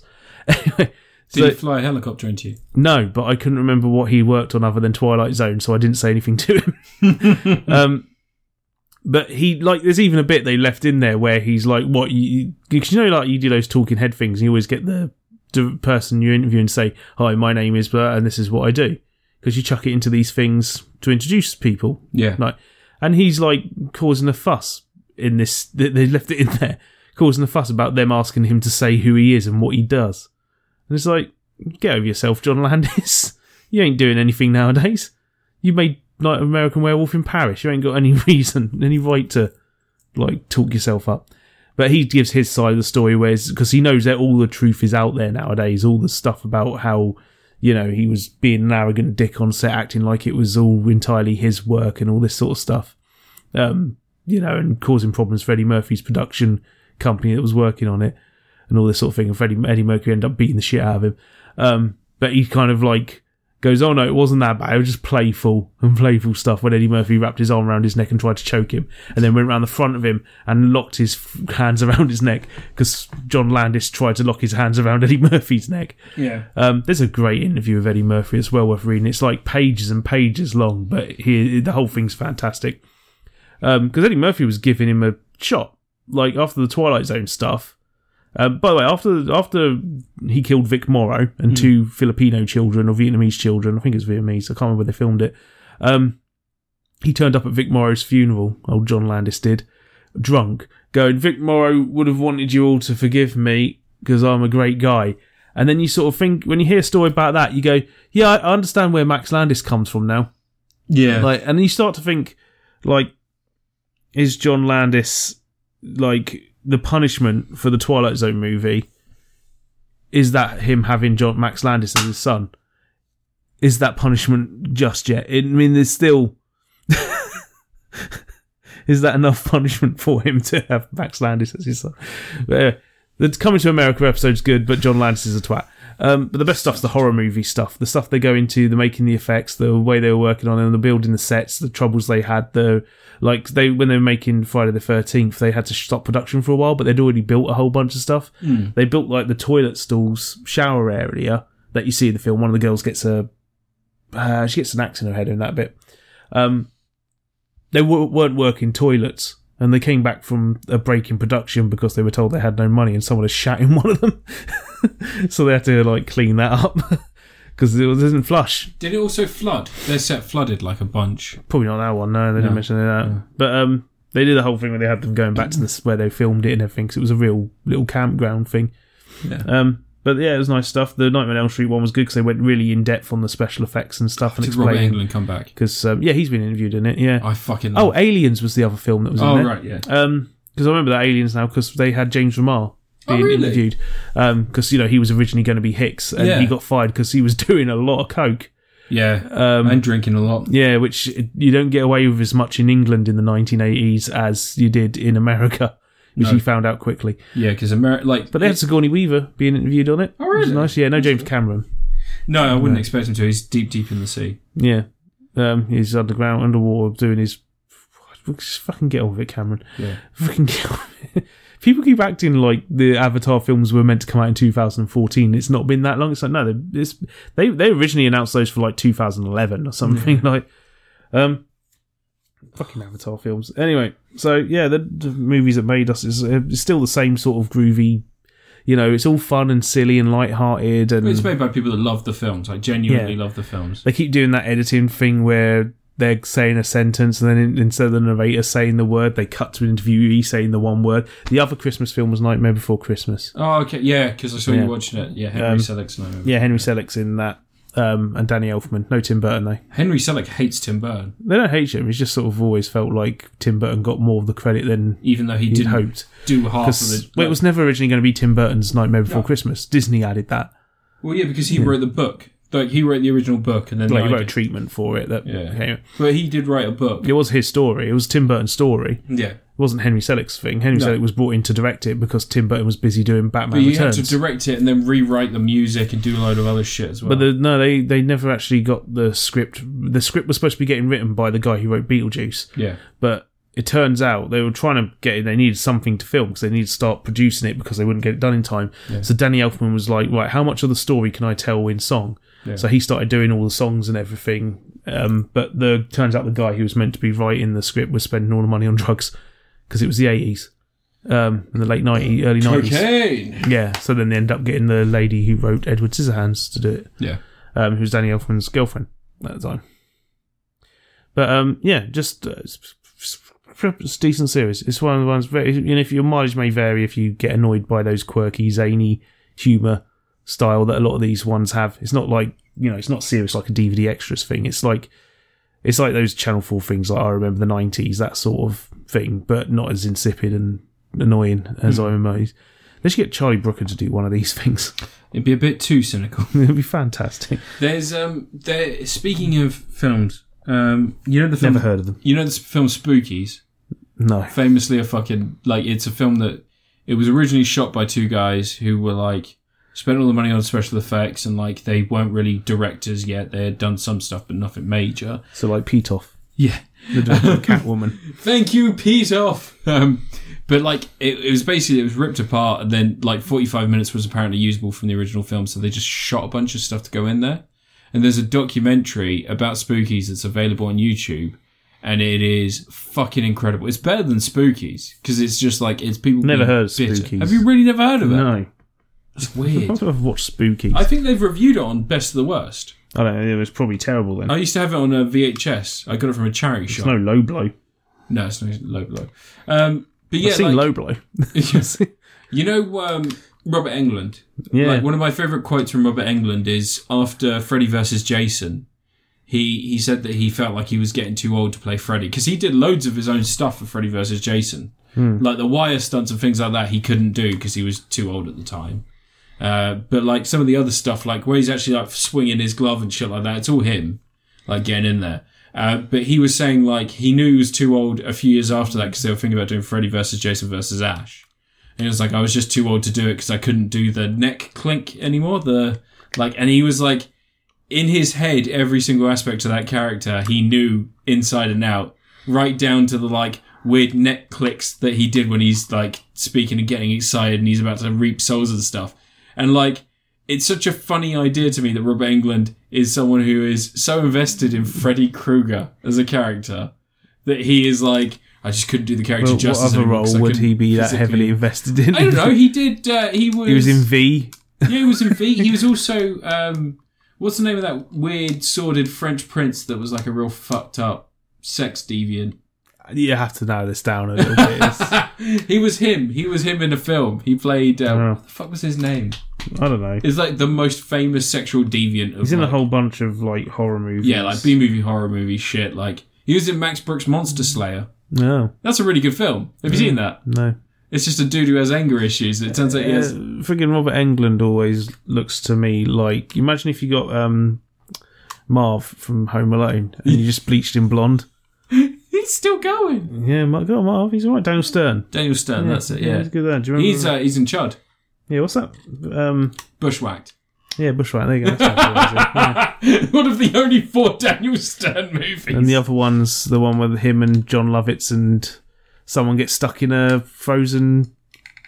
Speaker 1: Did
Speaker 2: So-
Speaker 1: he fly a helicopter into you?
Speaker 2: No, but I couldn't remember what he worked on other than Twilight Zone, so I didn't say anything to him. um, but he like, there's even a bit they left in there where he's like, "What you? Because you know, like you do those talking head things, and you always get the, the person you interview and say, "Hi, my name is Bert, and this is what I do," because you chuck it into these things to introduce people.
Speaker 1: Yeah.
Speaker 2: Like, and he's like causing a fuss in this. They they left it in there, causing a fuss about them asking him to say who he is and what he does. And it's like, get over yourself, John Landis. you ain't doing anything nowadays. You made like American Werewolf in Paris. You ain't got any reason, any right to like talk yourself up. But he gives his side of the story, where because he knows that all the truth is out there nowadays. All the stuff about how you know he was being an arrogant dick on set, acting like it was all entirely his work and all this sort of stuff. Um, you know, and causing problems for Eddie Murphy's production company that was working on it, and all this sort of thing. And Freddie Eddie Mercury ended up beating the shit out of him. Um, but he kind of like goes, "Oh no, it wasn't that bad. It was just playful and playful stuff." When Eddie Murphy wrapped his arm around his neck and tried to choke him, and then went round the front of him and locked his f- hands around his neck because John Landis tried to lock his hands around Eddie Murphy's neck.
Speaker 1: Yeah.
Speaker 2: Um, there's a great interview with Eddie Murphy. It's well worth reading. It's like pages and pages long, but he, the whole thing's fantastic. Because Eddie Murphy was giving him a shot, like after the Twilight Zone stuff. Um, by the way, after after he killed Vic Morrow and two Filipino children or Vietnamese children, I think it's Vietnamese. I can't remember where they filmed it. Um, he turned up at Vic Morrow's funeral. Old John Landis did, drunk, going, "Vic Morrow would have wanted you all to forgive me because I'm a great guy." And then you sort of think when you hear a story about that, you go, "Yeah, I I understand where Max Landis comes from now."
Speaker 1: Yeah.
Speaker 2: Like, and you start to think, like, is John Landis like the punishment for the Twilight Zone movie? Is that him having John Max Landis as his son? Is that punishment just yet? I mean, there's still. is that enough punishment for him to have Max Landis as his son? But, uh, the Coming to America episode's good, but John Landis is a twat. Um, but the best stuff's the horror movie stuff. The stuff they go into, the making the effects, the way they were working on them, the building the sets, the troubles they had. The like they when they were making Friday the Thirteenth, they had to stop production for a while, but they'd already built a whole bunch of stuff. They built like the toilet stalls, shower area that you see in the film. One of the girls gets a uh, she gets an axe in her head in that bit. Um, they w- weren't working toilets, and they came back from a break in production because they were told they had no money, and someone had shat in one of them, so they had to like clean that up because it was- it didn't flush.
Speaker 1: Did it also flood? Their set flooded like a bunch.
Speaker 2: Probably not that one. No, they didn't
Speaker 1: No.
Speaker 2: mention that. But um, they did the whole thing where they had them going back to this where they filmed it and everything. 'cause it was a real little campground thing.
Speaker 1: Yeah.
Speaker 2: Um, but yeah, it was nice stuff. The Nightmare on Elm Street one was good because they went really in depth on the special effects and stuff and
Speaker 1: Did Robert
Speaker 2: explained.
Speaker 1: Englund come back?
Speaker 2: Because um, yeah, he's been interviewed in it. Yeah.
Speaker 1: Oh, I fucking
Speaker 2: Oh,
Speaker 1: love
Speaker 2: Aliens was the other film that was
Speaker 1: Oh,
Speaker 2: in there.
Speaker 1: right, yeah.
Speaker 2: Because Um, I remember that Aliens now because they had James Remar
Speaker 1: Oh,
Speaker 2: being
Speaker 1: really?
Speaker 2: interviewed. Because, you know, he was originally going to be Hicks and
Speaker 1: Yeah.
Speaker 2: he got fired because he was doing a lot of coke.
Speaker 1: Yeah.
Speaker 2: Um,
Speaker 1: and drinking a lot.
Speaker 2: yeah, which you don't get away with as much in England in the 1980s as you did in America, which
Speaker 1: No.
Speaker 2: you found out quickly.
Speaker 1: Yeah, because America, like,
Speaker 2: But they had Sigourney Weaver being interviewed on it.
Speaker 1: Oh,
Speaker 2: which is
Speaker 1: really?
Speaker 2: nice. Yeah, no James Cameron.
Speaker 1: no, I wouldn't expect him to. He's deep, deep in the sea.
Speaker 2: Yeah. Um, he's underground, underwater, doing his. Just fucking get on with it, Cameron.
Speaker 1: Yeah.
Speaker 2: Fucking get on with it. People keep acting like the Avatar films were meant to come out in 2014. It's not been that long. It's like no, they- it's, they they originally announced those for like 2011 or something. Like, um, fucking Avatar films. Anyway, so yeah, the, the movies that made us is uh, it's still the same sort of groovy. You know, it's all fun and silly and lighthearted, and
Speaker 1: But it's made by people that love the films, like genuinely
Speaker 2: Yeah.
Speaker 1: love the films.
Speaker 2: they keep doing that editing thing where they're saying a sentence, and then in, instead of the narrator saying the word, they cut to an interviewee saying the one word. The other Christmas film was Nightmare Before Christmas.
Speaker 1: Oh, okay. Yeah, because I saw
Speaker 2: Yeah.
Speaker 1: you watching it. Yeah, Henry
Speaker 2: Um,
Speaker 1: Selick's no movie.
Speaker 2: Yeah, Henry Selick's in that, um, and Danny Elfman. No Tim Burton though.
Speaker 1: Henry Selick hates Tim Burton,
Speaker 2: They don't hate him. It's just sort of always felt like Tim Burton got more of the credit than
Speaker 1: even though he
Speaker 2: he'd
Speaker 1: didn't
Speaker 2: hoped.
Speaker 1: do half of
Speaker 2: Because
Speaker 1: the.
Speaker 2: well, it was never originally going to be Tim Burton's Nightmare Before
Speaker 1: No.
Speaker 2: Christmas. Disney added that.
Speaker 1: Well, yeah, because he wrote the book. Like he wrote the original book, and then
Speaker 2: Like,
Speaker 1: they
Speaker 2: he wrote a
Speaker 1: did.
Speaker 2: treatment for it. That
Speaker 1: Yeah.
Speaker 2: okay.
Speaker 1: But he did write a book.
Speaker 2: it was his story. It was Tim Burton's story.
Speaker 1: Yeah,
Speaker 2: It wasn't Henry Selick's thing. Henry
Speaker 1: No.
Speaker 2: Selick was brought in to direct it because Tim Burton was busy doing
Speaker 1: but
Speaker 2: Batman
Speaker 1: you had
Speaker 2: Returns.
Speaker 1: to direct it and then rewrite the music and do a load of other shit as well.
Speaker 2: but the, no, they they never actually got the script. The script was supposed to be getting written by the guy who wrote Beetlejuice,
Speaker 1: yeah,
Speaker 2: but it turns out they were trying to get it. They needed something to film because they needed to start producing it because they wouldn't get it done in time. So Danny Elfman was like, right, how much of the story can I tell in song?
Speaker 1: Yeah.
Speaker 2: So he started doing all the songs and everything. Um, but the turns out the guy who was meant to be writing the script was spending all the money on drugs because it was the eighties. Um, in the late 90s, early 90s.
Speaker 1: cocaine.
Speaker 2: Yeah, so then they end up getting the lady who wrote Edward Scissorhands to do it
Speaker 1: Yeah,
Speaker 2: um, who's Danny Elfman's girlfriend at the time. But um, yeah, just uh, it's, it's a decent series. It's one of the ones. Very, you know, if your mileage may vary, if you get annoyed by those quirky, zany humor style that a lot of these ones have, it's not like you know, it's not serious like a DVD extras thing. It's like it's like those Channel Four things, like I remember the '90s, that sort of thing, but not as insipid and annoying as I remember. these. They should get Charlie Brooker to do one of these things.
Speaker 1: it'd be a bit too cynical.
Speaker 2: It'd be fantastic.
Speaker 1: There's um, there. Speaking of films, um, you know the film.
Speaker 2: Never heard of them.
Speaker 1: You know the film Spookies.
Speaker 2: No.
Speaker 1: famously a fucking like it's a film that it was originally shot by two guys who were like spent all the money on special effects and like they weren't really directors yet they had done some stuff but nothing major
Speaker 2: So like Petoff,
Speaker 1: yeah
Speaker 2: the director of Catwoman.
Speaker 1: thank you pete off um but like it, it was basically it was ripped apart and then like 45 minutes was apparently usable from the original film so they just shot a bunch of stuff to go in there and there's a documentary about spookies that's available on youtube and it is fucking incredible. It's better than Spookies because it's just like it's people
Speaker 2: Never
Speaker 1: being
Speaker 2: heard of
Speaker 1: bitter.
Speaker 2: Spookies.
Speaker 1: Have you really never heard of it?
Speaker 2: No,
Speaker 1: It's
Speaker 2: I
Speaker 1: weird.
Speaker 2: don't know if I've watched Spooky.
Speaker 1: I
Speaker 2: I,
Speaker 1: think they've reviewed it on Best of the Worst.
Speaker 2: don't know. It was probably terrible then.
Speaker 1: I used to have it on uh, a VHS. I got it from a charity
Speaker 2: it's
Speaker 1: shop.
Speaker 2: no low blow.
Speaker 1: no, it's no low blow. Um, but yeah,
Speaker 2: I've
Speaker 1: like,
Speaker 2: seen low blow.
Speaker 1: You know, um, Robert Englund.
Speaker 2: Yeah,
Speaker 1: Like one of my favorite quotes from Robert Englund is after Freddy versus Jason. He he said that he felt like he was getting too old to play Freddy because he did loads of his own stuff for Freddy versus Jason, like the wire stunts and things like that. He couldn't do because he was too old at the time. Uh, but like some of the other stuff, like where he's actually like swinging his glove and shit like that, it's all him, like getting in there. Uh, but he was saying like he knew he was too old a few years after that because they were thinking about doing Freddy versus Jason versus Ash. And it was like I was just too old to do it because I couldn't do the neck clink anymore. The like, and he was like, in his head, every single aspect of that character, he knew inside and out, right down to the like weird neck clicks that he did when he's like speaking and getting excited and he's about to reap souls and stuff. And like, it's such a funny idea to me that Robert England is someone who is so invested in Freddy Krueger as a character that he is like, I just couldn't do the character
Speaker 2: Well, what
Speaker 1: justice.
Speaker 2: other
Speaker 1: anymore 'cause
Speaker 2: role
Speaker 1: I
Speaker 2: would he
Speaker 1: couldn't
Speaker 2: be that heavily
Speaker 1: physically-
Speaker 2: invested in?
Speaker 1: I don't know. He did. Uh, he was.
Speaker 2: he was in V.
Speaker 1: Yeah, he was in V. He was also. Um, what's the name of that weird, sordid French prince that was like a real fucked up sex deviant?
Speaker 2: You have to narrow this down a little bit. It's-
Speaker 1: he was him. He was him in a film. He played. Uh,
Speaker 2: Oh.
Speaker 1: What the fuck was his name?
Speaker 2: I don't know.
Speaker 1: It's like the most famous sexual deviant. Of,
Speaker 2: He's in a
Speaker 1: like-
Speaker 2: whole bunch of like horror movies.
Speaker 1: Yeah, like B movie horror movie shit. Like he was in Max Brooks' Monster Slayer.
Speaker 2: no,
Speaker 1: That's a really good film. Have you
Speaker 2: Mm.
Speaker 1: seen that?
Speaker 2: no.
Speaker 1: It's just a dude who has anger issues. It turns out he has.
Speaker 2: Uh, friggin' Robert Englund always looks to me like. Imagine if you got um, Marv from Home Alone and you just bleached him blonde.
Speaker 1: He's still going.
Speaker 2: Yeah, my God, Marv, he's alright. Daniel Stern.
Speaker 1: Daniel Stern. that's it.
Speaker 2: he's
Speaker 1: Yeah.
Speaker 2: good there. Do you remember?
Speaker 1: He's uh, he's in Chud.
Speaker 2: yeah, what's that? Um,
Speaker 1: Bushwhacked.
Speaker 2: yeah, Bushwhack. There you go. That's what it was, yeah.
Speaker 1: one of the only four Daniel Stern movies.
Speaker 2: And the other one's the one with him and John Lovitz, and someone gets stuck in a frozen.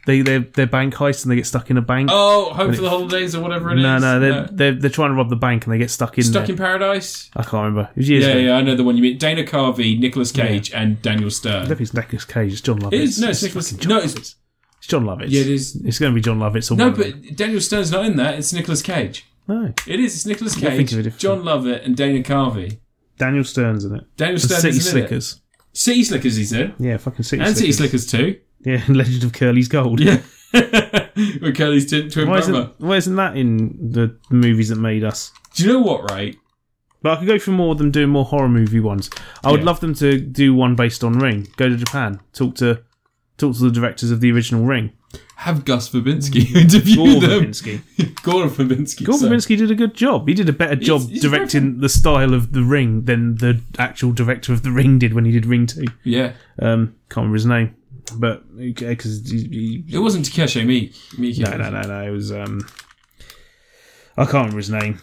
Speaker 2: They they they're bank heist, and they get stuck in a bank.
Speaker 1: oh, Home for the Holidays or whatever it is. Uh,
Speaker 2: no, no, they're, they're they're trying to rob the bank, and they get stuck in.
Speaker 1: Stuck
Speaker 2: there.
Speaker 1: in Paradise.
Speaker 2: I can't remember. It was years
Speaker 1: Yeah,
Speaker 2: ago.
Speaker 1: yeah, I know the one you mean. Dana Carvey, Nicolas Cage, and Daniel
Speaker 2: I
Speaker 1: Stern.
Speaker 2: don't know if it's Nicolas Cage. It's John Lovitz.
Speaker 1: It is no, it's Nicolas.
Speaker 2: fucking
Speaker 1: No,
Speaker 2: John,
Speaker 1: it's
Speaker 2: it's John Lovitz.
Speaker 1: yeah, it is.
Speaker 2: It's going to be John Lovitz. Or
Speaker 1: No,
Speaker 2: one of them.
Speaker 1: but Daniel Stern's not in that. It's Nicolas Cage.
Speaker 2: no.
Speaker 1: It is. It's Nicolas
Speaker 2: think
Speaker 1: Cage,
Speaker 2: of a different-
Speaker 1: John Lovett, and Dana Carvey.
Speaker 2: Daniel Stern's in it.
Speaker 1: Daniel
Speaker 2: The
Speaker 1: Stern
Speaker 2: City
Speaker 1: isn't in it.
Speaker 2: Slickers.
Speaker 1: City Slickers, he's in.
Speaker 2: Yeah, fucking City
Speaker 1: And City
Speaker 2: Slickers.
Speaker 1: Slickers too.
Speaker 2: Yeah, and Legend of Curly's Gold.
Speaker 1: Yeah. With Kelly's twin, twin
Speaker 2: Why
Speaker 1: brother.
Speaker 2: isn't, why isn't that in the movies that made us?
Speaker 1: Do you know what, right?
Speaker 2: But I could go for more of them doing more horror movie ones. I would
Speaker 1: Yeah.
Speaker 2: love them to do one based on Ring. Go to Japan, talk to talk to the directors of the original Ring.
Speaker 1: Have Gus Verbinski interview
Speaker 2: Gore
Speaker 1: them.
Speaker 2: Mm. Verbinski.
Speaker 1: Gore Verbinski.
Speaker 2: Gore
Speaker 1: so-
Speaker 2: Verbinski did a good job. He did a better job
Speaker 1: he's
Speaker 2: directing the style of the Ring than the actual director of the Ring did when he did Ring Two.
Speaker 1: Yeah.
Speaker 2: Um, can't remember his name, but because he, he-
Speaker 1: It wasn't Takeshi Miki. Miki.
Speaker 2: no, no, no, no, it was um, I can't remember his name.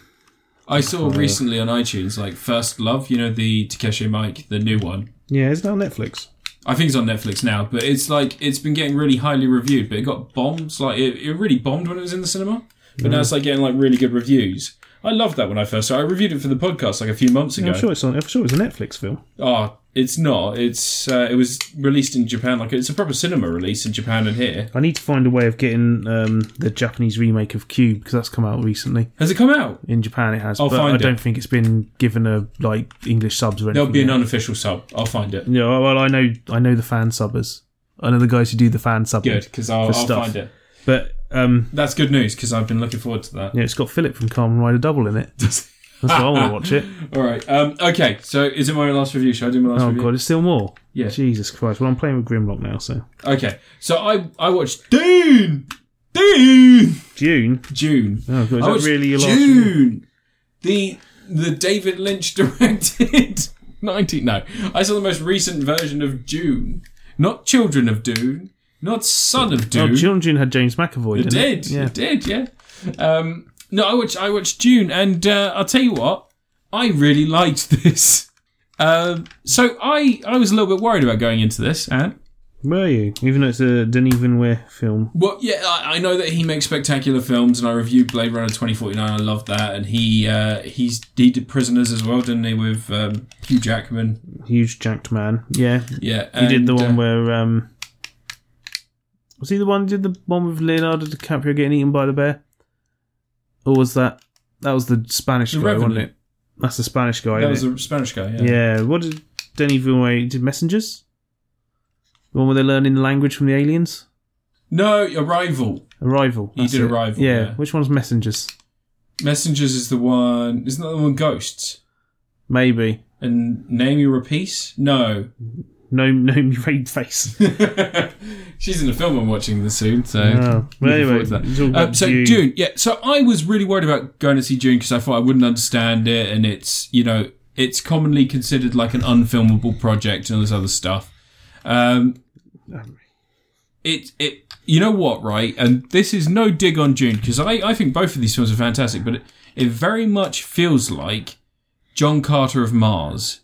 Speaker 1: I saw recently on iTunes, like First Love, you know, the Takeshi Mike, the new one.
Speaker 2: Yeah, it's not on Netflix.
Speaker 1: I think it's on Netflix now, but it's like it's been getting really highly reviewed, but it got bombs. Like it, it really bombed when it was in the cinema, but now it's like getting like really good reviews. I loved that when I first saw. it. I reviewed it for the podcast like a few months ago.
Speaker 2: I'm sure it's on. I'm sure it's a Netflix film.
Speaker 1: Oh, it's not. It's uh, it was released in Japan. Like it's a proper cinema release in Japan and here.
Speaker 2: I need to find a way of getting um, the Japanese remake of Cube because that's come out recently
Speaker 1: Has it come out?
Speaker 2: in Japan. It has,
Speaker 1: I'll
Speaker 2: but
Speaker 1: find
Speaker 2: I
Speaker 1: it.
Speaker 2: don't think it's been given a like English subs or anything.
Speaker 1: There'll be an
Speaker 2: yet.
Speaker 1: unofficial sub. I'll find it.
Speaker 2: Yeah, well, I know, I know the fan subbers. I know the guys who do the fan subbing.
Speaker 1: Good because I'll,
Speaker 2: For
Speaker 1: I'll
Speaker 2: stuff.
Speaker 1: find it.
Speaker 2: But um,
Speaker 1: That's good news because I've been looking forward to that.
Speaker 2: yeah, it's got Philip from Carmen Rider Double in it. That's why I want to watch it.
Speaker 1: All right. Um, okay. So is it my last review? Should I do my last
Speaker 2: Oh
Speaker 1: review?
Speaker 2: god, it's still more.
Speaker 1: Yeah.
Speaker 2: Jesus Christ. Well, I'm playing with Grimlock now, so
Speaker 1: Okay. So I I watched Dune. Dune.
Speaker 2: June.
Speaker 1: June.
Speaker 2: Oh god, is
Speaker 1: I
Speaker 2: that
Speaker 1: watched
Speaker 2: really your last?
Speaker 1: June. The the David Lynch directed 19 No. I saw the most recent version of June. Not Children of Dune, not Son of
Speaker 2: Oh,
Speaker 1: Dune.
Speaker 2: June June had James McAvoy.
Speaker 1: it
Speaker 2: didn't
Speaker 1: did.
Speaker 2: Yeah.
Speaker 1: It did, yeah. Um no, I watched I watched June and uh, I'll tell you what, I really liked this. Um so I I was a little bit worried about going into this, and
Speaker 2: Were you? Even though it's a didn't even wear film.
Speaker 1: Well, yeah, I, I know that he makes spectacular films, and I reviewed Blade Runner twenty forty nine. I love that, and he uh, he's he did Prisoners as well, didn't he, with um, Hugh Jackman?
Speaker 2: Huge jacked man. Yeah.
Speaker 1: Yeah,
Speaker 2: He did the
Speaker 1: and,
Speaker 2: one
Speaker 1: uh,
Speaker 2: where um was he the one did the one with Leonardo DiCaprio getting eaten by the bear? Or was that that was the Spanish
Speaker 1: The
Speaker 2: guy, wasn't
Speaker 1: Revenant.
Speaker 2: it? That's the Spanish guy.
Speaker 1: that
Speaker 2: innit?
Speaker 1: was a Spanish guy. Yeah.
Speaker 2: Yeah, what did Denny Villeneuve did Messengers? The one where they're learning the language from the aliens?
Speaker 1: No, Arrival.
Speaker 2: Arrival.
Speaker 1: He
Speaker 2: that's
Speaker 1: did
Speaker 2: it.
Speaker 1: Arrival,
Speaker 2: Yeah.
Speaker 1: yeah.
Speaker 2: Which one's Messengers?
Speaker 1: Messengers is the one. Isn't that the one? Ghosts
Speaker 2: Maybe.
Speaker 1: and Name Your Piece. No,
Speaker 2: No no red face.
Speaker 1: she's in a film I'm watching this soon. So,
Speaker 2: Oh, well,
Speaker 1: looking
Speaker 2: anyway,
Speaker 1: forward to that.
Speaker 2: it's all
Speaker 1: Uh,
Speaker 2: about
Speaker 1: so
Speaker 2: Dune.
Speaker 1: June, yeah. So I was really worried about going to see June because I thought I wouldn't understand it, and it's you know it's commonly considered like an unfilmable project and all this other stuff. Um, it it you know what right, and this is no dig on June because I I think both of these films are fantastic, but it, it very much feels like John Carter of Mars.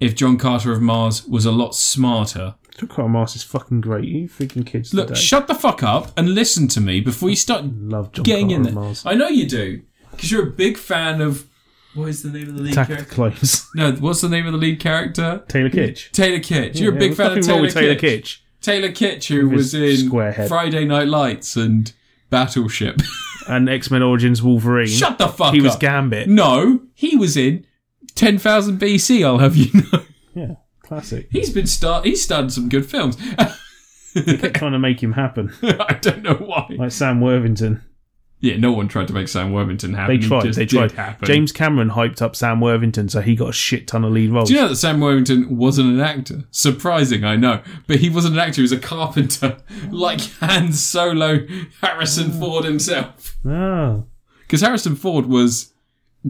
Speaker 1: If John Carter of Mars was a lot smarter.
Speaker 2: Took Carl Mars is fucking great. You freaking kids
Speaker 1: Look,
Speaker 2: today.
Speaker 1: shut the fuck up and listen to me before you start
Speaker 2: Love John
Speaker 1: getting in
Speaker 2: Carter
Speaker 1: there.
Speaker 2: of Mars.
Speaker 1: I know you do because you're a big fan of what is the name of the lead
Speaker 2: Attack of the
Speaker 1: character?
Speaker 2: Clones.
Speaker 1: No, what's the name of the lead character?
Speaker 2: Taylor Kitsch.
Speaker 1: Taylor Kitsch. You're a big fan of
Speaker 2: nothing
Speaker 1: Taylor,
Speaker 2: wrong with Taylor
Speaker 1: Kitsch.
Speaker 2: Kitsch.
Speaker 1: Taylor Kitsch, who
Speaker 2: With his
Speaker 1: was in
Speaker 2: squarehead.
Speaker 1: Friday Night Lights and Battleship.
Speaker 2: and X Men Origins Wolverine.
Speaker 1: Shut the fuck
Speaker 2: he
Speaker 1: up. Mm.
Speaker 2: was Gambit.
Speaker 1: no, he was in 10,000 BC. I'll have you know.
Speaker 2: Yeah, classic.
Speaker 1: He's been star. He's started some good films.
Speaker 2: They kept trying to make him happen,
Speaker 1: I don't know why.
Speaker 2: like Sam Worthington.
Speaker 1: Yeah, no one tried to make Sam Worthington happen.
Speaker 2: They
Speaker 1: It
Speaker 2: tried.
Speaker 1: just
Speaker 2: They
Speaker 1: did
Speaker 2: tried.
Speaker 1: Happen.
Speaker 2: James Cameron hyped up Sam Worthington, so he got a shit ton of lead roles.
Speaker 1: Do you know that Sam Worthington wasn't an actor? Surprising, I know. But he wasn't an actor, he was a carpenter. Like Han Solo, Harrison Ford himself.
Speaker 2: oh,
Speaker 1: Because Harrison Ford was.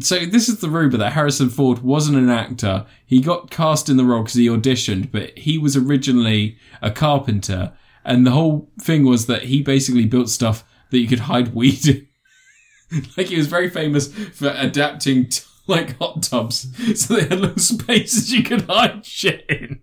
Speaker 1: So this is the rumor that Harrison Ford wasn't an actor. He got cast in the role because he auditioned, but he was originally a carpenter. And the whole thing was that he basically built stuff that you could hide weed in. like he was very famous for adapting to, like hot tubs, so they had little spaces you could hide shit in.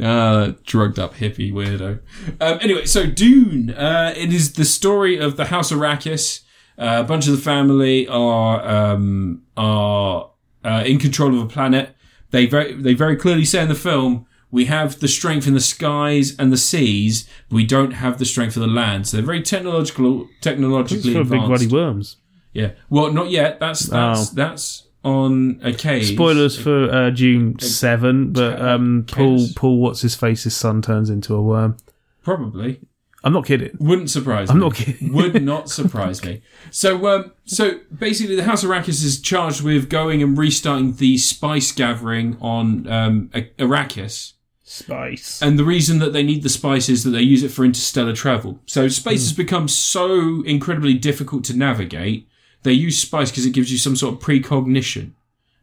Speaker 1: Uh, drugged up hippie weirdo. Um, anyway, so Dune. Uh, it is the story of the House Arrakis. Uh, a bunch of the family are um, are uh, in control of a planet. They very they very clearly say in the film, we have the strength in the skies and the seas, but we don't have the strength of the land. So they're very technological,
Speaker 2: it's
Speaker 1: technologically
Speaker 2: full of big
Speaker 1: advanced.
Speaker 2: bloody worms.
Speaker 1: Yeah. Well, not yet. That's that's
Speaker 2: Oh.
Speaker 1: that's on a case.
Speaker 2: Spoilers for uh, June seven, but um, Paul
Speaker 1: Chaos.
Speaker 2: Paul what's his face? His son turns into a worm.
Speaker 1: Probably.
Speaker 2: I'm not kidding.
Speaker 1: Wouldn't surprise
Speaker 2: I'm
Speaker 1: me.
Speaker 2: not kidding.
Speaker 1: Would not surprise me. So, um, so basically, the House of Arrakis is charged with going and restarting the spice gathering on um, A- Arrakis.
Speaker 2: Spice.
Speaker 1: And the reason that they need the spice is that they use it for interstellar travel. So space has
Speaker 2: Hmm.
Speaker 1: become so incredibly difficult to navigate. They use spice because it gives you some sort of precognition.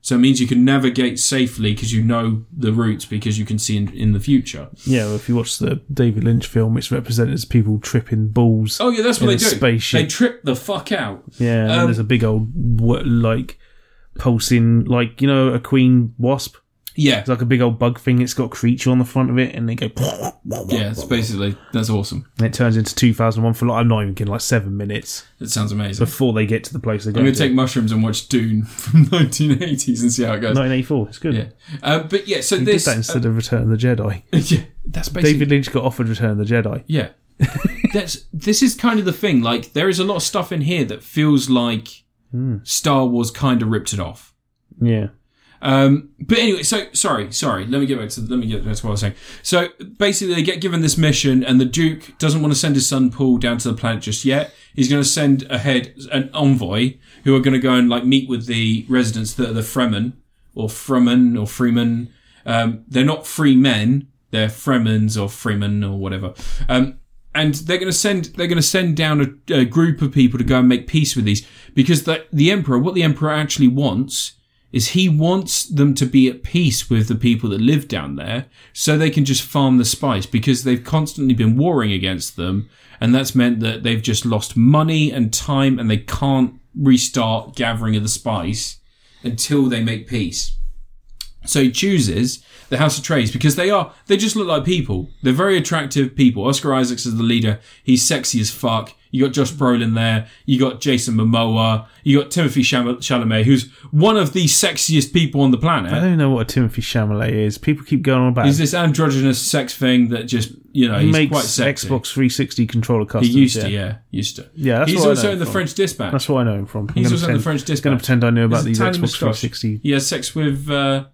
Speaker 1: So it means you can navigate safely because you know the routes because you can see in, in the future.
Speaker 2: Yeah, well, if you watch the David Lynch film, it's represented as people tripping balls.
Speaker 1: Oh yeah, that's what
Speaker 2: In
Speaker 1: they
Speaker 2: a
Speaker 1: do.
Speaker 2: spaceship.
Speaker 1: They trip the fuck out.
Speaker 2: yeah,
Speaker 1: um,
Speaker 2: and there's a big old wo- like pulsing, like you know, a queen wasp.
Speaker 1: Yeah,
Speaker 2: It's like a big old bug thing. It's got a creature on the front of it, and they go.
Speaker 1: yeah. It's basically that's awesome.
Speaker 2: And it turns into 2001 for like I'm not even kidding, like seven minutes
Speaker 1: That sounds amazing.
Speaker 2: before they get to the place they go.
Speaker 1: I'm gonna
Speaker 2: to.
Speaker 1: take mushrooms and watch Dune from 1980s and see how it goes.
Speaker 2: 1984. It's good.
Speaker 1: Yeah, uh, but yeah. So
Speaker 2: He
Speaker 1: this
Speaker 2: did that instead of Return of the Jedi.
Speaker 1: uh, yeah, that's basically
Speaker 2: David Lynch got offered Return of the Jedi.
Speaker 1: Yeah. That's this is kind of the thing. Like there is a lot of stuff in here that feels like Star Wars kind of ripped it off.
Speaker 2: Yeah.
Speaker 1: Um, but anyway, so sorry, sorry. Let me get back to let me get back to what I was saying. So basically, they get given this mission, and the Duke doesn't want to send his son Paul down to the planet just yet. He's going to send ahead an envoy who are going to go and like meet with the residents that are the Fremen or Fremen or Freemen. Um, they're not free men; they're Fremens or Freemen or whatever. Um, and they're going to send they're going to send down a, a group of people to go and make peace with these because the the emperor what the emperor actually wants is he wants them to be at peace with the people that live down there so they can just farm the spice because they've constantly been warring against them and that's meant that they've just lost money and time and they can't restart gathering of the spice until they make peace so he chooses the House of Trades because they are, they just look like people. They're very attractive people. Oscar Isaacs is the leader. He's sexy as fuck. You got Josh Brolin there. You got Jason Momoa. You got Timothy Cham- Chalamet, who's one of the sexiest people on the
Speaker 2: I
Speaker 1: planet.
Speaker 2: don't know what a Timothy Chalamet is. People keep going on about
Speaker 1: He's
Speaker 2: it.
Speaker 1: this androgynous sex thing that just, you know,
Speaker 2: He
Speaker 1: he's
Speaker 2: makes
Speaker 1: quite sexy.
Speaker 2: Xbox 360 controller custom.
Speaker 1: he used to, yeah, used to.
Speaker 2: Yeah, that's
Speaker 1: he's
Speaker 2: what I
Speaker 1: also
Speaker 2: know
Speaker 1: in the
Speaker 2: from.
Speaker 1: French Dispatch.
Speaker 2: That's what I know him from. I'm
Speaker 1: he's also
Speaker 2: gonna
Speaker 1: in the
Speaker 2: pretend-
Speaker 1: French Dispatch.
Speaker 2: going to pretend I know about
Speaker 1: He's a
Speaker 2: these
Speaker 1: tiny
Speaker 2: Xbox
Speaker 1: moustache.
Speaker 2: 360.
Speaker 1: He has sex with, uh,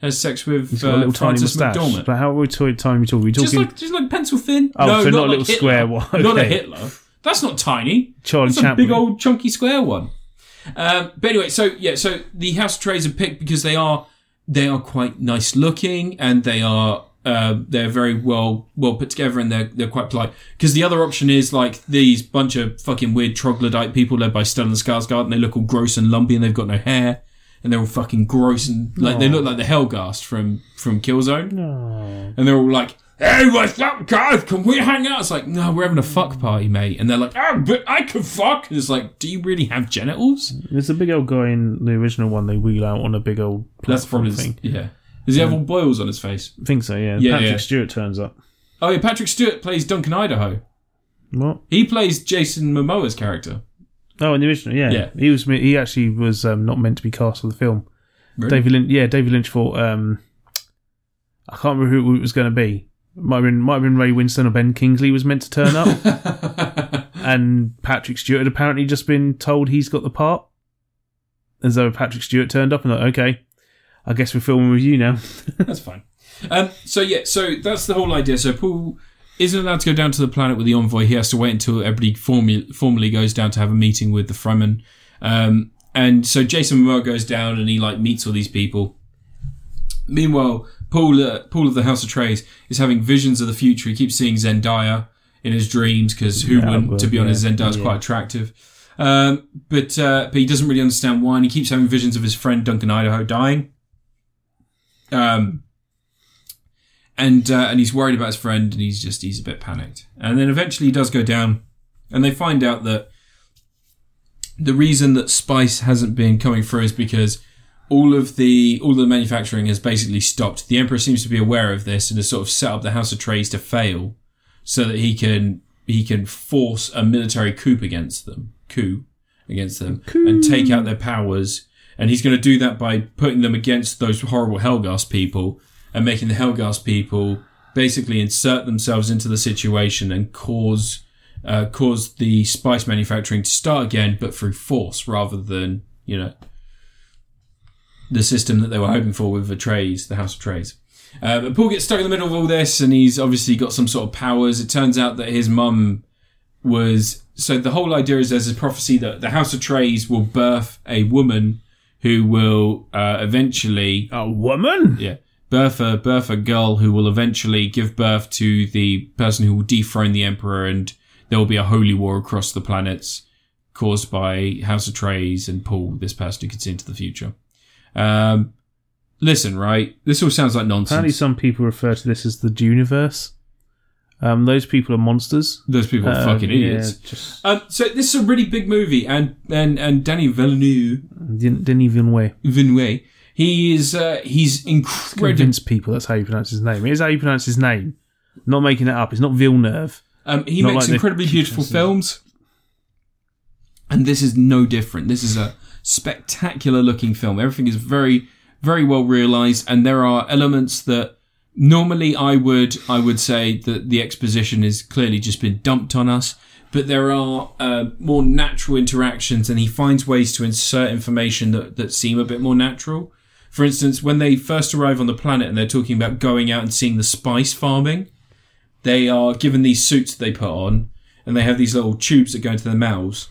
Speaker 1: has sex with
Speaker 2: He's got a
Speaker 1: uh,
Speaker 2: little tiny
Speaker 1: Francis
Speaker 2: moustache.
Speaker 1: McDormand.
Speaker 2: But how are we t- time are we talking? We're
Speaker 1: Just
Speaker 2: talking
Speaker 1: like, just like pencil thin.
Speaker 2: Oh, so not a little
Speaker 1: Hitler.
Speaker 2: square one.
Speaker 1: Not a
Speaker 2: Okay.
Speaker 1: Hitler. That's not tiny.
Speaker 2: Charlie
Speaker 1: That's a
Speaker 2: Chaplin.
Speaker 1: big old chunky square one. Um, but anyway, so yeah, so the house trays are picked because they are they are quite nice looking and they are uh, they're very well well put together and they're they're quite polite. Because the other option is like these bunch of fucking weird troglodyte people led by Stellan Skarsgård and they look all gross and lumpy and they've got no hair and they're all fucking gross and like they look like the Hellgast from from Killzone. And they're all like, "Hey, what's up, guys? Can we hang out?" It's like, "No, we're having a fuck party, mate." And they're like, "Oh, but I can fuck." And it's like, "Do you really have genitals?"
Speaker 2: There's a big old guy in the original one they wheel out on a big old
Speaker 1: That's
Speaker 2: platform
Speaker 1: probably
Speaker 2: thing.
Speaker 1: yeah. Does he have all boils on his face?
Speaker 2: I think so, yeah.
Speaker 1: Yeah,
Speaker 2: Patrick
Speaker 1: yeah.
Speaker 2: Stewart turns up.
Speaker 1: Oh yeah, Patrick Stewart plays Duncan Idaho.
Speaker 2: What?
Speaker 1: He plays Jason Momoa's character.
Speaker 2: Oh, in the original, yeah.
Speaker 1: Yeah.
Speaker 2: He was he actually was um, not meant to be cast for the film.
Speaker 1: Really?
Speaker 2: David Lynch, yeah, David Lynch thought um, I can't remember who it was going to be. Might have, been, might have been Ray Winston or Ben Kingsley was meant to turn up, and Patrick Stewart had apparently just been told he's got the part. As though Patrick Stewart turned up and like, okay, I guess we're filming with you now.
Speaker 1: That's fine. Um, so yeah, so that's the whole idea. So Paul isn't allowed to go down to the planet with the envoy. He has to wait until everybody formally, formally goes down to have a meeting with the Fremen. Um, and so Jason Momoa goes down and he like meets all these people. Meanwhile, Paul uh, Paul of the House of Trades is having visions of the future. He keeps seeing Zendaya in his dreams because who wouldn't?
Speaker 2: well,
Speaker 1: to be honest,
Speaker 2: yeah,
Speaker 1: Zendaya's quite attractive. Um, but uh, but he doesn't really understand why, and he keeps having visions of his friend Duncan Idaho dying. Um, and uh, and he's worried about his friend, and he's just he's a bit panicked. And then eventually he does go down, and they find out that the reason that spice hasn't been coming through is because all of the all the manufacturing has basically stopped. The emperor seems to be aware of this and has sort of set up the House of Trades to fail, so that he can he can force a military coup against them, coup against them, and take out their powers. And he's going to do that by putting them against those horrible Helgas people and making the Helgas people basically insert themselves into the situation and cause uh, cause the spice manufacturing to start again, but through force rather than you know the system that they were hoping for with the trays, the House of Trays. Uh, but Paul gets stuck in the middle of all this, and he's obviously got some sort of powers. It turns out that his mum was so the whole idea is there's a prophecy that the House of Trays will birth a woman who will uh, eventually
Speaker 2: A woman?
Speaker 1: yeah birth a birth a girl who will eventually give birth to the person who will dethrone the emperor, and there will be a holy war across the planets caused by House of Trays and Paul, this person who can see into the future. Um, listen, right? This all sounds like nonsense.
Speaker 2: Apparently, some people refer to this as the Duniverse. Um, those people are monsters.
Speaker 1: Those people are
Speaker 2: Um,
Speaker 1: fucking
Speaker 2: yeah,
Speaker 1: idiots.
Speaker 2: just-
Speaker 1: Um, so this is a really big movie, and and and Danny Villeneuve,
Speaker 2: didn't, didn't even weigh.
Speaker 1: Villeneuve he is uh, he's incredible.
Speaker 2: Convince people that's how you pronounce his name. It is how you pronounce his name. not making it up. It's not Villeneuve.
Speaker 1: Um, he
Speaker 2: Not
Speaker 1: makes
Speaker 2: like the
Speaker 1: incredibly beautiful
Speaker 2: Keatons, yeah.
Speaker 1: films, and this is no different. This is a spectacular looking film. Everything is very, very well realized, and there are elements that normally I would I would say that the exposition has clearly just been dumped on us. But there are uh, more natural interactions, and he finds ways to insert information that, that seem a bit more natural. For instance, when they first arrive on the planet and they're talking about going out and seeing the spice farming, they are given these suits that they put on, and they have these little tubes that go into their mouths.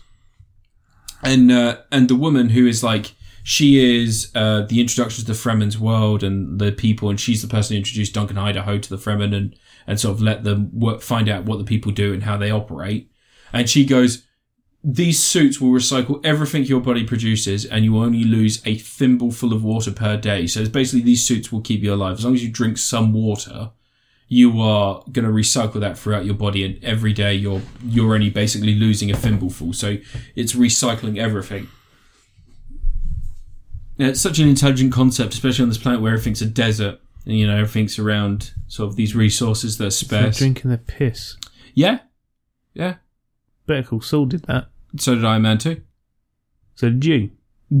Speaker 1: And uh, and the woman who is like she is uh, the introduction to the Fremen's world and the people, and she's the person who introduced Duncan Idaho to the Fremen and and sort of let them work, find out what the people do and how they operate. And she goes, these suits will recycle everything your body produces, and you only lose a thimble full of water per day. So it's basically these suits will keep you alive as long as you drink some water you are going to recycle that throughout your body and every day you're you're only basically losing a thimbleful so it's recycling everything yeah, it's such an intelligent concept especially on this planet where everything's a desert and you know everything's around sort of these resources that are
Speaker 2: They're
Speaker 1: sparse
Speaker 2: drinking their piss.
Speaker 1: yeah yeah
Speaker 2: Better Call Saul did that.
Speaker 1: so did i man too
Speaker 2: So did you.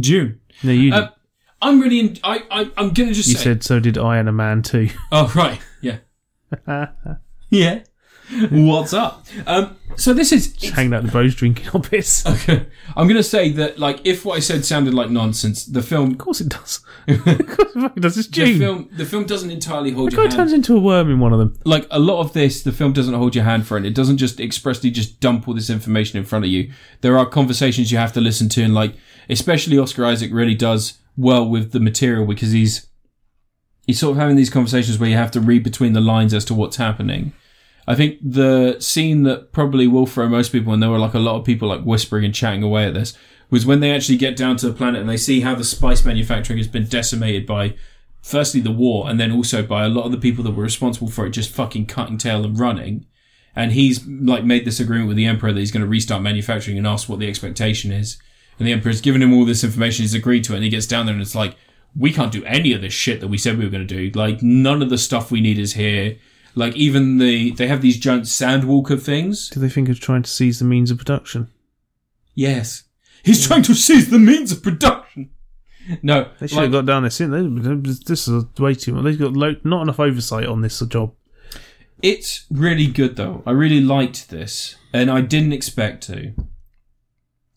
Speaker 1: june
Speaker 2: No, you did.
Speaker 1: uh, i'm really in, I, I i'm gonna just
Speaker 2: you
Speaker 1: say
Speaker 2: said so did I and a man too.
Speaker 1: Oh right, yeah, yeah. What's up? Um, so this is.
Speaker 2: Just hanging out the bows drinking our piss. Of
Speaker 1: Okay. I'm gonna say that like if what I said sounded like nonsense, the film,
Speaker 2: course it does. of course it fucking does. It's
Speaker 1: the
Speaker 2: June.
Speaker 1: film, the film doesn't entirely hold
Speaker 2: the
Speaker 1: your
Speaker 2: guy
Speaker 1: hand.
Speaker 2: turns into a worm in one of them.
Speaker 1: Like a lot of this, the film doesn't hold your hand for it. It doesn't just expressly just dump all this information in front of you. There are conversations you have to listen to, and like especially Oscar Isaac really does well with the material because he's he's sort of having these conversations where you have to read between the lines as to what's happening. I think the scene that probably will throw most people, and there were like a lot of people like whispering and chatting away at this, was when they actually get down to the planet and they see how the spice manufacturing has been decimated by, firstly the war, and then also by a lot of the people that were responsible for it just fucking cutting tail and running. And he's like made this agreement with the emperor that he's going to restart manufacturing and ask what the expectation is. And the emperor's given him all this information. He's agreed to it, and he gets down there and it's like, we can't do any of this shit that we said we were going to do. Like none of the stuff we need is here. Like even the they have these giant sandwalker things.
Speaker 2: Do they think of trying to seize the means of production?
Speaker 1: Yes. He's trying to seize the means of production. No,
Speaker 2: They should
Speaker 1: like,
Speaker 2: have got down there soon. They- This is way too much. They've got lo- not enough oversight on this job.
Speaker 1: it's really good though. I really liked this, and I didn't expect to.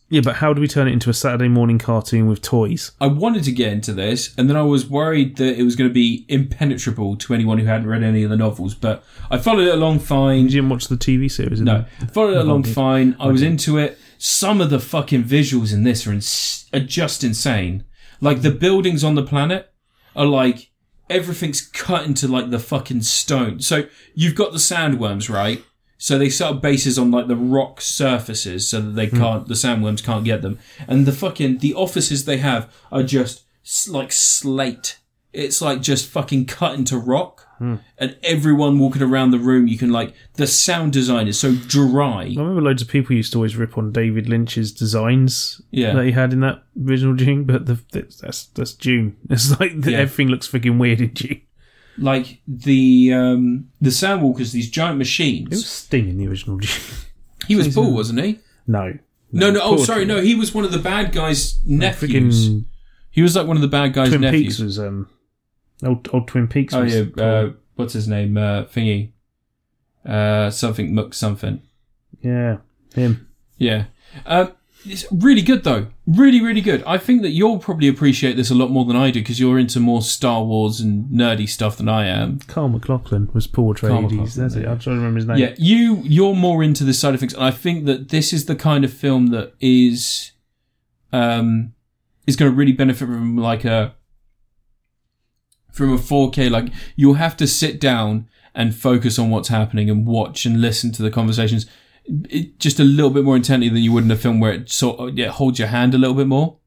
Speaker 2: Yeah, but how do we turn it into a Saturday morning cartoon with toys?
Speaker 1: I wanted to get into this, and then I was worried that it was going to be impenetrable to anyone who hadn't read any of the novels. But I followed it along
Speaker 2: You
Speaker 1: fine.
Speaker 2: didn't watch the TV series, did
Speaker 1: No,
Speaker 2: you?
Speaker 1: I followed it along fine. I was into it. Some of the fucking visuals in this are, ins- are just insane. Like the buildings on the planet are like everything's cut into like the fucking stone. So you've got the sandworms, right? So they set up bases on like the rock surfaces so that they
Speaker 2: Hmm.
Speaker 1: can't, the sandworms can't get them. And the fucking, the offices they have are just s- like slate. It's like just fucking cut into rock.
Speaker 2: Hmm.
Speaker 1: And everyone walking around the room, you can like, the sound design is so dry.
Speaker 2: I remember loads of people used to always rip on David Lynch's designs
Speaker 1: Yeah.
Speaker 2: that he had in that original June, but the, that's that's- that's June. It's like the,
Speaker 1: Yeah.
Speaker 2: everything looks fucking weird in June.
Speaker 1: Like the, um, the sandwalkers, these giant
Speaker 2: It was
Speaker 1: machines.
Speaker 2: Sting in the original June.
Speaker 1: He was Paul, wasn't he?
Speaker 2: No.
Speaker 1: No, no, oh,
Speaker 2: Paul-
Speaker 1: sorry, no, he was one of the bad guys' nephews.
Speaker 2: Freaking
Speaker 1: He was like one of the bad guys'
Speaker 2: Twin
Speaker 1: nephews.
Speaker 2: Peaks was um old old Twin Peaks.
Speaker 1: Oh
Speaker 2: was
Speaker 1: yeah, uh, what's his name? Uh, thingy, uh, something Mook something.
Speaker 2: yeah, him.
Speaker 1: Yeah. Um, It's really good though. Really, really good. I think that you'll probably appreciate this a lot more than I do because you're into more Star Wars and nerdy stuff than I am.
Speaker 2: Carl McLaughlin was portrayed.
Speaker 1: Carl
Speaker 2: He's- That's
Speaker 1: McLaughlin,
Speaker 2: it. I'm trying to remember his name.
Speaker 1: Yeah, you you're more into this side of things, and I think that this is the kind of film that is, um, is going to really benefit from like a from a 4K. Like you'll have to sit down and focus on what's happening and watch and listen to the conversations, it, just a little bit more intently than you would in a film where it sort of yeah, holds your hand a little bit more.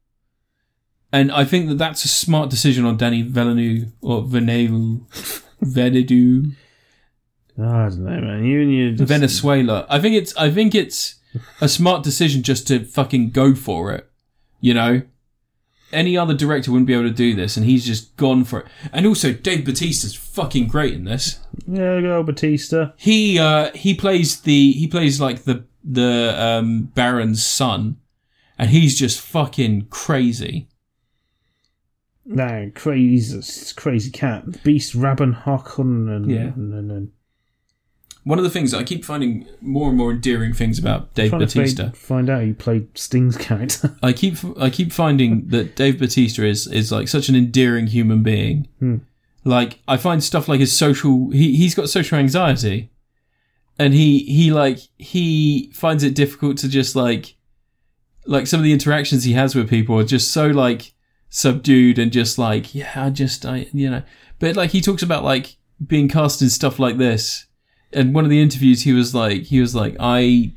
Speaker 1: And I think that that's a smart decision on Danny Villeneuve or Villeneuve, Villeneuve.
Speaker 2: Ah, I don't know, man. You and you. Just,
Speaker 1: Venezuela. I think it's I think it's a smart decision just to fucking go for it. You know? Any other director wouldn't be able to do this, and he's just gone for it. And also, Dave Batista's fucking great in this.
Speaker 2: Yeah, go Batista.
Speaker 1: He uh, he plays the he plays like the the um, Baron's son, and he's just fucking crazy.
Speaker 2: No, crazy, crazy cat. Beast Rabban Hakon and,
Speaker 1: Yeah.
Speaker 2: and, and, and
Speaker 1: One of the things that I keep finding more and more endearing things about Dave
Speaker 2: trying to
Speaker 1: Batista.
Speaker 2: find, find out who played Sting's character.
Speaker 1: I keep I keep finding that Dave Batista is is like such an endearing human being.
Speaker 2: Hmm.
Speaker 1: Like I find stuff like his social he he's got social anxiety, and he he like he finds it difficult to just like like some of the interactions he has with people are just so like subdued and just like yeah I just I you know but like he talks about like being cast in stuff like this and one of the interviews he was like he was like I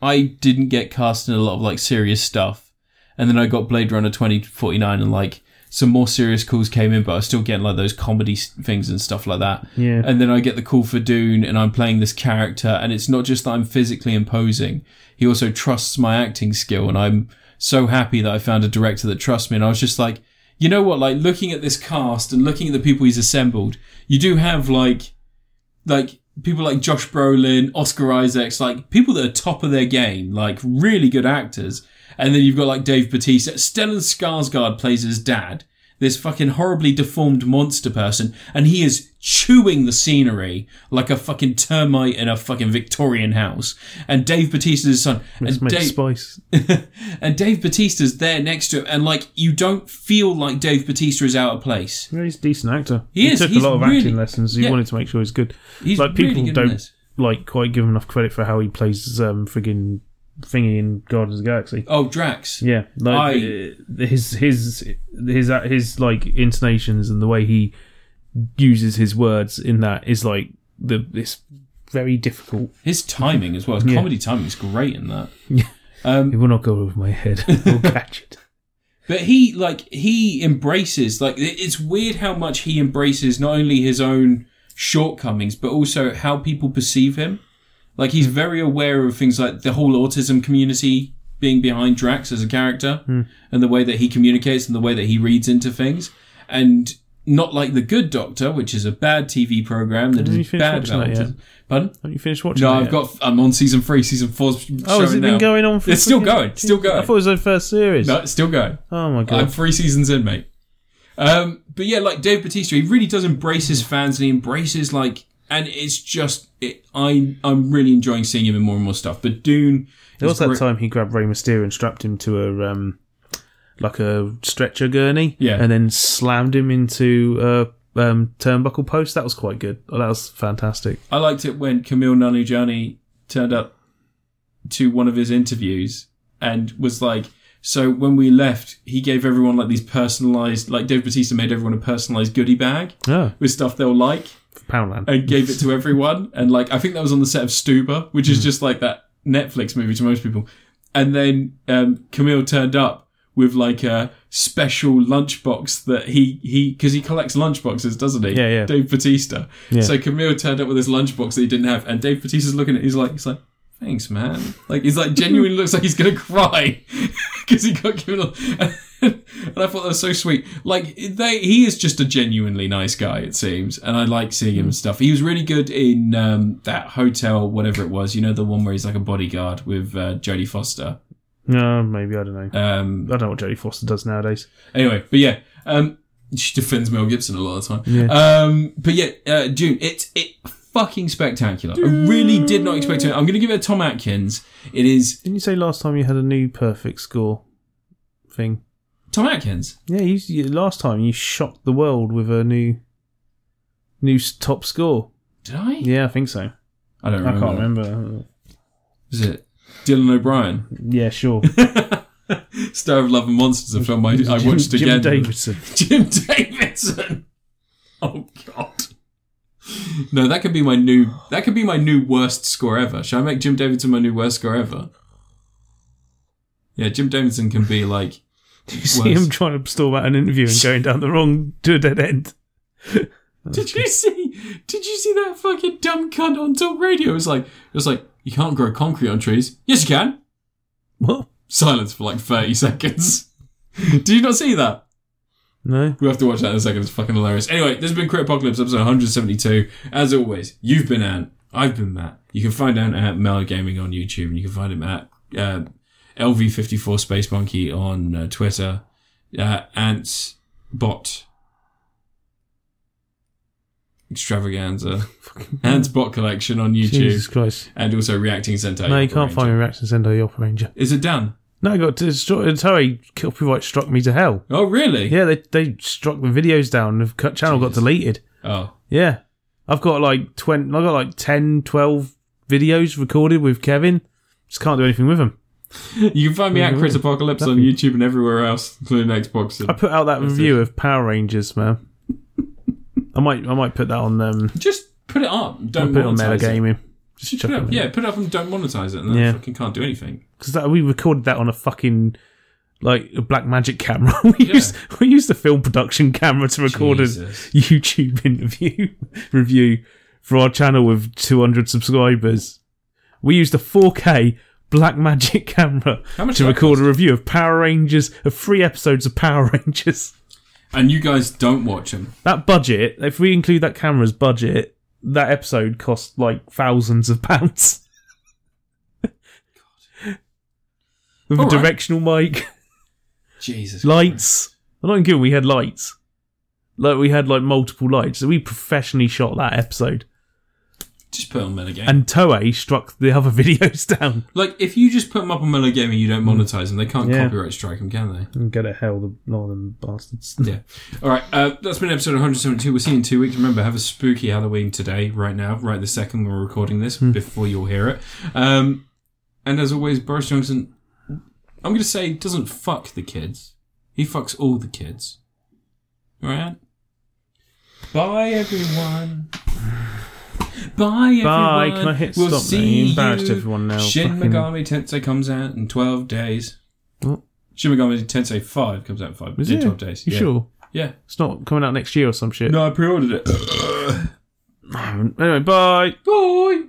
Speaker 1: I didn't get cast in a lot of like serious stuff, and then I got Blade Runner twenty forty nine, and like some more serious calls came in, but I was still getting like those comedy s- things and stuff like that.
Speaker 2: Yeah.
Speaker 1: And then I get the call for Dune, and I'm playing this character, and it's not just that I'm physically imposing. He also trusts my acting skill, and I'm so happy that I found a director that trusts me. And I was just like, you know what? Like looking at this cast and looking at the people he's assembled, you do have like like people like Josh Brolin, Oscar Isaacs, like people that are top of their game, like really good actors. And then you've got like Dave Bautista. Stellan Skarsgård plays his dad, this fucking horribly deformed monster person, and he is chewing the scenery like a fucking termite in a fucking Victorian house. And Dave Bautista's his son.
Speaker 2: Let's
Speaker 1: and
Speaker 2: make
Speaker 1: Dave,
Speaker 2: spice.
Speaker 1: and Dave Batista's there next to him, and like you don't feel like Dave Batista is out of place.
Speaker 2: Yeah, he's a decent actor.
Speaker 1: He is,
Speaker 2: took
Speaker 1: he's
Speaker 2: a lot of
Speaker 1: really-
Speaker 2: acting lessons. He
Speaker 1: yeah.
Speaker 2: wanted to make sure he's good.
Speaker 1: He's
Speaker 2: like people
Speaker 1: really good in
Speaker 2: don't
Speaker 1: this.
Speaker 2: like quite give him enough credit for how he plays um friggin' thingy in Guardians of the Galaxy.
Speaker 1: Oh, Drax.
Speaker 2: Yeah, like uh, his his his uh, his like intonations and the way he uses his words in that is like the it's very difficult.
Speaker 1: His timing as well. His
Speaker 2: Yeah.
Speaker 1: comedy timing is great in that.
Speaker 2: Yeah.
Speaker 1: Um,
Speaker 2: It will not go over my head. I'll catch it.
Speaker 1: But he like he embraces like it- it's weird how much he embraces not only his own shortcomings but also how people perceive him. Like he's very aware of things like the whole autism community being behind Drax as a character
Speaker 2: Hmm.
Speaker 1: and the way that he communicates and the way that he reads into things and not like the Good Doctor, which is a bad TV program that
Speaker 2: Haven't you
Speaker 1: is
Speaker 2: finished
Speaker 1: bad
Speaker 2: watching
Speaker 1: about
Speaker 2: that yet?
Speaker 1: autism. Pardon?
Speaker 2: Have you finished watching?
Speaker 1: No,
Speaker 2: that
Speaker 1: I've
Speaker 2: yet?
Speaker 1: got. I'm on season three. Season four's
Speaker 2: Oh, has
Speaker 1: showing
Speaker 2: it been
Speaker 1: now.
Speaker 2: going on? For
Speaker 1: It's still
Speaker 2: friggin-
Speaker 1: going. It's still going.
Speaker 2: I thought it was the first series.
Speaker 1: No, it's still going.
Speaker 2: Oh my god!
Speaker 1: I'm three seasons in, mate. Um, but yeah, like Dave Batista, he really does embrace his fans and he embraces like, and it's just, it, I, I'm really enjoying seeing him in more and more stuff. But Dune,
Speaker 2: There was
Speaker 1: is
Speaker 2: that
Speaker 1: great-
Speaker 2: time he grabbed Rey Mysterio and strapped him to a um, like a stretcher gurney,
Speaker 1: Yeah.
Speaker 2: and then slammed him into a um, turnbuckle post. That was quite good. That was fantastic.
Speaker 1: I liked it when Camille Nanujani turned up to one of his interviews and was like, so when we left, he gave everyone like these personalized, like Dave Batista made everyone a personalized goodie bag
Speaker 2: Oh,
Speaker 1: with stuff they'll like.
Speaker 2: Poundland.
Speaker 1: and gave it to everyone. And like, I think that was on the set of Stuber, which is just like that Netflix movie to most people. And then um, Camille turned up with like a special lunchbox that he he because he collects lunchboxes, doesn't he?
Speaker 2: Yeah, yeah.
Speaker 1: Dave Batista.
Speaker 2: Yeah.
Speaker 1: So Camille turned up with this lunchbox that he didn't have, and Dave Batista's looking at. It, he's like, he's like. Thanks, man. Like he's like genuinely looks like he's gonna cry because he got given. A, and I thought that was so sweet. Like they, he is just a genuinely nice guy. It seems, and I like seeing
Speaker 2: Mm.
Speaker 1: him and stuff. He was really good in um, that hotel, whatever it was. You know, the one where he's like a bodyguard with uh, Jodie Foster.
Speaker 2: No, Uh, maybe I don't know.
Speaker 1: Um,
Speaker 2: I don't know what Jodie Foster does nowadays.
Speaker 1: Anyway, but yeah, um, she defends Mel Gibson a lot of the time. Um, but yeah, uh, Dune, uh, it it fucking spectacular. I really did not expect it. I'm going to give it a Tom Atkins. It is
Speaker 2: Didn't you say last time you had a new perfect score thing?
Speaker 1: Tom Atkins.
Speaker 2: Yeah, you, you last time you shocked the world with a new new s- top score.
Speaker 1: Did I?
Speaker 2: Yeah, I think so.
Speaker 1: I don't
Speaker 2: I
Speaker 1: remember.
Speaker 2: can't remember.
Speaker 1: Is it Dylan O'Brien?
Speaker 2: Yeah, sure.
Speaker 1: Star of Love and Monsters. A film I, I watched
Speaker 2: Jim,
Speaker 1: again.
Speaker 2: Jim Davidson.
Speaker 1: Jim Davidson. Oh God. No, that could be my new. That could be my new worst score ever. Shall I make Jim Davidson my new worst score ever? Yeah, Jim Davidson can be like.
Speaker 2: You see him trying to stall out an interview and going down the wrong to a dead end.
Speaker 1: Did you see? Did you see that fucking dumb cunt on top radio? It was like, it was like you can't grow concrete on trees. Yes, you can.
Speaker 2: What?
Speaker 1: Silence for like thirty seconds. Did you not see that?
Speaker 2: No.
Speaker 1: We have to watch that in a second. It's fucking hilarious. Anyway, this has been Crit Apocalypse episode 172. As always, you've been Anne. I've been Matt. You can find Anne at Mel Gaming on YouTube, and you can find him at uh, LV54 Space Monkey on uh, Twitter. Uh, Ants Bot Extravaganza. Ants Bot Collection on YouTube.
Speaker 2: Jesus Christ.
Speaker 1: And also Reacting Sentai.
Speaker 2: No, you can't find me Rex and Sendo the Opera Ranger.
Speaker 1: Is it Dan?
Speaker 2: No, I got destroyed. Sorry, copyright struck me to hell.
Speaker 1: Oh, really?
Speaker 2: Yeah, they they struck the videos down. The cut channel got deleted.
Speaker 1: Oh.
Speaker 2: Yeah. I've got like 20, I've got like 10, 12 videos recorded with Kevin. Just can't do anything with them.
Speaker 1: You can find me at
Speaker 2: Mm-hmm.
Speaker 1: Crit Apocalypse on YouTube and everywhere else, including Xbox.
Speaker 2: I put out that review of Power Rangers, man. I might I might put that on um
Speaker 1: Just put it up. Don't
Speaker 2: put it on
Speaker 1: monetize it.
Speaker 2: Metagaming. Just
Speaker 1: Just put
Speaker 2: chuck
Speaker 1: it
Speaker 2: it
Speaker 1: up.
Speaker 2: in.
Speaker 1: Yeah, put it up and don't monetize it, and then
Speaker 2: Yeah.
Speaker 1: I fucking can't do anything.
Speaker 2: because that we recorded that on a fucking like a black magic camera. we used we used the film production camera to record a
Speaker 1: Jesus.
Speaker 2: YouTube interview review for our channel with 200 subscribers. We used a 4K black magic camera
Speaker 1: How much
Speaker 2: to
Speaker 1: did that
Speaker 2: record a review of Power Rangers of three episodes of Power Rangers.
Speaker 1: And you guys don't watch them.
Speaker 2: That budget, if we include that camera's budget, that episode cost like thousands of pounds. With
Speaker 1: All
Speaker 2: a
Speaker 1: right.
Speaker 2: directional mic.
Speaker 1: Jesus.
Speaker 2: lights. I'm not kidding. We had lights. Like we had like multiple lights. So we professionally shot that episode.
Speaker 1: Just put it on Metagame.
Speaker 2: And Toei struck the other videos down.
Speaker 1: like, if you just put them up on Metagame and you don't monetize them, they can't
Speaker 2: Yeah.
Speaker 1: copyright strike them, can they?
Speaker 2: And go to hell, the northern bastards.
Speaker 1: Yeah. All right. Uh, that's been episode 172. We'll see you in two weeks. Remember, have a spooky Halloween today, right now, right the second we're recording this,
Speaker 2: Hmm.
Speaker 1: before you'll hear it. Um, and as always, Boris Johnson, I'm going to say, doesn't fuck the kids. He fucks all the kids. All right? Bye, everyone. Bye, everyone.
Speaker 2: Bye. Can I hit
Speaker 1: we'll
Speaker 2: stop now?
Speaker 1: See
Speaker 2: You embarrassed
Speaker 1: you.
Speaker 2: everyone now.
Speaker 1: Shin
Speaker 2: Fucking-
Speaker 1: Megami Tensei comes out in 12 days.
Speaker 2: What?
Speaker 1: Shin Megami Tensei 5 comes out in, five,
Speaker 2: Is
Speaker 1: in
Speaker 2: it?
Speaker 1: 12 days.
Speaker 2: You
Speaker 1: yeah.
Speaker 2: sure?
Speaker 1: Yeah.
Speaker 2: It's not coming out next year or some shit.
Speaker 1: No, I pre-ordered it.
Speaker 2: Anyway, bye.
Speaker 1: Bye.